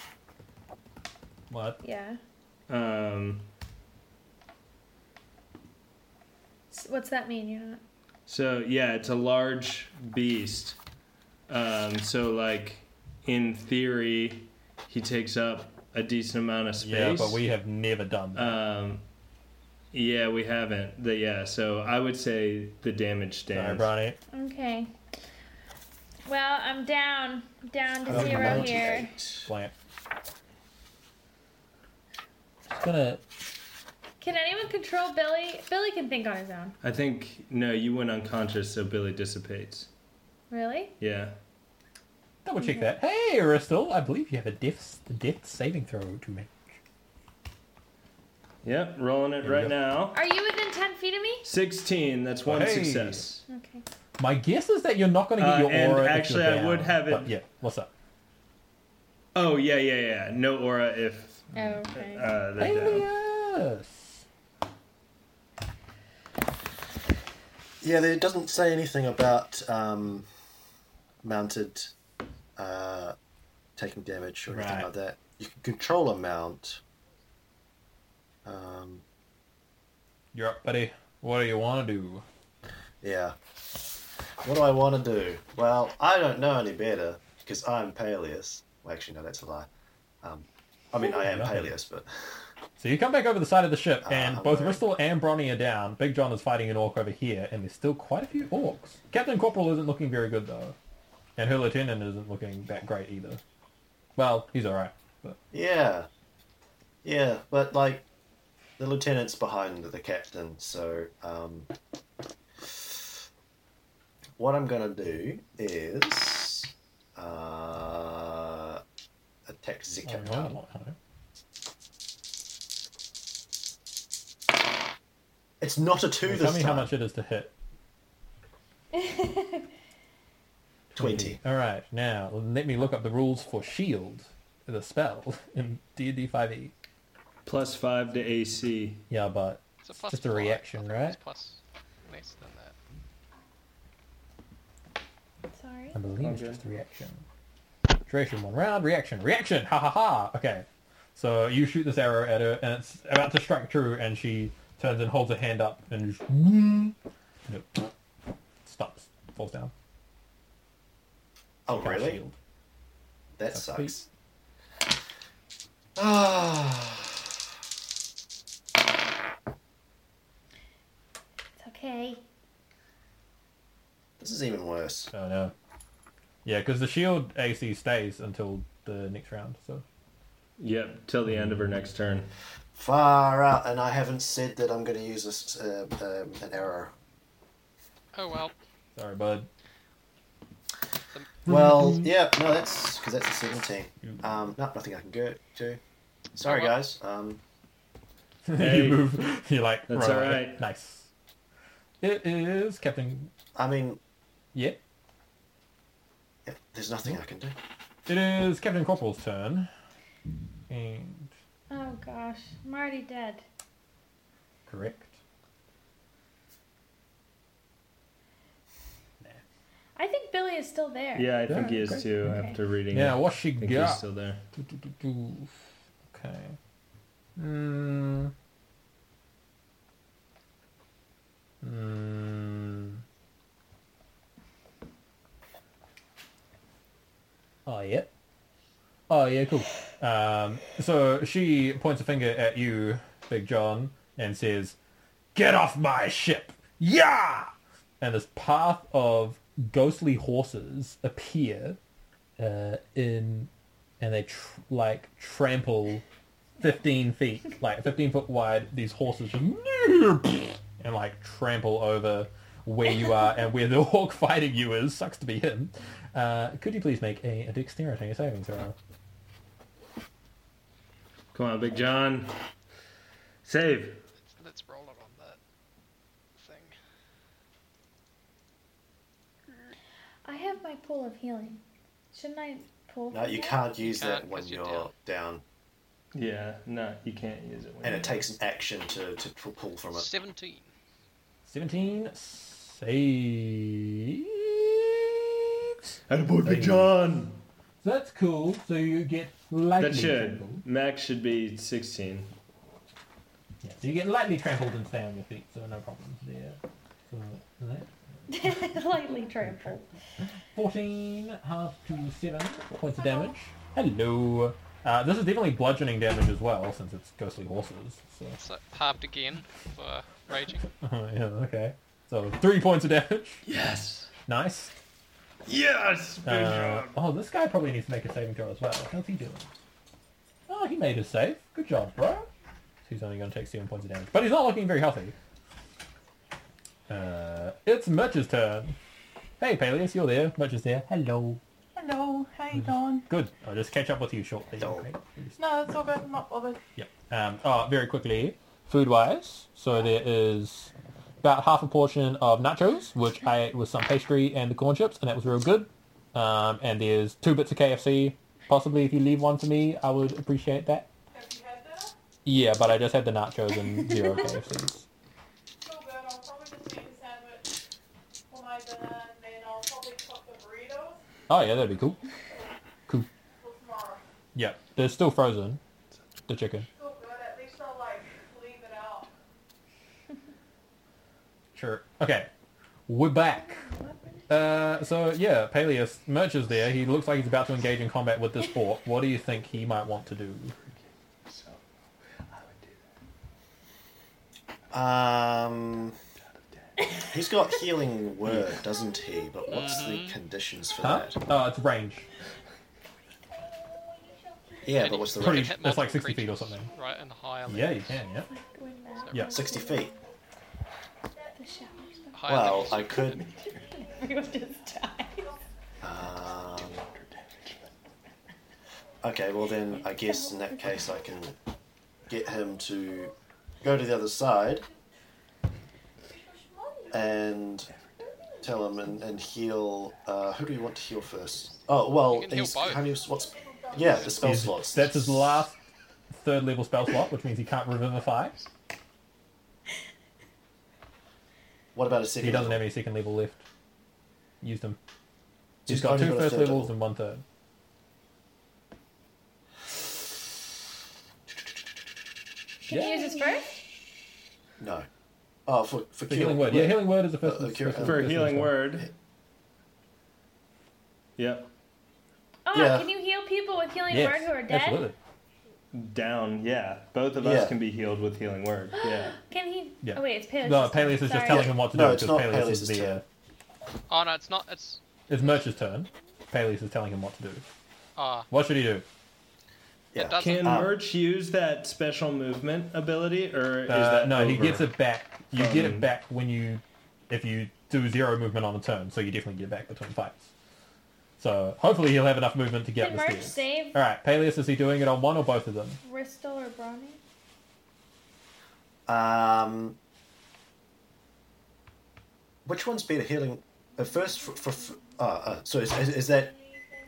Speaker 1: What?
Speaker 5: Yeah.
Speaker 6: Um,
Speaker 5: S- What's that mean? You're not...
Speaker 6: so yeah, it's a large beast. Um, so like, in theory, he takes up a decent amount of space.
Speaker 1: Yeah, but we have never done that.
Speaker 6: Um, yeah, we haven't. The, yeah, so I would say the damage
Speaker 1: Sorry,
Speaker 6: stands.
Speaker 1: Bronny.
Speaker 5: Okay. Well, I'm down. Down to
Speaker 4: Uh,
Speaker 5: zero here.
Speaker 4: 98.
Speaker 1: Plant. Just gonna.
Speaker 5: Can anyone control Billy? Billy can think on his own.
Speaker 6: I think no, you went unconscious, so Billy dissipates.
Speaker 5: Really?
Speaker 6: Yeah.
Speaker 1: Double check that. Hey, Aristal, I believe you have a death, death saving throw to make.
Speaker 6: Yep, rolling it
Speaker 1: we
Speaker 6: right
Speaker 1: go.
Speaker 6: now.
Speaker 5: Are you within 10 feet of me?
Speaker 6: 16 that's one
Speaker 1: Hey.
Speaker 6: success
Speaker 5: Okay.
Speaker 1: My guess is that you're not going to get
Speaker 6: Uh,
Speaker 1: your
Speaker 6: and
Speaker 1: aura. if you're
Speaker 6: actually, I
Speaker 1: down,
Speaker 6: would have it-
Speaker 1: but yeah, what's up?
Speaker 6: oh yeah yeah yeah no aura if
Speaker 5: Oh, okay.
Speaker 6: uh they're down.
Speaker 1: Alias.
Speaker 4: Yeah, there doesn't say anything about um, mounted uh, taking damage or anything
Speaker 1: Right.
Speaker 4: like that. You can control a mount. Um,
Speaker 1: You're up, buddy. What do you want to do?
Speaker 4: yeah. What do I want to do? Well, I don't know any better because I'm Peleus. Well, actually, no, that's a lie. Um, I mean, I am
Speaker 1: Right.
Speaker 4: Peleus, but
Speaker 1: So you come back over the side of the ship, and
Speaker 4: Ah,
Speaker 1: both
Speaker 4: right.
Speaker 1: Bristol and Bronny are down. Big John is fighting an orc over here, and there's still quite a few orcs. Captain Corporal isn't looking very good though, and her lieutenant isn't looking that great either. Well, he's all right, but
Speaker 4: yeah, yeah, but like the lieutenant's behind the captain, so um, what I'm gonna do is uh, attack the
Speaker 1: I don't
Speaker 4: captain.
Speaker 1: know, I don't know. I don't know.
Speaker 4: It's not a two
Speaker 1: Well,
Speaker 4: this
Speaker 1: tell me
Speaker 4: time.
Speaker 1: how much it is to hit.
Speaker 4: Twenty.
Speaker 1: All right, now let me look up the rules for shield, the spell in D and D five E.
Speaker 6: plus five to ac
Speaker 1: Yeah, but
Speaker 2: It's a plus
Speaker 1: just a
Speaker 2: four, I
Speaker 1: reaction,
Speaker 2: thought it was
Speaker 1: right?
Speaker 2: Plus less than that.
Speaker 5: Sorry.
Speaker 1: I believe it's
Speaker 6: Okay.
Speaker 1: just a reaction. Duration one round, reaction, reaction, ha ha ha. Okay, so you shoot this arrow at her, and it's about to strike true, and she turns and holds her hand up, and just, and it stops, falls down.
Speaker 4: Oh,
Speaker 1: Can't
Speaker 4: really?
Speaker 1: shield.
Speaker 4: That
Speaker 1: That's
Speaker 4: sucks. Ah,
Speaker 5: It's okay.
Speaker 4: this is even worse.
Speaker 1: Oh no. Yeah, because the shield AC stays until the next round. So
Speaker 6: yep till the end of her next turn
Speaker 4: Far out, and I haven't said that I'm going to use this, uh, um, an arrow.
Speaker 2: Oh well.
Speaker 1: sorry, bud.
Speaker 4: Well, yeah, no, that's because that's a seventeen.
Speaker 1: Mm.
Speaker 4: Um, no, nothing I can go do. Sorry,
Speaker 2: Oh, well.
Speaker 4: guys. Um,
Speaker 6: Hey.
Speaker 1: you move. You're like,
Speaker 6: That's
Speaker 1: right.
Speaker 6: alright.
Speaker 1: Nice. It is Captain.
Speaker 4: I mean,
Speaker 1: Yeah.
Speaker 4: There's nothing I can do.
Speaker 1: It is Captain Corporal's turn. And
Speaker 5: Oh gosh, I'm already dead.
Speaker 1: correct.
Speaker 5: I think Billy is still there.
Speaker 6: Yeah, I
Speaker 1: Yeah,
Speaker 6: think he is
Speaker 1: great.
Speaker 6: too
Speaker 5: Okay.
Speaker 6: after reading.
Speaker 1: Yeah,
Speaker 6: it.
Speaker 1: what's she
Speaker 6: I think he's
Speaker 1: got?
Speaker 6: still there.
Speaker 1: Do, do, do, do. Okay. Mm. Mm. Oh yeah. Oh yeah, cool. Um, so she points a finger at you, Big John, and says, "Get off my ship!" Yeah. And this path of ghostly horses appear uh, in, and they tr- like trample fifteen feet, like fifteen foot wide. These horses just and like trample over where you are and where the hawk fighting you is. Sucks to be him. Uh, could you please make a, a dexterity saving throw?
Speaker 6: Come on, Big John. Save.
Speaker 2: Let's, let's roll it on that thing.
Speaker 5: I have my pool of healing. Shouldn't I pull?
Speaker 4: No,
Speaker 5: from
Speaker 4: you
Speaker 5: that?
Speaker 4: can't use
Speaker 2: can't
Speaker 4: that when
Speaker 2: 'cause you're
Speaker 4: you're down.
Speaker 6: Yeah, no, you can't use it. When
Speaker 4: and
Speaker 6: you-
Speaker 4: it takes an action to, to pu- pull from it.
Speaker 2: 17.
Speaker 1: 17 saves.
Speaker 6: Attaboy, Big John.
Speaker 1: So that's cool. So you get lightly
Speaker 6: That should
Speaker 1: trampled.
Speaker 6: max should be sixteen.
Speaker 1: Yeah, so you get lightly trampled and stay on your feet, so no problems there. So that-
Speaker 5: Lightly trampled.
Speaker 1: 14, half to 7 points of damage. Hello. Uh, this is definitely bludgeoning damage as well, since it's ghostly horses. So,
Speaker 2: So halved again for raging.
Speaker 1: yeah, okay. So three points of damage.
Speaker 6: Yes.
Speaker 1: Nice.
Speaker 6: Yes, Big
Speaker 1: Uh,
Speaker 6: John.
Speaker 1: oh, this guy probably needs to make a saving throw as well. How's he doing? Oh, he made his save. Good job, bro. So he's only going to take seven points of damage, but he's not looking very healthy. Uh, it's Merch's turn. Hey, Peleus, you're there. Merch is there. Hello. Mm-hmm.
Speaker 10: Hello, how you going?
Speaker 1: Good. I'll just catch up with you shortly.
Speaker 4: Hello.
Speaker 1: okay?
Speaker 10: No, it's all good. I'm not bothered.
Speaker 1: Yep. Um, oh, very quickly, food-wise. So there is about half a portion of nachos, which I ate with some pastry and the corn chips, and that was real good. Um, and there's two bits of KFC. Possibly, if you leave one for me, I would appreciate that.
Speaker 10: Have you had that?
Speaker 1: Yeah, but I just had the nachos and zero KFCs.
Speaker 10: It's all good. I'll probably just make a sandwich for my dinner, and then I'll probably cook the burritos
Speaker 1: Oh yeah, that'd be cool.
Speaker 10: for tomorrow.
Speaker 1: Yeah, they're still frozen. The chicken.
Speaker 10: It's all good. At least I'll like leave it out.
Speaker 1: Sure. Okay, we're back. Uh, so yeah, Peleus Merch is there. He looks like he's about to engage in combat with this orc. What do you think he might want to do?
Speaker 6: So, I would do
Speaker 3: Um,
Speaker 6: that.
Speaker 4: He's got healing word, doesn't he? But what's the conditions for
Speaker 1: Huh?
Speaker 4: that? Uh,
Speaker 1: Oh, it's range.
Speaker 4: Yeah, but what's the
Speaker 2: You can
Speaker 1: Pretty-
Speaker 4: range?
Speaker 2: hit
Speaker 1: that's
Speaker 2: multiple
Speaker 1: like 60 feet or
Speaker 2: creatures,
Speaker 1: something.
Speaker 2: Right, and higher
Speaker 1: Yeah, you
Speaker 2: levels.
Speaker 1: can, yeah.
Speaker 5: Going back.
Speaker 1: Yeah.
Speaker 4: 60 feet.
Speaker 5: The shower's back.
Speaker 2: Higher
Speaker 4: Well,
Speaker 2: levels
Speaker 4: I
Speaker 2: of-
Speaker 4: could.
Speaker 5: Everyone just died.
Speaker 4: Um, okay, well then, I guess in that case, I can get him to go to the other side and tell him and, and heal. Uh, who do you want to heal first? Oh, well,
Speaker 2: You can heal
Speaker 4: he's.
Speaker 2: both.
Speaker 4: How many, what's. Yeah, the spell
Speaker 1: He's-
Speaker 4: slots.
Speaker 1: That's his last third level spell slot, which means he can't revivify.
Speaker 4: What about a second?
Speaker 1: He doesn't
Speaker 4: level?
Speaker 1: have any second level left. Used him. He's
Speaker 4: He's
Speaker 1: got
Speaker 4: only
Speaker 1: two
Speaker 4: got a
Speaker 1: first
Speaker 4: third
Speaker 1: levels
Speaker 4: level.
Speaker 1: and one third.
Speaker 5: Can you use this first?
Speaker 4: No. Oh, for, for
Speaker 1: The
Speaker 4: cure.
Speaker 1: healing word. Yeah, healing word is the first.
Speaker 4: Uh, cure-
Speaker 1: first-
Speaker 6: For a
Speaker 1: first
Speaker 6: healing
Speaker 1: spell.
Speaker 6: word. Yep.
Speaker 5: Oh,
Speaker 4: Yeah.
Speaker 5: can you heal people with healing
Speaker 1: Yes,
Speaker 5: word who are dead?
Speaker 1: Absolutely.
Speaker 6: Down. Yeah. Both of
Speaker 4: Yeah.
Speaker 6: us can be healed with healing word. Yeah.
Speaker 5: Can he?
Speaker 1: Yeah.
Speaker 5: Oh wait, it's Paleus.
Speaker 1: No, Peleus is just
Speaker 5: Sorry.
Speaker 1: telling him what to do
Speaker 4: No, it's
Speaker 1: because
Speaker 4: not
Speaker 1: Peleus, is
Speaker 4: Peleus'
Speaker 1: the. Uh,
Speaker 4: turn.
Speaker 2: Oh no, it's not. It's
Speaker 1: it's Merch's turn. Peleus is telling him what to do.
Speaker 2: ah.
Speaker 1: What should he do?
Speaker 4: Yeah.
Speaker 2: does-
Speaker 6: Can
Speaker 4: Um,
Speaker 6: Merch use that special movement ability, or is
Speaker 1: Uh,
Speaker 6: that
Speaker 1: no, he
Speaker 6: over?
Speaker 1: gets it back. You get it
Speaker 6: Um,
Speaker 1: back when you, if you do zero movement on a turn, so you definitely get it back between fights. So hopefully he'll have enough movement to get
Speaker 5: Can
Speaker 1: up the
Speaker 5: Merch
Speaker 1: stairs.
Speaker 5: save
Speaker 1: All right, Peleus, is he doing it on one or both of them?
Speaker 5: Bristol or Brawny?
Speaker 4: Um, which one's better healing? Uh, first, for, for, for- uh, uh, so is, is, is that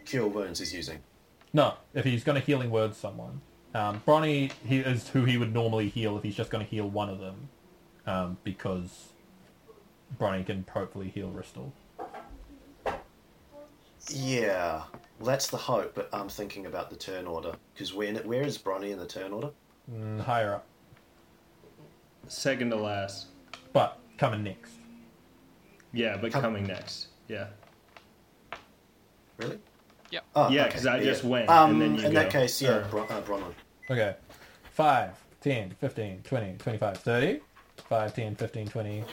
Speaker 4: Cure Wounds he's using.
Speaker 1: No, if he's going to healing word someone, um, Bronny he is who he would normally heal if he's just going to heal one of them, um, because Bronny can hopefully heal Ristal.
Speaker 4: Yeah, well, that's the hope, but I'm thinking about the turn order. Because where, where is Bronny in the turn order?
Speaker 1: Mm, higher up,
Speaker 6: Second to last.
Speaker 1: but coming next.
Speaker 6: Yeah, but
Speaker 4: Come-
Speaker 6: coming next. Yeah.
Speaker 4: Really?
Speaker 2: Yep.
Speaker 4: Oh,
Speaker 6: Yeah,
Speaker 4: okay,
Speaker 6: 'cause I just went,
Speaker 4: Um,
Speaker 6: and then you
Speaker 4: in that
Speaker 6: go.
Speaker 4: case, yeah,
Speaker 6: Or-
Speaker 4: Bron- uh, Bronwyn.
Speaker 1: Okay. 5, 10, 15, 20, 25, 30. 5, 10, 15, 20,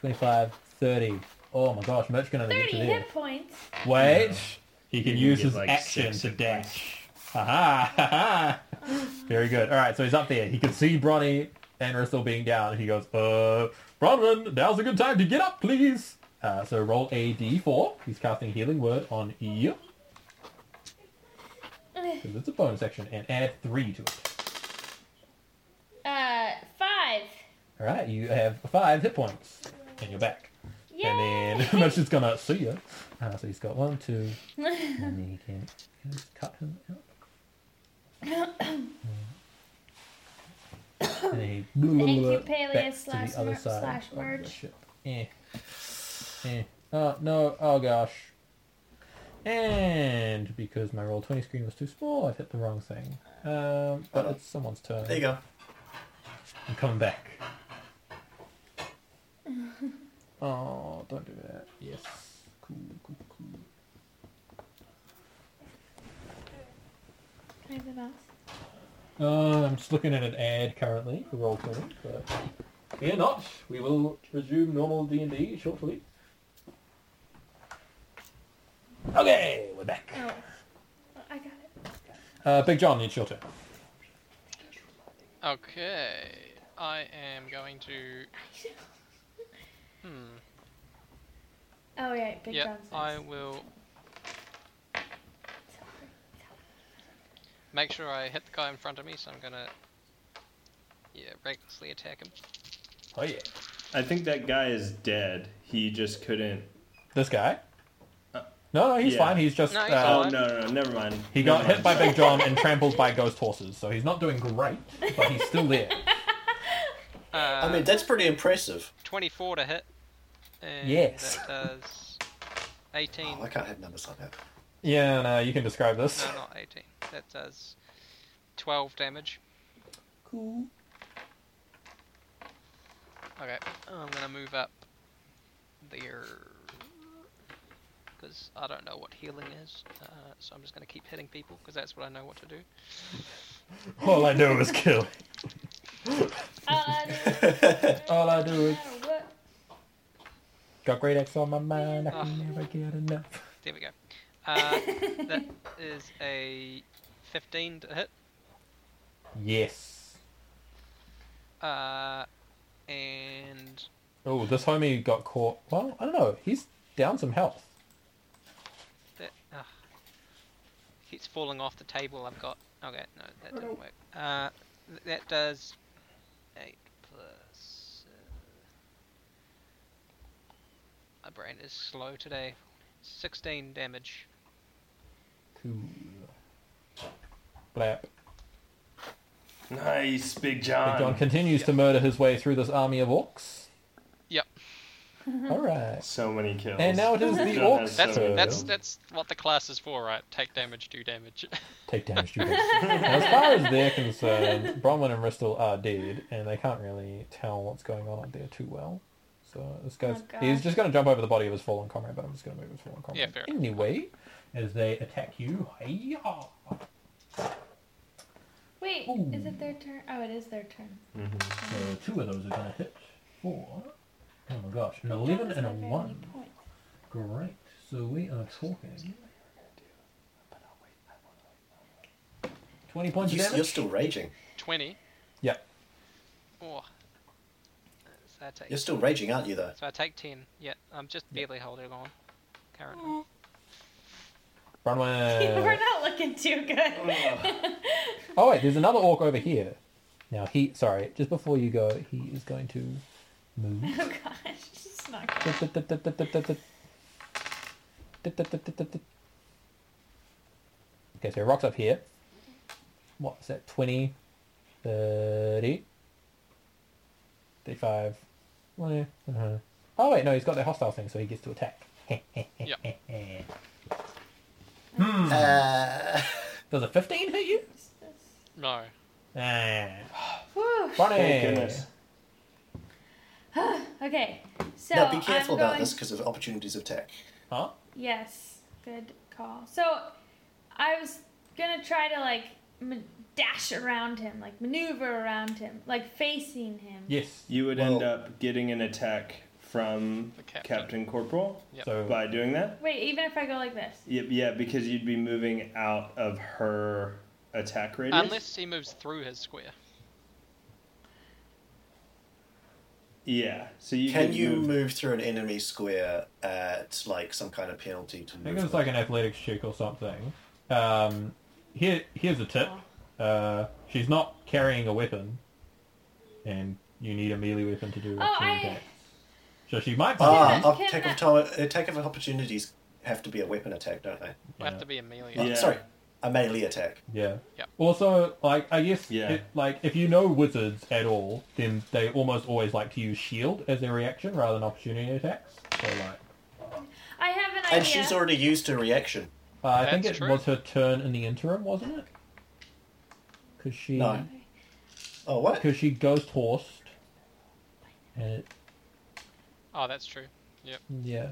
Speaker 1: 25, 30. Oh my gosh, Mitch can only get to
Speaker 5: 30
Speaker 1: there.
Speaker 5: hit points.
Speaker 1: Wait. He can
Speaker 6: can
Speaker 1: use
Speaker 6: get,
Speaker 1: his
Speaker 6: like,
Speaker 1: action
Speaker 6: six
Speaker 1: to
Speaker 6: at
Speaker 1: dash. Haha. haha. Very good. All right, so he's up there. He can see Bronny and Ristle being down. He goes, uh, Bronwyn, now's a good time to get up, please. Uh, so roll a d4. He's casting Healing Word on you. Because it's a bonus action. And add 3 to it.
Speaker 5: Uh, five.
Speaker 1: All right, you have five hit points, and you're back.
Speaker 5: Yay!
Speaker 1: And then Mitch is gonna see you. Uh, so he's got one, two, and then he can just cut him out. and then he
Speaker 5: Thank you,
Speaker 1: back
Speaker 5: Peleus
Speaker 1: to
Speaker 5: slash
Speaker 1: the other
Speaker 5: mer-
Speaker 1: side
Speaker 5: slash
Speaker 1: of the
Speaker 5: merge.
Speaker 1: ship. Eh. Eh. Oh no! Oh gosh. And because my roll twenty screen was too small, I've hit the wrong thing. Um, but
Speaker 4: Oh.
Speaker 1: it's someone's turn.
Speaker 4: There you go.
Speaker 1: I'm coming back. oh, don't do that. Yes. Cool, cool, cool.
Speaker 5: Can I have the mouse?
Speaker 1: Uh, I'm just looking at an ad currently for Roll Twenty, but fear not. We will resume normal D and D shortly. Okay, we're back.
Speaker 5: Oh. I got it.
Speaker 1: Uh, Big John, it's your turn.
Speaker 2: Okay, I am going to. Hmm.
Speaker 5: Oh, yeah, Big
Speaker 2: Yeah,
Speaker 5: John's
Speaker 2: I
Speaker 5: mouse.
Speaker 2: will make sure I hit the guy in front of me, so I'm gonna. Yeah, recklessly attack him.
Speaker 1: Oh yeah,
Speaker 6: I think that guy is dead. He just couldn't.
Speaker 1: this guy. No, no, he's
Speaker 6: Uh, yeah.
Speaker 1: fine. He's just
Speaker 2: No, he's
Speaker 1: uh,
Speaker 6: Oh
Speaker 2: Fine.
Speaker 6: no, no, no, never mind.
Speaker 1: He
Speaker 6: Never
Speaker 1: got hit by
Speaker 6: mind.
Speaker 1: Big John and trampled by ghost horses, so he's not doing great, but he's still there.
Speaker 2: Uh,
Speaker 4: I mean, that's pretty impressive.
Speaker 2: 24 to hit. And
Speaker 1: Yes.
Speaker 2: That does 18.
Speaker 4: Oh, I can't have numbers like that.
Speaker 1: Yeah, no, you can describe this.
Speaker 2: No, not 18. That does 12 damage.
Speaker 1: Cool.
Speaker 2: Okay, I'm gonna move up there. Because I don't know what healing is, uh, so I'm just gonna keep hitting people, because that's what I know what to do.
Speaker 1: All I do is kill.
Speaker 5: Uh,
Speaker 1: All I do
Speaker 5: no
Speaker 1: is
Speaker 5: matter what.
Speaker 1: got great X on my mind. I can never get enough.
Speaker 2: There we go. Uh, that is a 15 to hit,
Speaker 1: Yes.
Speaker 2: uh, and
Speaker 1: Oh, this homie got caught. Well, I don't know. He's down some health.
Speaker 2: That uh, keeps falling off the table. I've got. Okay, no, that didn't work. Uh, th- that does eight plus. Uh, my brain is slow today. Sixteen damage.
Speaker 1: Cool. Blap.
Speaker 6: Nice, Big
Speaker 1: Big John
Speaker 6: John.
Speaker 1: continues to murder his way through this army of orcs.
Speaker 2: Yep.
Speaker 1: All right.
Speaker 6: So many kills.
Speaker 1: And now it is the
Speaker 6: John has
Speaker 1: orcs'
Speaker 2: That's
Speaker 1: turn.
Speaker 2: that's that's what the class is for, right? Take damage, do damage.
Speaker 1: take damage to this. as far as they're concerned, Bronwyn and Ristel are dead, and they can't really tell what's going on up there too well. So this guy's
Speaker 5: Oh,
Speaker 1: he's
Speaker 5: gosh.
Speaker 1: just going to jump over the body of his fallen comrade, but I'm just going to move his fallen comrade.
Speaker 2: fair.
Speaker 1: Anyway, as they attack you, hi-yah.
Speaker 5: Wait, is it their turn? Oh, it is their turn.
Speaker 1: so two of those are going to hit for. Oh my gosh, an
Speaker 5: Big John
Speaker 1: 11
Speaker 5: doesn't
Speaker 1: and a
Speaker 5: have very
Speaker 1: 1.
Speaker 5: many points.
Speaker 1: Great. So we are talking. 20 points of
Speaker 4: You,
Speaker 1: damage?
Speaker 4: you're still raging.
Speaker 2: Twenty.
Speaker 1: Yeah.
Speaker 2: Oh. So I take.
Speaker 4: You're still raging, aren't you, though?
Speaker 2: So I take ten. Yeah, I'm just barely holding on. Currently.
Speaker 5: We're
Speaker 4: Uh,
Speaker 1: Bronwyn.
Speaker 5: not looking too good.
Speaker 1: Oh wait, there's another orc over here. Now he, sorry, just before you go, he is going to move.
Speaker 5: oh gosh, it's not good.
Speaker 1: Tut, tut, tut, tut, tut, tut, tut. Tut, tut, tut, tut, tut, tut. Okay, so rock's up here. What is that? 20, 30, 35. Well, yeah, uh-huh. Oh, wait, no, he's got the hostile thing, so he gets to attack.
Speaker 2: Yep.
Speaker 3: Uh,
Speaker 1: Does a 15 hit you?
Speaker 2: No.
Speaker 1: Ah.
Speaker 5: Whew.
Speaker 1: Funny.
Speaker 6: Thank Oh, goodness.
Speaker 5: Okay, so
Speaker 4: now be careful
Speaker 5: I'm
Speaker 4: about
Speaker 5: going...
Speaker 4: this because of opportunities of attack.
Speaker 1: Huh?
Speaker 5: Yes, good call. So I was gonna try to like ma- dash around him, like maneuver around him, like facing him.
Speaker 1: Yes.
Speaker 6: You would end
Speaker 4: Well-
Speaker 6: up getting an attack from
Speaker 2: The captain.
Speaker 6: Captain, Corporal
Speaker 2: Yep.
Speaker 1: So,
Speaker 6: by doing that.
Speaker 5: Wait, even if I go like this.
Speaker 6: Yep, yeah, because you'd be moving out of her attack radius.
Speaker 2: Unless he moves through his square.
Speaker 6: yeah, so you
Speaker 4: Can
Speaker 6: could
Speaker 4: you
Speaker 6: move-
Speaker 4: move through an enemy square at like some kind of penalty to
Speaker 1: I
Speaker 4: move?
Speaker 1: think it was like an athletics check or something. Um, here, here's a tip. Uh, she's not carrying a weapon, and you need a melee weapon to do two
Speaker 5: I-
Speaker 1: attacks. So she might.
Speaker 4: Ah,
Speaker 5: Can-
Speaker 4: op-
Speaker 5: can uh,
Speaker 4: attack
Speaker 5: that-
Speaker 4: of time, attack of opportunities have to be a weapon attack, don't they?
Speaker 2: We
Speaker 1: Yeah.
Speaker 2: have to be Amelia.
Speaker 4: Oh,
Speaker 6: Yeah.
Speaker 4: sorry, a melee attack.
Speaker 1: Yeah.
Speaker 2: Yeah.
Speaker 1: Also, like I guess,
Speaker 6: Yeah.
Speaker 1: it, like if you know wizards at all, then they almost always like to use shield as their reaction rather than opportunity attacks. So like,
Speaker 5: I uh, have an idea.
Speaker 4: And she's already used her reaction.
Speaker 1: uh, I think it
Speaker 2: That's true.
Speaker 1: was her turn in the interim, wasn't it? Because she,
Speaker 4: No. Oh, what?
Speaker 1: because she ghost horsed, and it,
Speaker 2: Oh, that's true.
Speaker 1: yeah, yeah,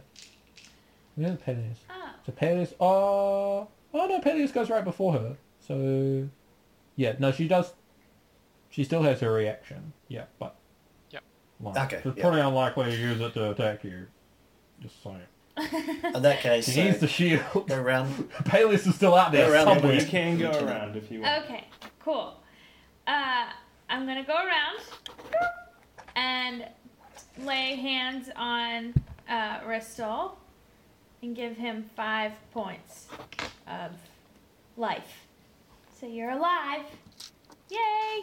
Speaker 1: the Peleus.
Speaker 5: Ah,
Speaker 1: So Peleus, oh, oh no, Peleus goes right before her. So, yeah, no, she does. She still has her reaction. Yeah, but
Speaker 2: Yep.
Speaker 1: like,
Speaker 4: Okay,
Speaker 1: It's
Speaker 4: yeah.
Speaker 1: pretty unlikely to use it to attack you. Just saying.
Speaker 4: In that case,
Speaker 1: She needs
Speaker 4: so,
Speaker 1: the shield.
Speaker 4: go round.
Speaker 1: Peleus is still out there
Speaker 4: Go around the
Speaker 1: somewhere.
Speaker 6: Oh, You can go
Speaker 4: You can-
Speaker 6: around if you want.
Speaker 5: okay, cool. Uh, I'm gonna go around and lay hands on uh, Ristol and give him five points of life. So you're alive. Yay!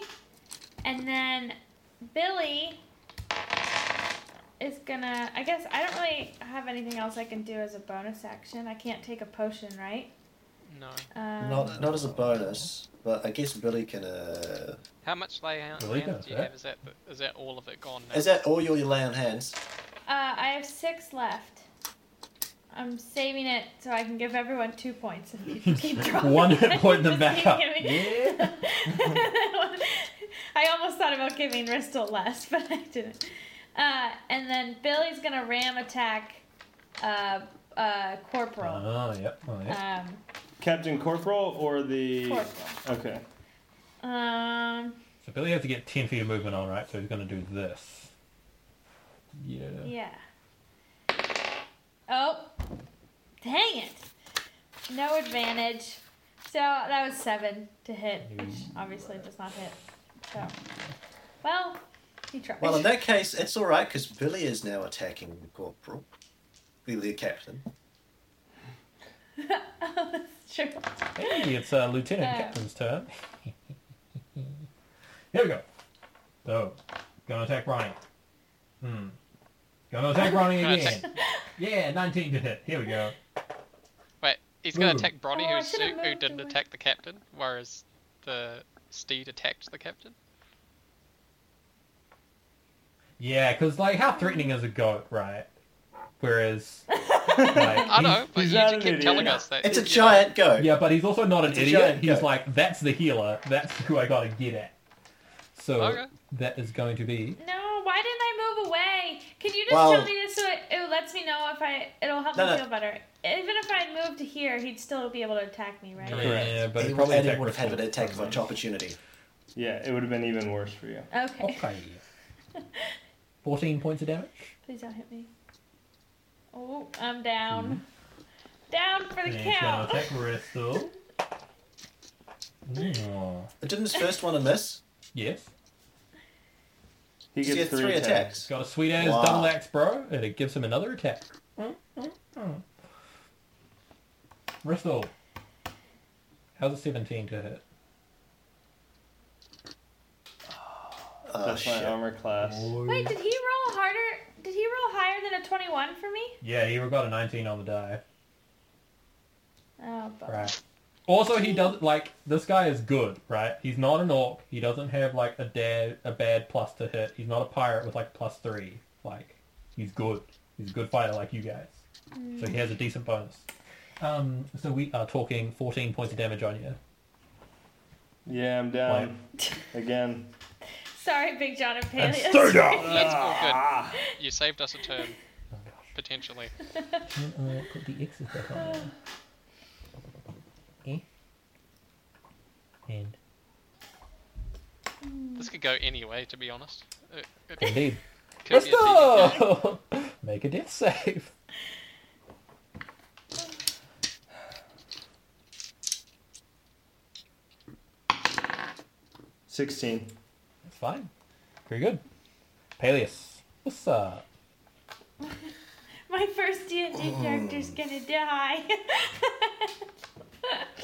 Speaker 5: And then Billy is gonna. I guess I don't really have anything else I can do as a bonus action. I can't take a potion, right?
Speaker 2: No.
Speaker 5: Um,
Speaker 4: Not not as a bonus, but I guess Billy can. Uh...
Speaker 2: How much lay hand
Speaker 1: Really
Speaker 2: hands
Speaker 1: does
Speaker 2: do you
Speaker 1: that.
Speaker 2: have? Is that is that all of it gone now?
Speaker 4: Is that all your lay on hands?
Speaker 5: Uh, I have six left. I'm saving it so I can give everyone two points if people keep drawing.
Speaker 1: One hit point them
Speaker 5: Just
Speaker 1: back
Speaker 5: keep
Speaker 1: up.
Speaker 5: giving-
Speaker 1: Yeah.
Speaker 5: I almost thought about giving Ristle less, but I didn't. Uh, and then Billy's gonna ram attack uh, uh, Corporal.
Speaker 1: Oh, yep. Oh, yep.
Speaker 5: Um,
Speaker 6: Captain Corporal or the.
Speaker 5: Corporal.
Speaker 6: Okay.
Speaker 5: Um,
Speaker 1: so Billy has to get 10 feet of movement on, right? So he's going to do this. Yeah.
Speaker 5: yeah. Oh, dang it! No advantage. So that was seven to hit, which obviously does not hit. So, well, he tried.
Speaker 4: Well, in that case, it's all right because Billy is now attacking the corporal, the, the captain.
Speaker 5: Oh, that's true.
Speaker 1: Hey, it's uh, Lieutenant
Speaker 5: Yeah.
Speaker 1: Captain's turn. Here we go. So, gonna attack Ronnie. Hmm. Gonna
Speaker 2: Oh
Speaker 1: attack Ronnie
Speaker 2: Gonna
Speaker 1: again. yeah, 19 to hit. Here we go.
Speaker 2: Wait, he's gonna
Speaker 1: Ooh.
Speaker 2: attack Bronny,
Speaker 5: Oh, I
Speaker 2: who's
Speaker 5: should've
Speaker 2: su- who
Speaker 5: moved
Speaker 2: didn't
Speaker 5: away.
Speaker 2: attack the captain, whereas the steed attacked the captain.
Speaker 1: Yeah, because, like, how threatening is a goat, right? Whereas, like,
Speaker 2: I know,
Speaker 1: he's-
Speaker 2: but
Speaker 6: he's
Speaker 2: you
Speaker 6: not
Speaker 2: just
Speaker 6: an
Speaker 2: keep
Speaker 6: idiot.
Speaker 2: telling us that.
Speaker 4: It's a
Speaker 2: you know,
Speaker 4: giant goat.
Speaker 1: Yeah, but he's also not an
Speaker 4: It's a
Speaker 1: idiot.
Speaker 4: giant
Speaker 1: He's
Speaker 4: goat.
Speaker 1: like, that's the healer. That's who I gotta get at. So,
Speaker 2: Okay.
Speaker 1: that is going to be...
Speaker 5: No, why didn't I move away? Can you just
Speaker 4: Well-
Speaker 5: tell me this so it, it lets me know if I it'll help
Speaker 4: No,
Speaker 5: me
Speaker 4: no.
Speaker 5: feel better? Even if I moved to here, he'd still be able to attack me, right?
Speaker 1: Yeah, but
Speaker 4: he
Speaker 1: it
Speaker 4: would,
Speaker 1: probably
Speaker 4: and he
Speaker 1: attack
Speaker 4: would have had an
Speaker 1: Bristol.
Speaker 4: attack of opportunity.
Speaker 6: Yeah, it would have been even worse for you.
Speaker 5: Okay.
Speaker 4: Oh.
Speaker 1: Okay. 14 points of damage.
Speaker 5: Please don't hit me. Oh, I'm down. Down for
Speaker 1: He's
Speaker 5: the
Speaker 1: gonna
Speaker 5: count.
Speaker 1: attack Bristol. Mm.
Speaker 4: Didn't his first one miss?
Speaker 1: Yes.
Speaker 6: He
Speaker 4: He
Speaker 6: gets
Speaker 4: had
Speaker 6: three,
Speaker 4: three
Speaker 6: attacks.
Speaker 4: attacks.
Speaker 1: Got a sweet ass
Speaker 4: Wow.
Speaker 1: double axe, bro, and it gives him another attack. Bristol. How's a 17 to hit?
Speaker 4: Oh,
Speaker 6: That's my
Speaker 4: shit.
Speaker 6: armor class.
Speaker 5: Wait, did he roll harder? Did he roll higher than a 21 for me?
Speaker 1: Yeah, he got a 19 on the die.
Speaker 5: Oh, bummer.
Speaker 1: Right. Also, he does like this guy is good, right? He's not an orc. He doesn't have like a dad a bad plus to hit. He's not a pirate with like plus three. Like he's good. He's a good fighter like you guys. So he has a decent bonus. Um, so we are talking 14 points of damage on you.
Speaker 6: Yeah, I'm down again.
Speaker 5: Sorry, Big John and
Speaker 1: And
Speaker 5: Paleus.
Speaker 1: stay down.
Speaker 2: That's all
Speaker 1: Ah.
Speaker 2: good. You saved us a turn, potentially.
Speaker 1: Can I Uh, put the X's back on now? Okay. And
Speaker 2: This could go any way, to be honest. It, it could
Speaker 1: indeed.
Speaker 2: be a DD.
Speaker 1: Bristol! Make a death save.
Speaker 6: Sixteen.
Speaker 1: That's fine. Very good. Peleus, what's up?
Speaker 5: My first D&D
Speaker 1: Oh.
Speaker 5: character's gonna die.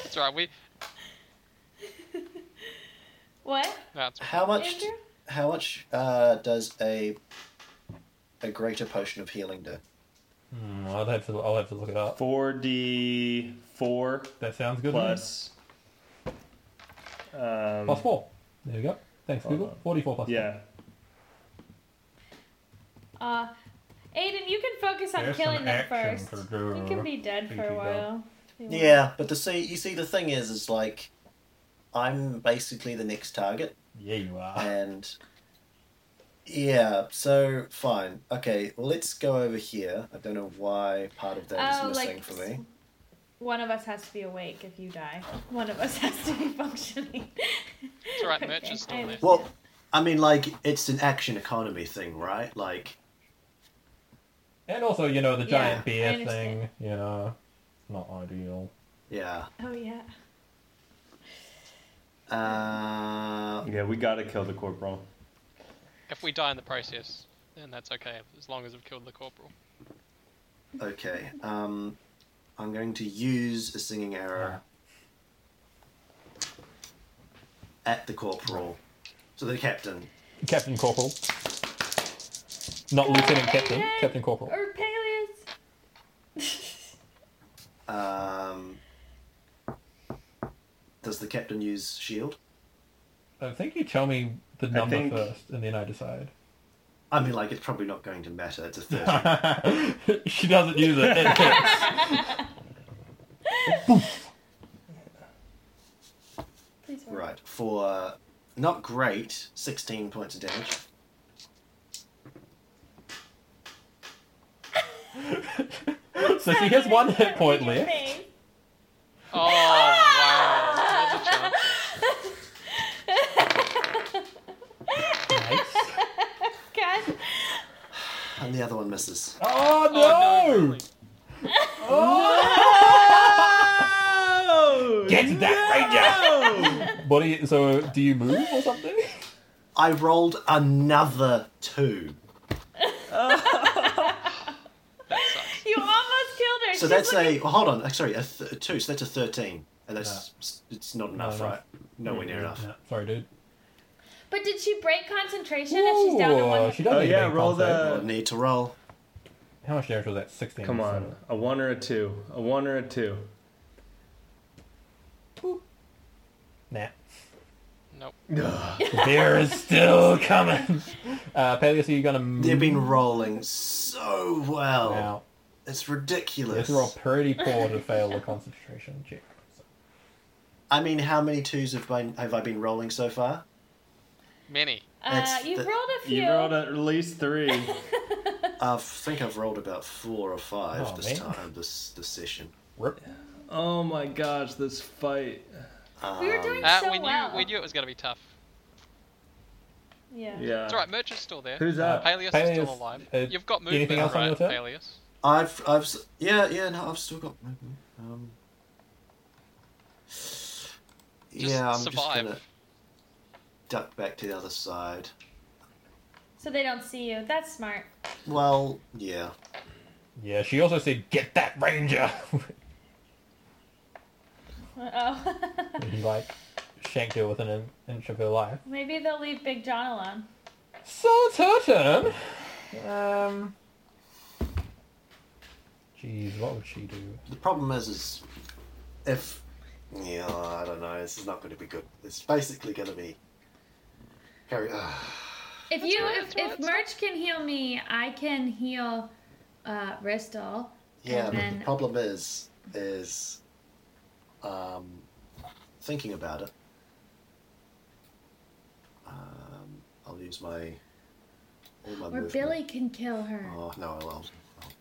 Speaker 2: It's alright. We
Speaker 5: what,
Speaker 2: that's
Speaker 4: How much?
Speaker 5: Andrew?
Speaker 4: How much uh, does a a greater potion of healing do?
Speaker 1: Hmm, I'll have to. I'll have to look it up.
Speaker 6: Four D four
Speaker 1: That sounds good. to me.
Speaker 6: plus. Um,
Speaker 1: Plus four. There you go. Thanks,
Speaker 6: Hold
Speaker 1: Google.
Speaker 6: on.
Speaker 1: Forty-four plus.
Speaker 6: yeah.
Speaker 5: Uh, Aiden, you can focus on
Speaker 1: There's
Speaker 5: killing
Speaker 1: some
Speaker 5: them
Speaker 1: action
Speaker 5: first.
Speaker 1: to do.
Speaker 5: You can be dead for
Speaker 1: Pinky
Speaker 5: a
Speaker 1: dub.
Speaker 5: while.
Speaker 4: Yeah, but the see, you see, the thing is, is like, I'm basically the next target,
Speaker 1: Yeah, you
Speaker 4: Ah.
Speaker 1: are.
Speaker 4: and yeah, so fine, okay, well, let's go over here. I don't know why part of that is
Speaker 5: Oh, like
Speaker 4: missing for me.
Speaker 5: One of us has to be awake if you die. One of us has to be functioning. It's
Speaker 2: alright, merch is still there.
Speaker 4: Well, I mean, like, it's an action economy thing, right? Like,
Speaker 1: And also, you know, the
Speaker 5: Yeah,
Speaker 1: giant
Speaker 5: I
Speaker 1: beer
Speaker 5: understand.
Speaker 1: thing. You know, it's not ideal.
Speaker 4: yeah.
Speaker 5: Oh yeah.
Speaker 4: Uh,
Speaker 6: Yeah, we gotta kill the corporal.
Speaker 2: if we die in the process, then that's okay as long as we've killed the corporal.
Speaker 4: okay, um, I'm going to use a singing arrow at the corporal, so the captain.
Speaker 1: Captain Corporal. Not Lieutenant Captain.
Speaker 5: Aiden!
Speaker 1: Captain Corporal.
Speaker 5: Or Peleus.
Speaker 4: Um, does the captain use shield?
Speaker 1: I think you tell me the number
Speaker 6: think-
Speaker 1: first, and then I decide.
Speaker 4: I mean, like, it's probably not going to matter. It's a 30.
Speaker 1: she doesn't use it. It hits.
Speaker 7: Please roll.
Speaker 4: right. For not great, 16 points of damage.
Speaker 1: so she has one hit point
Speaker 5: In your
Speaker 1: left.
Speaker 5: face.
Speaker 2: Oh wow! There's a chance.
Speaker 1: Nice.
Speaker 5: God.
Speaker 4: And the other one misses.
Speaker 1: Oh
Speaker 2: Oh, no,
Speaker 1: no!
Speaker 2: really.
Speaker 6: Oh!
Speaker 1: Get to that ranger. What do you? So do you move or something?
Speaker 4: I rolled another two.
Speaker 2: That sucks.
Speaker 5: You almost killed her.
Speaker 4: So
Speaker 5: She's
Speaker 4: that's
Speaker 5: looking-
Speaker 4: a. well, hold on. uh, Sorry, a, th- a two. So that's a 13. And that's. It's not enough,
Speaker 1: no. Mm,
Speaker 4: right? Nowhere near enough.
Speaker 1: No, sorry, dude.
Speaker 5: But did she break concentration if she's down to
Speaker 1: Ooh,
Speaker 5: one?
Speaker 1: she
Speaker 6: Oh,
Speaker 1: doesn't even
Speaker 6: yeah,
Speaker 1: make
Speaker 6: roll
Speaker 1: con save.
Speaker 6: the-
Speaker 4: Well, need to roll.
Speaker 1: How much damage was that? Sixteen.
Speaker 6: Come on, a one or a two, a one or a two.
Speaker 1: Nah.
Speaker 2: Nope.
Speaker 1: The beer is still coming. Uh, Peleus, are you gonna move
Speaker 4: They've been rolling so well.
Speaker 1: now?
Speaker 4: It's ridiculous.
Speaker 1: Yes, roll pretty poor to fail the concentration check.
Speaker 4: I mean, how many twos have, been, have I been rolling so far?
Speaker 2: Many.
Speaker 5: Uh,
Speaker 4: that's
Speaker 5: you
Speaker 4: the-
Speaker 5: rolled a few.
Speaker 6: You rolled at least three.
Speaker 4: I think I've rolled about four or five
Speaker 1: Oh,
Speaker 4: this
Speaker 1: man.
Speaker 4: time this this session.
Speaker 1: Rip.
Speaker 6: oh my gosh, this fight.
Speaker 4: Um,
Speaker 5: We were doing
Speaker 2: Uh,
Speaker 5: so
Speaker 2: we knew
Speaker 5: well.
Speaker 2: we knew it was gonna be tough.
Speaker 5: Yeah.
Speaker 6: Yeah.
Speaker 2: It's alright. Merch is still there.
Speaker 6: Who's up?
Speaker 2: Paleus, is
Speaker 1: Peleus,
Speaker 2: still alive.
Speaker 1: uh,
Speaker 2: You've got movement,
Speaker 1: anything else on
Speaker 2: right,
Speaker 1: your turn?
Speaker 2: Peleus?
Speaker 4: Um, I've I've s- yeah yeah no I've still got movement. Um, yeah, I'm
Speaker 2: survive.
Speaker 4: just gonna duck back to the other side.
Speaker 5: So they don't see you. That's smart.
Speaker 4: Well, yeah.
Speaker 1: Yeah, she also said, "Get that ranger."
Speaker 5: Oh.
Speaker 1: and he like shanked her within an inch of her life.
Speaker 5: Maybe they'll leave Big John alone.
Speaker 1: So it's her turn. Um. Jeez, what would she do?
Speaker 4: The problem is, is if Yeah, I don't know. This is not going to be good. It's basically going to be. Harry.
Speaker 5: If you, if, if Merch can heal me, I can heal uh, Bristol.
Speaker 4: yeah,
Speaker 5: And
Speaker 4: but
Speaker 5: then-
Speaker 4: the problem is, is, um, thinking about it. Um, I'll use my. All my
Speaker 5: Or
Speaker 4: movement.
Speaker 5: Billy can kill her.
Speaker 4: Oh no! I'll. I'll,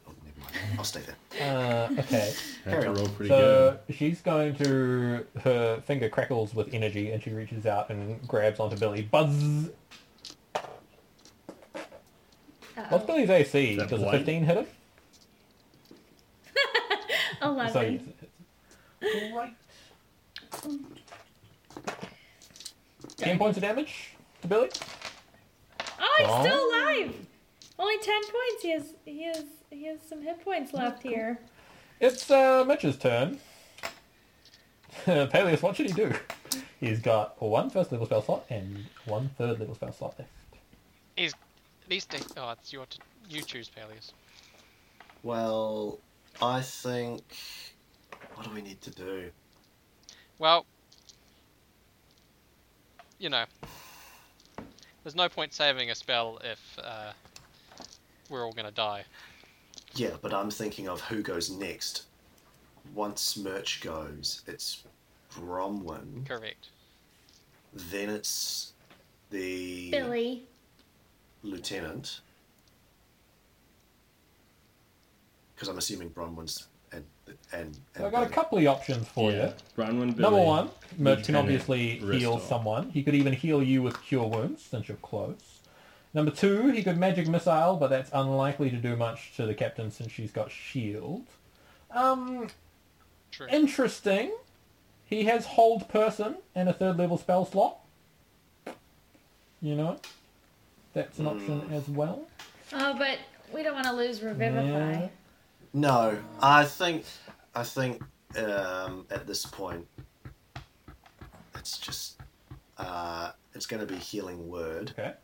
Speaker 4: I'll never mind. I'll stay there.
Speaker 1: Uh, okay.
Speaker 6: Have to
Speaker 4: Harold.
Speaker 6: roll pretty
Speaker 1: So she's going to her finger crackles with energy, and she reaches out and grabs onto Billy. Buzz. What's
Speaker 5: Uh-oh.
Speaker 1: Billy's AC?
Speaker 6: Is that
Speaker 1: Does a
Speaker 6: blind?
Speaker 1: fifteen hit him?
Speaker 5: Oh,
Speaker 1: Sorry.
Speaker 5: 11.
Speaker 1: Ten points of damage to Billy.
Speaker 5: Oh, he's
Speaker 1: Oh.
Speaker 5: still alive! Only 10 points. He has, he has, he has some hit points left here.
Speaker 1: It's uh, Mitch's turn. Peleus, what should he do? He's got one first level spell slot and one third level spell slot left.
Speaker 2: At least they. Oh, it's your. T- you choose Peleus.
Speaker 4: Well, I think. What do we need to do?
Speaker 2: Well, you know, there's no point saving a spell if uh, we're all gonna die.
Speaker 4: Yeah, but I'm thinking of who goes next. Once Merch goes, it's Bromwyn.
Speaker 2: Correct.
Speaker 4: Then it's the
Speaker 5: Billy.
Speaker 4: lieutenant. Because I'm assuming Bronwyn's and and, and
Speaker 1: So I've got a
Speaker 4: Billy.
Speaker 1: couple of options for you.
Speaker 6: Round one. Billy.
Speaker 1: Number one, Merch can
Speaker 6: Lieutenant
Speaker 1: obviously heal
Speaker 6: Ristol.
Speaker 1: someone. He could even heal you with Cure Wounds, since you're close. Number two, he could Magic Missile, but that's unlikely to do much to the captain since she's got Shield. Um,
Speaker 2: True.
Speaker 1: interesting. He has Hold Person and a third level spell slot. You know, that's an
Speaker 4: Hmm.
Speaker 1: option as well.
Speaker 5: Oh, but we don't want to lose Revivify.
Speaker 1: Yeah.
Speaker 4: No, I think I think um, at this point it's just uh, it's going to be healing word.
Speaker 1: Okay.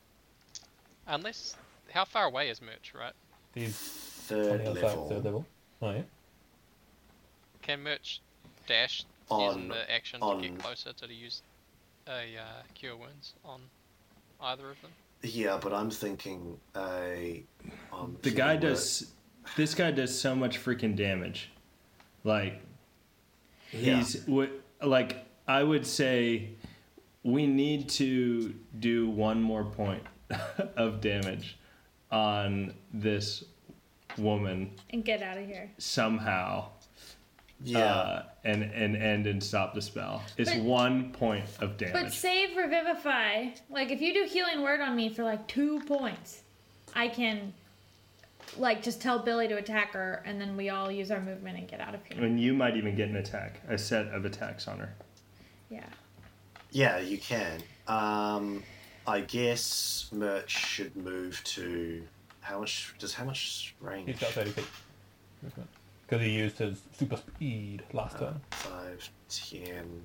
Speaker 2: Unless, how far away is Merch? Right?
Speaker 1: He's on
Speaker 4: Third
Speaker 1: the other side of
Speaker 4: level,
Speaker 1: third level. Oh, yeah.
Speaker 2: Can Merch dash
Speaker 4: On-
Speaker 2: using the action
Speaker 4: on-
Speaker 2: to get closer to use a uh, cure wounds on either of them?
Speaker 4: Yeah, but I'm thinking a. Um,
Speaker 6: The guy does. This guy does so much freaking damage. Like he's w- like I would say we need to do one more point of damage on this woman
Speaker 5: And get out of here.
Speaker 6: somehow.
Speaker 4: Yeah,
Speaker 6: Uh, and and end and stop the spell. It's
Speaker 5: But-
Speaker 6: one point of damage.
Speaker 5: But save Revivify. Like, if you do Healing Word on me for like two points, I can, like, just tell Billy to attack her, and then we all use our movement and get out of here.
Speaker 6: and you might even get an attack, a set of attacks on her.
Speaker 5: Yeah.
Speaker 4: yeah, you can. Um, I guess merch should move to how much? Does how much range?
Speaker 1: He's got 30 feet. Because he used his super speed
Speaker 4: Ah.
Speaker 1: last turn.
Speaker 4: 5, 10,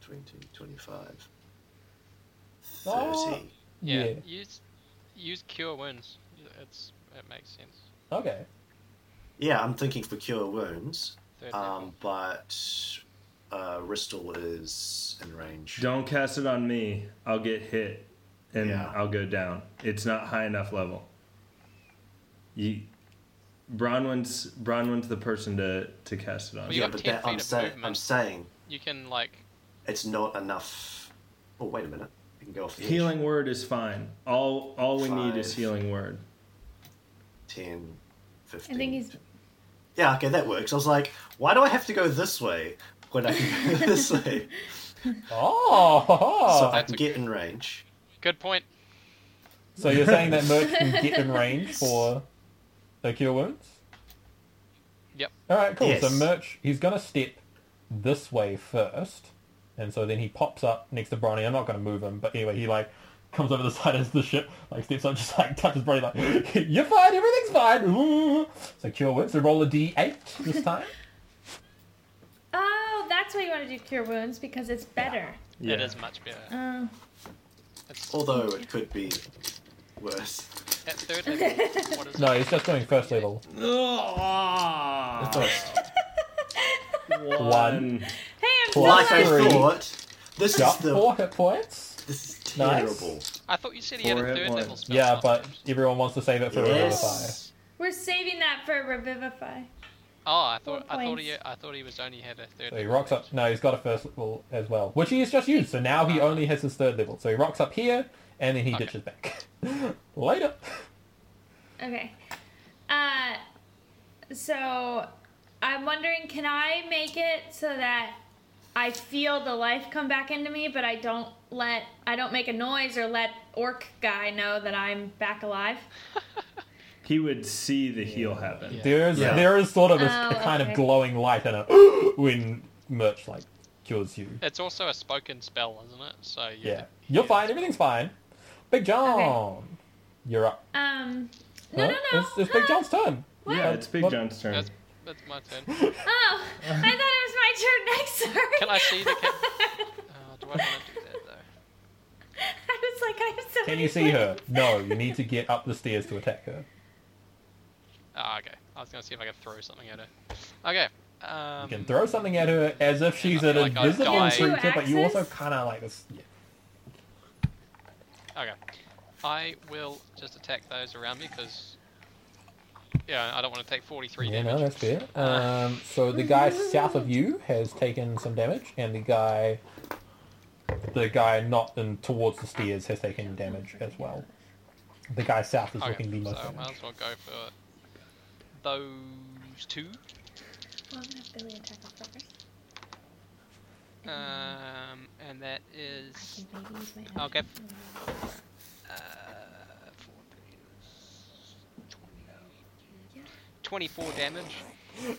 Speaker 4: 20, 25, 30.
Speaker 1: Oh.
Speaker 2: Ah. Yeah.
Speaker 1: Yeah.
Speaker 2: Use use cure wounds. It's it makes sense.
Speaker 1: Okay.
Speaker 4: Yeah, I'm thinking for cure wounds,
Speaker 2: Third
Speaker 4: um,
Speaker 2: level.
Speaker 4: but uh, Ristal is in range.
Speaker 6: Don't cast it on me. I'll get hit and
Speaker 4: Yeah.
Speaker 6: I'll go down. It's not high enough level. You Bronwyn's Bronwyn's the person to, to cast it on.
Speaker 2: Well, you
Speaker 4: yeah,
Speaker 2: have
Speaker 4: but
Speaker 2: 10
Speaker 4: that,
Speaker 2: feet
Speaker 4: I'm,
Speaker 2: of
Speaker 4: saying I'm
Speaker 2: movement.
Speaker 4: saying
Speaker 2: You can like
Speaker 4: it's not enough. Oh, wait a minute. You can go off the edge.
Speaker 6: healing word is fine. All all we need is
Speaker 4: Five.
Speaker 6: healing word.
Speaker 4: 10, 15.
Speaker 5: I think he's.
Speaker 4: Yeah, okay, that works. I was like, why do I have to go this way when I can go this way? so
Speaker 1: Oh!
Speaker 4: I
Speaker 2: That's
Speaker 4: can
Speaker 2: a
Speaker 4: get
Speaker 2: good-
Speaker 4: in range.
Speaker 2: good point.
Speaker 1: So, you're saying that Merch can get in range for the cure wounds?
Speaker 2: Yep.
Speaker 1: Alright, cool. So
Speaker 4: Yes.
Speaker 1: Merch, he's going to step this way first. And so then he pops up next to Bronny. I'm not going to move him, but anyway, he like comes over the side of the ship, like steps up, just like touches Bronny, like, you're fine, everything's fine. Ooh. So cure wounds. So roll a d8 this time.
Speaker 5: Oh, that's why you want to do Cure Wounds, because it's better.
Speaker 6: Yeah.
Speaker 2: It is much better.
Speaker 5: Oh.
Speaker 2: It's
Speaker 4: Although it could be worse.
Speaker 2: at third level. what is
Speaker 1: no,
Speaker 2: it?
Speaker 6: Ah!
Speaker 1: he's just doing first level.
Speaker 4: First.
Speaker 1: One.
Speaker 5: Hey, I'm so
Speaker 1: Plus
Speaker 3: Like I
Speaker 5: happy.
Speaker 1: three.
Speaker 3: thought, this is
Speaker 1: Got
Speaker 3: the
Speaker 1: four hit points.
Speaker 3: this is
Speaker 1: Nice.
Speaker 3: terrible.
Speaker 2: I thought you said he had
Speaker 6: Four
Speaker 2: a
Speaker 6: hit
Speaker 2: third level
Speaker 6: points.
Speaker 2: spell.
Speaker 1: Yeah,
Speaker 2: slot
Speaker 1: but
Speaker 2: left.
Speaker 1: everyone wants to save it for
Speaker 3: Yes.
Speaker 5: We're saving that for Revivify.
Speaker 2: Oh, I thought
Speaker 5: Four
Speaker 2: I thought he
Speaker 5: points.
Speaker 2: I thought he was only had a
Speaker 1: Revivify.
Speaker 2: third.
Speaker 1: So he
Speaker 2: level
Speaker 1: rocks
Speaker 2: left.
Speaker 1: up. No, he's got a first level as well, which he's just used. So now he only has his third level. So he rocks up here, and then he
Speaker 2: Okay.
Speaker 1: ditches back. Later.
Speaker 5: Okay. Uh, so I'm wondering, can I make it so that I feel the life come back into me, but I don't let I don't make a noise or let orc guy know that I'm back alive?
Speaker 6: He would see the heal happen.
Speaker 1: There is
Speaker 3: Yeah.
Speaker 1: there is sort of a,
Speaker 5: Oh,
Speaker 1: a kind
Speaker 5: okay.
Speaker 1: of glowing light in it when Merch like cures you.
Speaker 2: It's also a spoken spell, isn't it? So you
Speaker 1: Yeah,
Speaker 2: could-
Speaker 1: you're fine. Everything's fine. Big John, you're up.
Speaker 5: Um, no,
Speaker 1: Huh?
Speaker 5: no, no.
Speaker 1: It's, it's Big
Speaker 5: huh?
Speaker 1: John's turn.
Speaker 5: What?
Speaker 6: Yeah, it's Big
Speaker 1: What-
Speaker 6: John's turn.
Speaker 2: That's that's my turn.
Speaker 5: Oh, I thought it was my turn next. Sorry.
Speaker 2: Can I see the cat? Uh, do I want to do that though?
Speaker 5: I was like, I have so
Speaker 1: Can
Speaker 5: many
Speaker 1: you see her?
Speaker 5: plans.
Speaker 1: No, you need to get up the stairs to attack her.
Speaker 2: Ah, okay. I was gonna see if I could throw something at her. Okay. Um,
Speaker 1: You can throw something at her as if she's
Speaker 2: I
Speaker 1: an
Speaker 2: feel like I'd
Speaker 1: invisible
Speaker 2: die.
Speaker 1: creature, but you also
Speaker 5: Axes?
Speaker 1: kind of like this. Yeah.
Speaker 2: Okay. I will just attack those around me because. Yeah, I don't want to take 43
Speaker 1: Yeah,
Speaker 2: damage. Uh,
Speaker 1: no, that's fair. Um, so the guy south of you has taken some damage, and the guy, the guy not in towards the stairs has taken damage as well. The guy south is
Speaker 2: okay,
Speaker 1: looking the most
Speaker 2: Oh, so I might
Speaker 1: damaged.
Speaker 2: as well go for those two.
Speaker 7: Well, I'm gonna have Billy attack off first.
Speaker 2: Um, and that is
Speaker 7: I can maybe use my
Speaker 2: I'll
Speaker 7: action.
Speaker 2: uh, four, plus 20, 24 damage.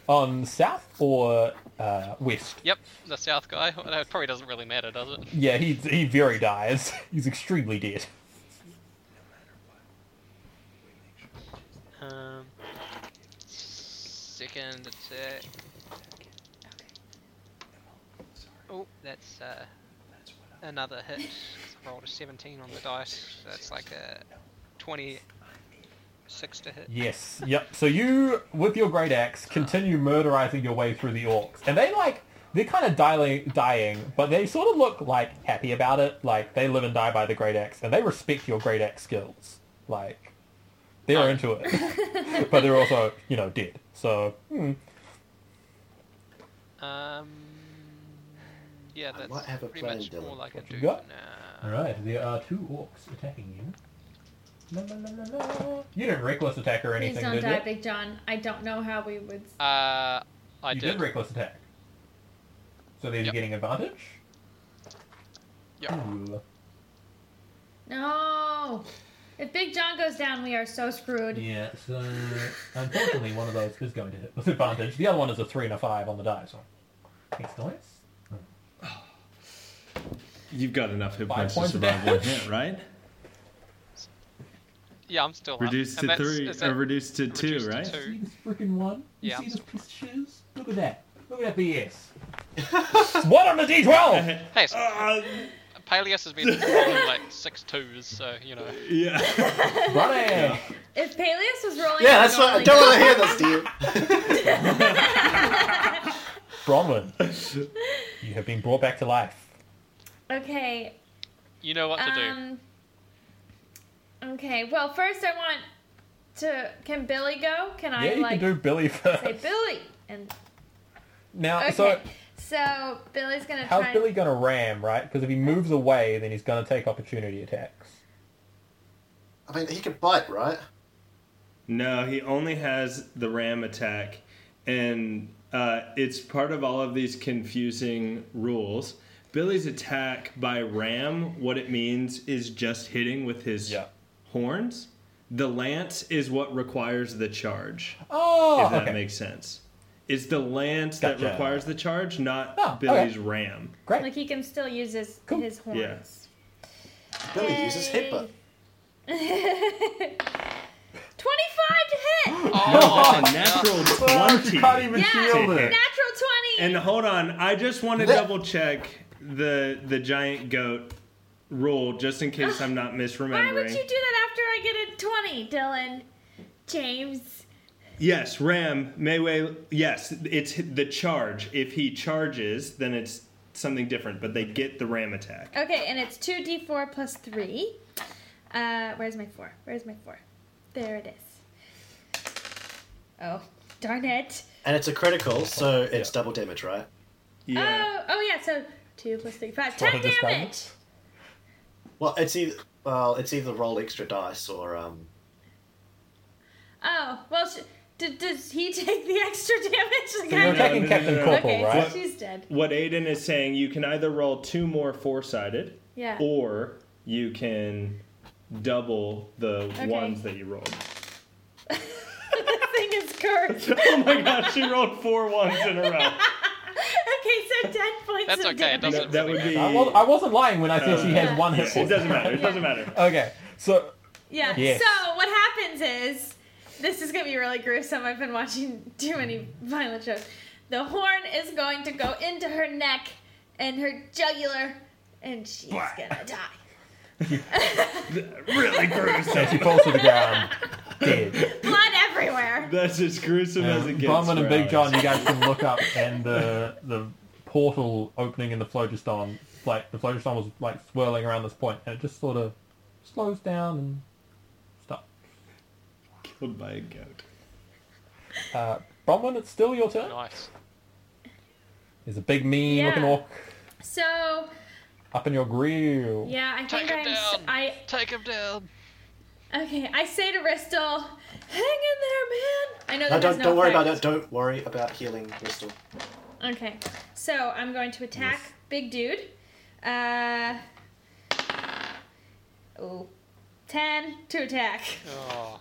Speaker 1: On south or uh, west?
Speaker 2: Yep, the south guy. Well, that probably doesn't really matter, does it?
Speaker 1: Yeah, he he very dies. He's extremely dead.
Speaker 2: Um, second attack. Oh, that's uh, another hit. 'cause I rolled a 17 on the dice. so That's like a 26 to hit.
Speaker 1: Yes. Yep. So you, with your great axe, continue murderizing your way through the orcs, and they like they're kind of dying, dying, but they sort of look like happy about it. Like they live and die by the great axe, and they respect your great axe skills. Like they're
Speaker 2: Oh.
Speaker 1: into it, but they're also you know dead. So hmm,
Speaker 2: Um, yeah,
Speaker 3: I
Speaker 2: that's
Speaker 3: might have a
Speaker 2: pretty
Speaker 3: plan,
Speaker 2: much
Speaker 3: Dylan.
Speaker 2: all I can
Speaker 1: What
Speaker 2: do
Speaker 1: you got?
Speaker 2: for
Speaker 1: All
Speaker 2: now.
Speaker 1: right, there are two orcs attacking you. La, la, la, la, la. You didn't reckless attack or
Speaker 5: Please
Speaker 1: anything,
Speaker 5: don't
Speaker 1: did
Speaker 5: die,
Speaker 1: you?
Speaker 5: Big John. I don't know how we would.
Speaker 2: Uh, I
Speaker 1: you did. reckless attack. So then you're
Speaker 2: Yep.
Speaker 1: getting advantage.
Speaker 2: Yep.
Speaker 1: Ooh.
Speaker 5: No. If Big John goes down, we are so screwed.
Speaker 1: Yeah, so uh, unfortunately, one of those is going to hit with advantage. The other one is a three and a five on the die, so makes noise.
Speaker 6: You've got enough hit
Speaker 1: Five
Speaker 6: points
Speaker 1: points
Speaker 6: to
Speaker 1: of
Speaker 6: survive one
Speaker 1: damage.
Speaker 6: hit, right?
Speaker 2: Yeah, I'm still up.
Speaker 6: Reduced
Speaker 2: And
Speaker 6: to
Speaker 2: that's-
Speaker 6: three,
Speaker 2: is
Speaker 6: or
Speaker 2: that-
Speaker 6: reduced to two,
Speaker 2: reduced to
Speaker 6: right?
Speaker 2: two.
Speaker 1: See this freaking one? You
Speaker 2: Yeah.
Speaker 1: see this piece of shoes? Look at that. Look at that BS. It's one on the D12!
Speaker 2: Hey, so Paleus has been rolling like six twos, so you know.
Speaker 6: yeah.
Speaker 1: Running!
Speaker 5: If Peleus was rolling,
Speaker 3: Yeah, that's what I
Speaker 5: normally
Speaker 3: don't want to hear this, do you?
Speaker 1: Bronwyn, you have been brought back to life.
Speaker 5: Okay.
Speaker 2: You know what to do.
Speaker 5: Um. Okay. Well, first I want to. Can Billy go? Can
Speaker 1: yeah,
Speaker 5: I
Speaker 1: you
Speaker 5: like
Speaker 1: can do Billy first.
Speaker 5: say Billy? And
Speaker 1: Now,
Speaker 5: okay.
Speaker 1: Uh, so
Speaker 5: So, Billy's gonna
Speaker 1: how's
Speaker 5: try.
Speaker 1: Billy going to ram, right? Because if he moves away, then he's going to take opportunity attacks.
Speaker 3: I mean, he can bite, right?
Speaker 6: No, he only has the ram attack, and uh, it's part of all of these confusing rules. Billy's attack by ram, what it means is just hitting with his
Speaker 1: Yeah.
Speaker 6: horns. The lance is what requires the charge,
Speaker 1: Oh,
Speaker 6: if that
Speaker 1: okay.
Speaker 6: makes sense. It's the lance
Speaker 1: Gotcha.
Speaker 6: that requires the charge, not
Speaker 1: Oh, okay.
Speaker 6: Billy's ram.
Speaker 1: Great.
Speaker 5: Like he can still use his
Speaker 1: Cool.
Speaker 5: his horns.
Speaker 3: Billy uses headbutt.
Speaker 5: Twenty-five to hit.
Speaker 6: Oh,
Speaker 2: Oh,
Speaker 6: natural
Speaker 1: Fuck,
Speaker 6: 20.
Speaker 1: you can't even
Speaker 5: Yeah,
Speaker 1: shield
Speaker 5: natural
Speaker 1: it.
Speaker 5: twenty.
Speaker 6: And hold on, I just want to
Speaker 3: Let-
Speaker 6: double check the the giant goat rule just in case I'm not
Speaker 5: Why would
Speaker 6: misremembering.
Speaker 5: you do that after I get a twenty, Dylan? James.
Speaker 6: Yes, Ram Mayway. Yes, it's the charge. If he charges, then it's something different. But they get the ram attack.
Speaker 5: Okay, and it's 2d4 plus 3. Uh, where's my 4? Where's my 4? There it is. Oh, darn it.
Speaker 3: And it's a critical, so it's double damage, right?
Speaker 6: Yeah.
Speaker 5: Oh, oh yeah, so 2 plus 3, 5.
Speaker 1: Try
Speaker 5: 10
Speaker 1: to describe
Speaker 5: damage!
Speaker 3: Well, it's either well, it's either roll extra dice or um.
Speaker 5: Oh, well, sh- d- does he take the extra damage? The
Speaker 1: So you're
Speaker 5: guy that-
Speaker 1: attacking
Speaker 6: no,
Speaker 1: Captain
Speaker 6: no, no.
Speaker 1: Corporal,
Speaker 5: okay,
Speaker 1: right?
Speaker 5: so she's dead.
Speaker 6: What Aiden is saying, you can either roll two more four sided,
Speaker 5: Yeah.
Speaker 6: or you can double the
Speaker 5: Okay.
Speaker 6: ones that you rolled.
Speaker 5: this thing is cursed.
Speaker 6: oh my gosh, she rolled four ones in a row.
Speaker 5: okay, so 10 points
Speaker 2: That's
Speaker 5: of
Speaker 2: okay, it doesn't
Speaker 5: damage.
Speaker 6: That- that
Speaker 2: really
Speaker 6: would be-
Speaker 2: matter.
Speaker 1: I, was, I wasn't lying when I said she
Speaker 5: Uh,
Speaker 1: had one hit
Speaker 6: Yes, it
Speaker 1: point.
Speaker 6: doesn't matter. It doesn't matter.
Speaker 1: Okay, so
Speaker 5: Yeah.
Speaker 1: Yes.
Speaker 5: So what happens is, this is gonna be really gruesome. I've been watching too many violent shows. The horn is going to go into her neck and her jugular, and she's
Speaker 6: Blah.
Speaker 5: gonna die.
Speaker 6: Really gruesome.
Speaker 1: and she falls to the ground, dead.
Speaker 5: Blood everywhere.
Speaker 6: That's as gruesome as it gets.
Speaker 1: Bowman and
Speaker 6: for
Speaker 1: Big John,
Speaker 6: Alex.
Speaker 1: you guys can look up, and the the portal opening in the phlogiston, like the phlogiston was like swirling around this point, and it just sort of slows down and stops.
Speaker 6: Killed by a goat.
Speaker 1: Uh, Bronwyn, it's still your turn.
Speaker 2: Nice.
Speaker 1: There's a big mean-looking
Speaker 5: Yeah.
Speaker 1: orc
Speaker 5: So
Speaker 1: up in your grill.
Speaker 5: yeah, I
Speaker 2: Take
Speaker 5: think
Speaker 2: him
Speaker 5: I'm. s-
Speaker 2: down.
Speaker 5: I
Speaker 2: Take him down.
Speaker 5: okay. I say to Ristel, hang in there, man. I know
Speaker 3: No,
Speaker 5: that
Speaker 3: don't
Speaker 5: no
Speaker 3: don't worry
Speaker 5: fire.
Speaker 3: about it. Don't worry about healing crystal.
Speaker 5: Okay, so I'm going to attack big dude. Uh, oh, 10 to attack.
Speaker 2: Oh,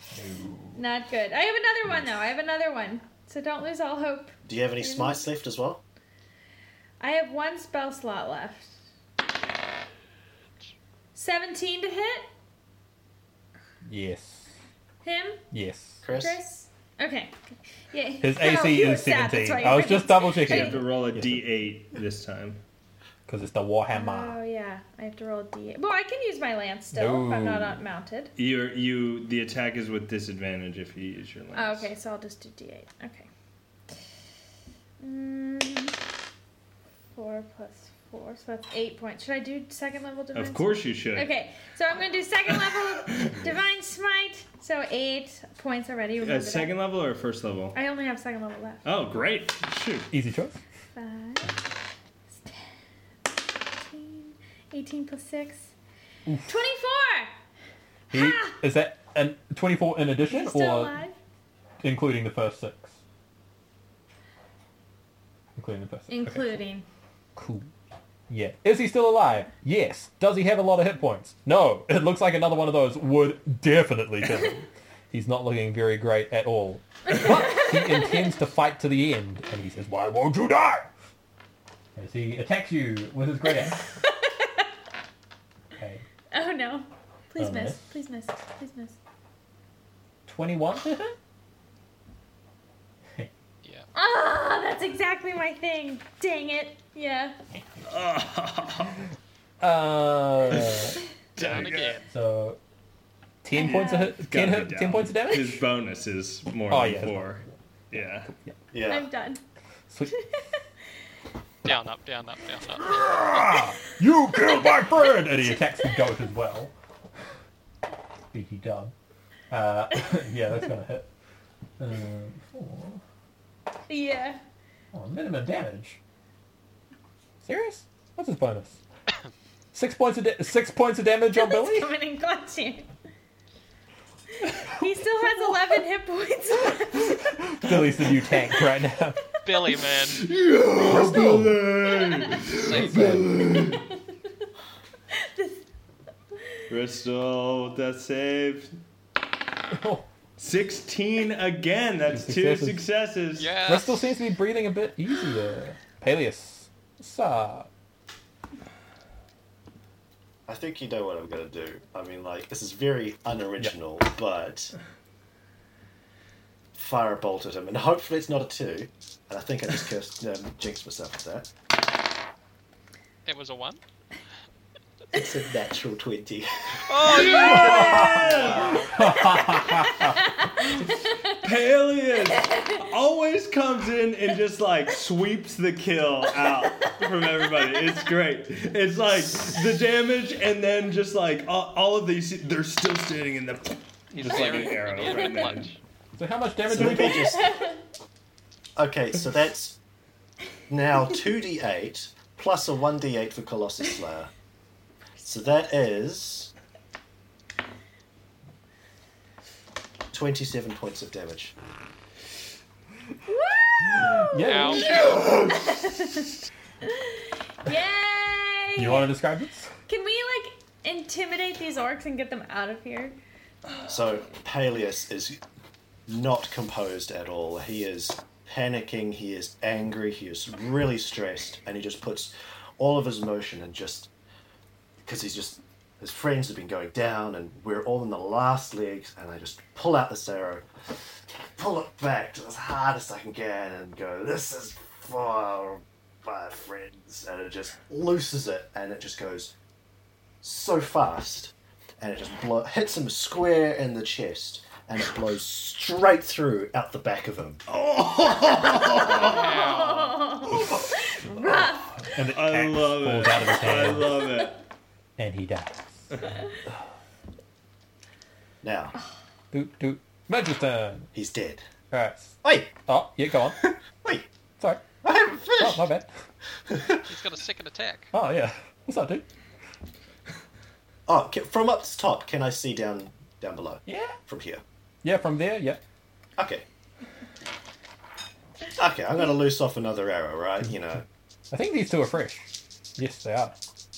Speaker 5: Not good. I have another one though. I have another one. So don't lose all hope.
Speaker 3: Do you have
Speaker 5: Mm.
Speaker 3: any smites left as well?
Speaker 5: I have one spell slot left. 17 to hit
Speaker 1: Yes.
Speaker 5: him,
Speaker 1: Yes.
Speaker 3: Chris?
Speaker 5: Chris. Okay. Yeah.
Speaker 1: His
Speaker 5: Oh,
Speaker 1: AC
Speaker 5: you were
Speaker 1: is
Speaker 5: sad. That's
Speaker 1: 17.
Speaker 5: why
Speaker 1: I
Speaker 5: you
Speaker 1: was just
Speaker 5: forgot.
Speaker 1: double
Speaker 6: You have to
Speaker 1: checking
Speaker 6: roll a d8 this time.
Speaker 1: because it's the Warhammer.
Speaker 5: Oh yeah, I have to roll a D. Well, I can use my lance still if I'm
Speaker 1: No.
Speaker 5: not mounted.
Speaker 6: You you the attack is with disadvantage if you use your
Speaker 5: Oh,
Speaker 6: lance.
Speaker 5: okay, so I'll just do d8. Okay. Mm, four plus four, so that's eight points. Should I do second level divine?
Speaker 6: Of course you should.
Speaker 5: Smite? Okay, so I'm going to do second level divine smite. So eight points already.
Speaker 6: A
Speaker 5: remember that.
Speaker 6: Uh, second level or first level?
Speaker 5: I only have second level left.
Speaker 6: Oh, great. Shoot.
Speaker 1: Easy choice.
Speaker 5: Five, ten, 18, 18 plus six, twenty-four.
Speaker 1: He, is that an 24 in addition
Speaker 5: He's still
Speaker 1: or
Speaker 5: alive.
Speaker 1: including the first six? Including the first six. okay.
Speaker 5: Including.
Speaker 1: Cool. Yeah. Is he still alive? Yes. Does he have a lot of hit points? No. It looks like another one of those would definitely kill him. he's not looking very great at all. But he intends to fight to the end, and he says, "Why won't you die?" As he attacks you with his great axe. okay.
Speaker 5: Oh no! Please
Speaker 1: Oh,
Speaker 6: Uh,
Speaker 5: miss.
Speaker 1: miss.
Speaker 5: Please miss. Please miss.
Speaker 1: Twenty-one. to hit?
Speaker 2: yeah.
Speaker 5: Ah, that's exactly my thing. Dang it. Yeah.
Speaker 1: uh,
Speaker 2: Down again.
Speaker 1: so ten points a hit.
Speaker 6: Gotta
Speaker 1: Ten,
Speaker 6: be
Speaker 1: hit,
Speaker 6: down.
Speaker 1: ten points of
Speaker 6: His
Speaker 1: damage.
Speaker 6: bonus is more
Speaker 1: Oh,
Speaker 6: than
Speaker 1: yeah.
Speaker 6: four. Yeah.
Speaker 3: Yeah.
Speaker 5: I'm done.
Speaker 1: Sweet.
Speaker 2: Down, up, down, up, down, up.
Speaker 1: Ah, You killed my friend! And he attacks the goat as well. Beaky dub. Uh, yeah, that's gonna hit. Um, four.
Speaker 5: Yeah.
Speaker 1: Oh, minimum damage. Serious? What's his bonus? Six points of da- six points of damage on
Speaker 5: He's
Speaker 1: Billy.
Speaker 5: coming in clutch here. He still has 11 hit points left.
Speaker 1: Billy's the new tank right now.
Speaker 2: Billy, man. Safe man.
Speaker 6: Bristol with that save.
Speaker 1: Oh,
Speaker 6: 16 again. That's
Speaker 1: Two
Speaker 6: two
Speaker 1: successes.
Speaker 6: successes.
Speaker 2: Yeah.
Speaker 1: Bristol seems to be breathing a bit easier. Peleus, what's up?
Speaker 3: I think you know what I'm gonna do. I mean, like this is very unoriginal, but fire a bolt at him, and hopefully it's not a two. And I think I just cursed, um, jinxed myself with that.
Speaker 2: It was a one.
Speaker 3: It's a natural twenty.
Speaker 2: Oh yeah!
Speaker 6: Paleus always comes in and just like sweeps the kill out from everybody. It's great. It's like the damage, and then just like all, all of these, they're still standing in the.
Speaker 2: He's
Speaker 6: Just like an
Speaker 2: very-
Speaker 6: arrow
Speaker 2: very
Speaker 6: right there.
Speaker 2: much.
Speaker 1: So how much damage
Speaker 4: So
Speaker 1: do we
Speaker 4: maybe
Speaker 1: get?
Speaker 4: just. Okay, so that's now 2d8 plus a 1d8 for Colossus Slayer. So that is. 27 points of damage.
Speaker 1: Yeah.
Speaker 2: Ow.
Speaker 5: Yay!
Speaker 1: You want to describe this?
Speaker 5: Can we like intimidate these orcs and get them out of here?
Speaker 4: So Peleus is not composed at all. He is panicking, he is angry, he is really stressed, and he just puts all of his emotion and just because he's just his friends have been going down and we're all in the last legs and I just pull out this arrow, pull it back to as hard as I can get and go, This is for my friends and it just looses it and it just goes so fast and it just blow- hits him square in the chest and it blows straight through out the back of him.
Speaker 6: Oh.
Speaker 5: Rough.
Speaker 1: And the
Speaker 6: I
Speaker 1: axe
Speaker 6: love
Speaker 1: falls
Speaker 6: it.
Speaker 1: out of his
Speaker 6: I
Speaker 1: hand,
Speaker 6: love it.
Speaker 1: and he dies.
Speaker 4: Now
Speaker 1: Doot doot. Magic turn.
Speaker 4: he's dead.
Speaker 1: All right.
Speaker 4: Wait,
Speaker 1: Oh, yeah, go on.
Speaker 4: wait,
Speaker 1: Sorry.
Speaker 4: I haven't
Speaker 1: Oh,
Speaker 4: finished.
Speaker 1: my bad.
Speaker 2: He's got a second attack.
Speaker 1: Oh, yeah. What's up, dude?
Speaker 4: Oh, ca- from up to top, can I see down down below?
Speaker 1: Yeah.
Speaker 4: From here.
Speaker 1: Yeah, from there, yeah.
Speaker 4: Okay. Okay, I'm gonna loose off another arrow, right? You know.
Speaker 1: I think these two are fresh. Yes, they are.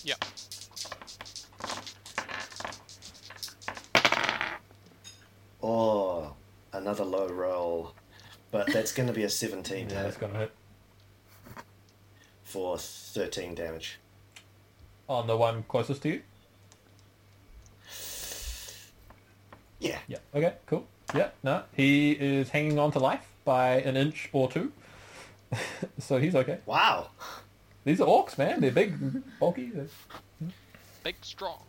Speaker 2: Yep.
Speaker 4: Oh, another low roll, but that's gonna be a 17 to
Speaker 1: Yeah, that's
Speaker 4: hit
Speaker 1: gonna hit.
Speaker 4: for 13 damage.
Speaker 1: On the one closest to you?
Speaker 4: Yeah.
Speaker 1: Yeah. Okay, cool. Yeah, no. He is hanging on to life by an inch or two. so he's okay.
Speaker 4: Wow.
Speaker 1: These are orcs, man. They're big, bulky. They're...
Speaker 2: Big strong.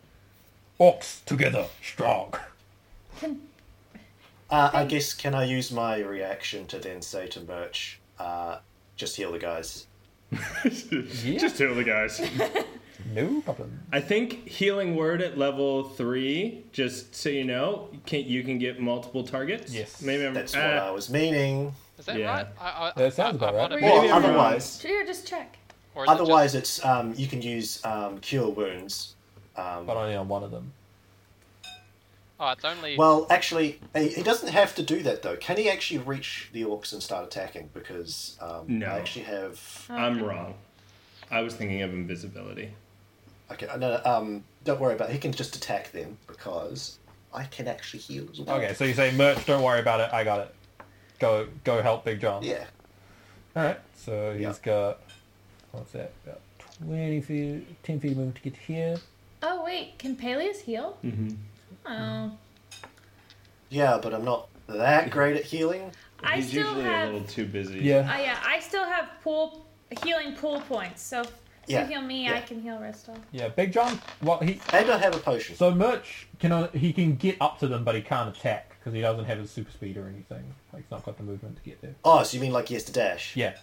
Speaker 1: Orcs together, strong.
Speaker 4: Uh, I guess can I use my reaction to then say to Merch, uh, just heal the guys.
Speaker 6: Just two of the guys.
Speaker 1: No problem.
Speaker 6: I think healing word at level three. Just so you know, you can you can get multiple targets.
Speaker 1: Yes.
Speaker 6: maybe I'm.
Speaker 4: That's
Speaker 6: ah,
Speaker 4: what I was meaning.
Speaker 2: Is that
Speaker 6: Yeah.
Speaker 2: right? I, I,
Speaker 1: That sounds
Speaker 2: I-
Speaker 1: about
Speaker 2: I
Speaker 1: right.
Speaker 2: might have-
Speaker 6: Maybe
Speaker 4: Or
Speaker 6: I'm wrong.
Speaker 4: otherwise,
Speaker 5: Here, just check.
Speaker 2: or is it just-
Speaker 4: otherwise it's um, you can use um, cure wounds. Um,
Speaker 1: But only on one of them.
Speaker 2: oh, it's only.
Speaker 4: Well, actually, he he doesn't have to do that though. Can he actually reach the orcs and start attacking? Because um,
Speaker 6: No.
Speaker 4: I actually have.
Speaker 6: I'm wrong. I was thinking of invisibility.
Speaker 4: Okay, no, no, um, don't worry about. it. He can just attack them because I can actually heal as well.
Speaker 1: Okay, so you say, Merch, don't worry about it. I got it. Go go help Big John.
Speaker 4: Yeah.
Speaker 1: All right. So he's
Speaker 4: Yeah.
Speaker 1: got what's that? About twenty feet, ten feet of movement to get here.
Speaker 5: Oh wait, can Peleus heal?
Speaker 6: Mm-hmm.
Speaker 5: Oh,
Speaker 4: Yeah, but I'm not that great at healing.
Speaker 5: I
Speaker 6: He's
Speaker 5: still
Speaker 6: usually a
Speaker 5: have.
Speaker 6: little too busy.
Speaker 1: Yeah.
Speaker 5: Oh yeah, I still have pool healing pool points. So if
Speaker 4: Yeah,
Speaker 5: you heal me, I
Speaker 4: yeah.
Speaker 5: can heal Ristal.
Speaker 1: Yeah. Big John. Well, he
Speaker 4: And I have a potion.
Speaker 1: so Merch can on- he can get up to them, but he can't attack because he doesn't have his super speed or anything. Like he's not got the movement to get there.
Speaker 4: Oh, so you mean like he has to dash?
Speaker 1: Yeah.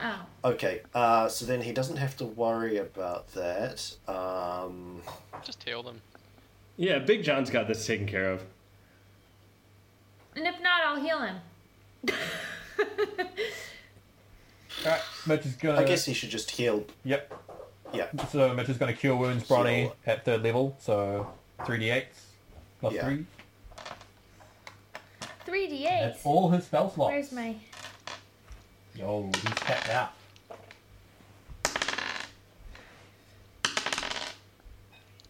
Speaker 5: Oh,
Speaker 4: Okay, uh, so then he doesn't have to worry about that. Um,
Speaker 2: Just heal them.
Speaker 6: Yeah, Big John's got this taken care of.
Speaker 5: and if not, I'll heal him.
Speaker 1: All right. Merch is gonna.
Speaker 4: I guess he should just heal.
Speaker 1: Yep.
Speaker 4: Yeah.
Speaker 1: So Merch is gonna cure wounds, Bronny
Speaker 4: Heal.
Speaker 1: at third level. So three d eights plus
Speaker 4: Yeah.
Speaker 1: three.
Speaker 5: Three d
Speaker 1: That's
Speaker 5: eight.
Speaker 1: all his spell slots.
Speaker 5: Where's my?
Speaker 1: Yo, he's tapped out.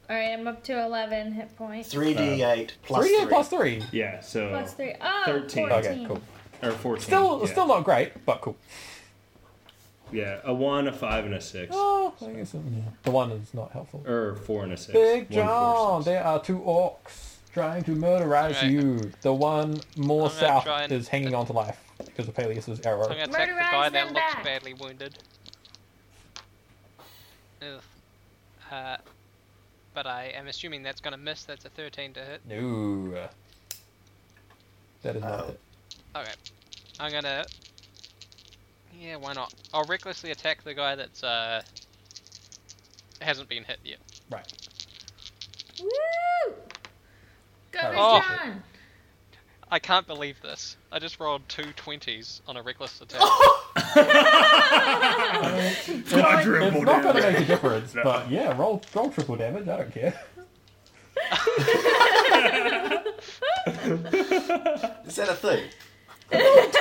Speaker 5: All right, I'm up to eleven hit points.
Speaker 4: 3d8 plus 3.
Speaker 1: uh, Three d plus three.
Speaker 6: Yeah, so
Speaker 5: Plus three. Oh,
Speaker 6: 13.
Speaker 5: 14.
Speaker 1: Okay, cool.
Speaker 6: or fourteen.
Speaker 1: Still,
Speaker 6: yeah.
Speaker 1: still not great, but cool.
Speaker 6: Yeah, a one, a five, and a six,
Speaker 1: Oh, I guess it- yeah. the one is not helpful.
Speaker 6: or four and a six.
Speaker 1: Big
Speaker 6: One, four,
Speaker 1: John,
Speaker 6: six.
Speaker 1: there are two orcs trying to murderize
Speaker 2: Right.
Speaker 1: you. The one more
Speaker 2: I'm gonna
Speaker 1: south
Speaker 2: try and-
Speaker 1: is hanging on to life because of Peleus'
Speaker 2: I'm
Speaker 1: arrow.
Speaker 2: gonna attack the guy
Speaker 5: Murderize
Speaker 2: that
Speaker 5: them
Speaker 2: looks
Speaker 5: back.
Speaker 2: badly wounded. Ugh. Uh, but I am assuming that's gonna miss. That's a 13 to hit.
Speaker 1: No. That is not
Speaker 4: Oh.
Speaker 1: it.
Speaker 2: Okay. I'm gonna. Yeah, why not? I'll recklessly attack the guy that's uh hasn't been hit yet.
Speaker 1: Right.
Speaker 5: Woo! Go,
Speaker 2: Oh.
Speaker 5: John.
Speaker 2: I can't believe this. I just rolled two twenties on a reckless attack.
Speaker 1: It's not going to make a difference, but yeah, roll roll triple damage. I don't care.
Speaker 4: Is that a thing?
Speaker 2: Oh.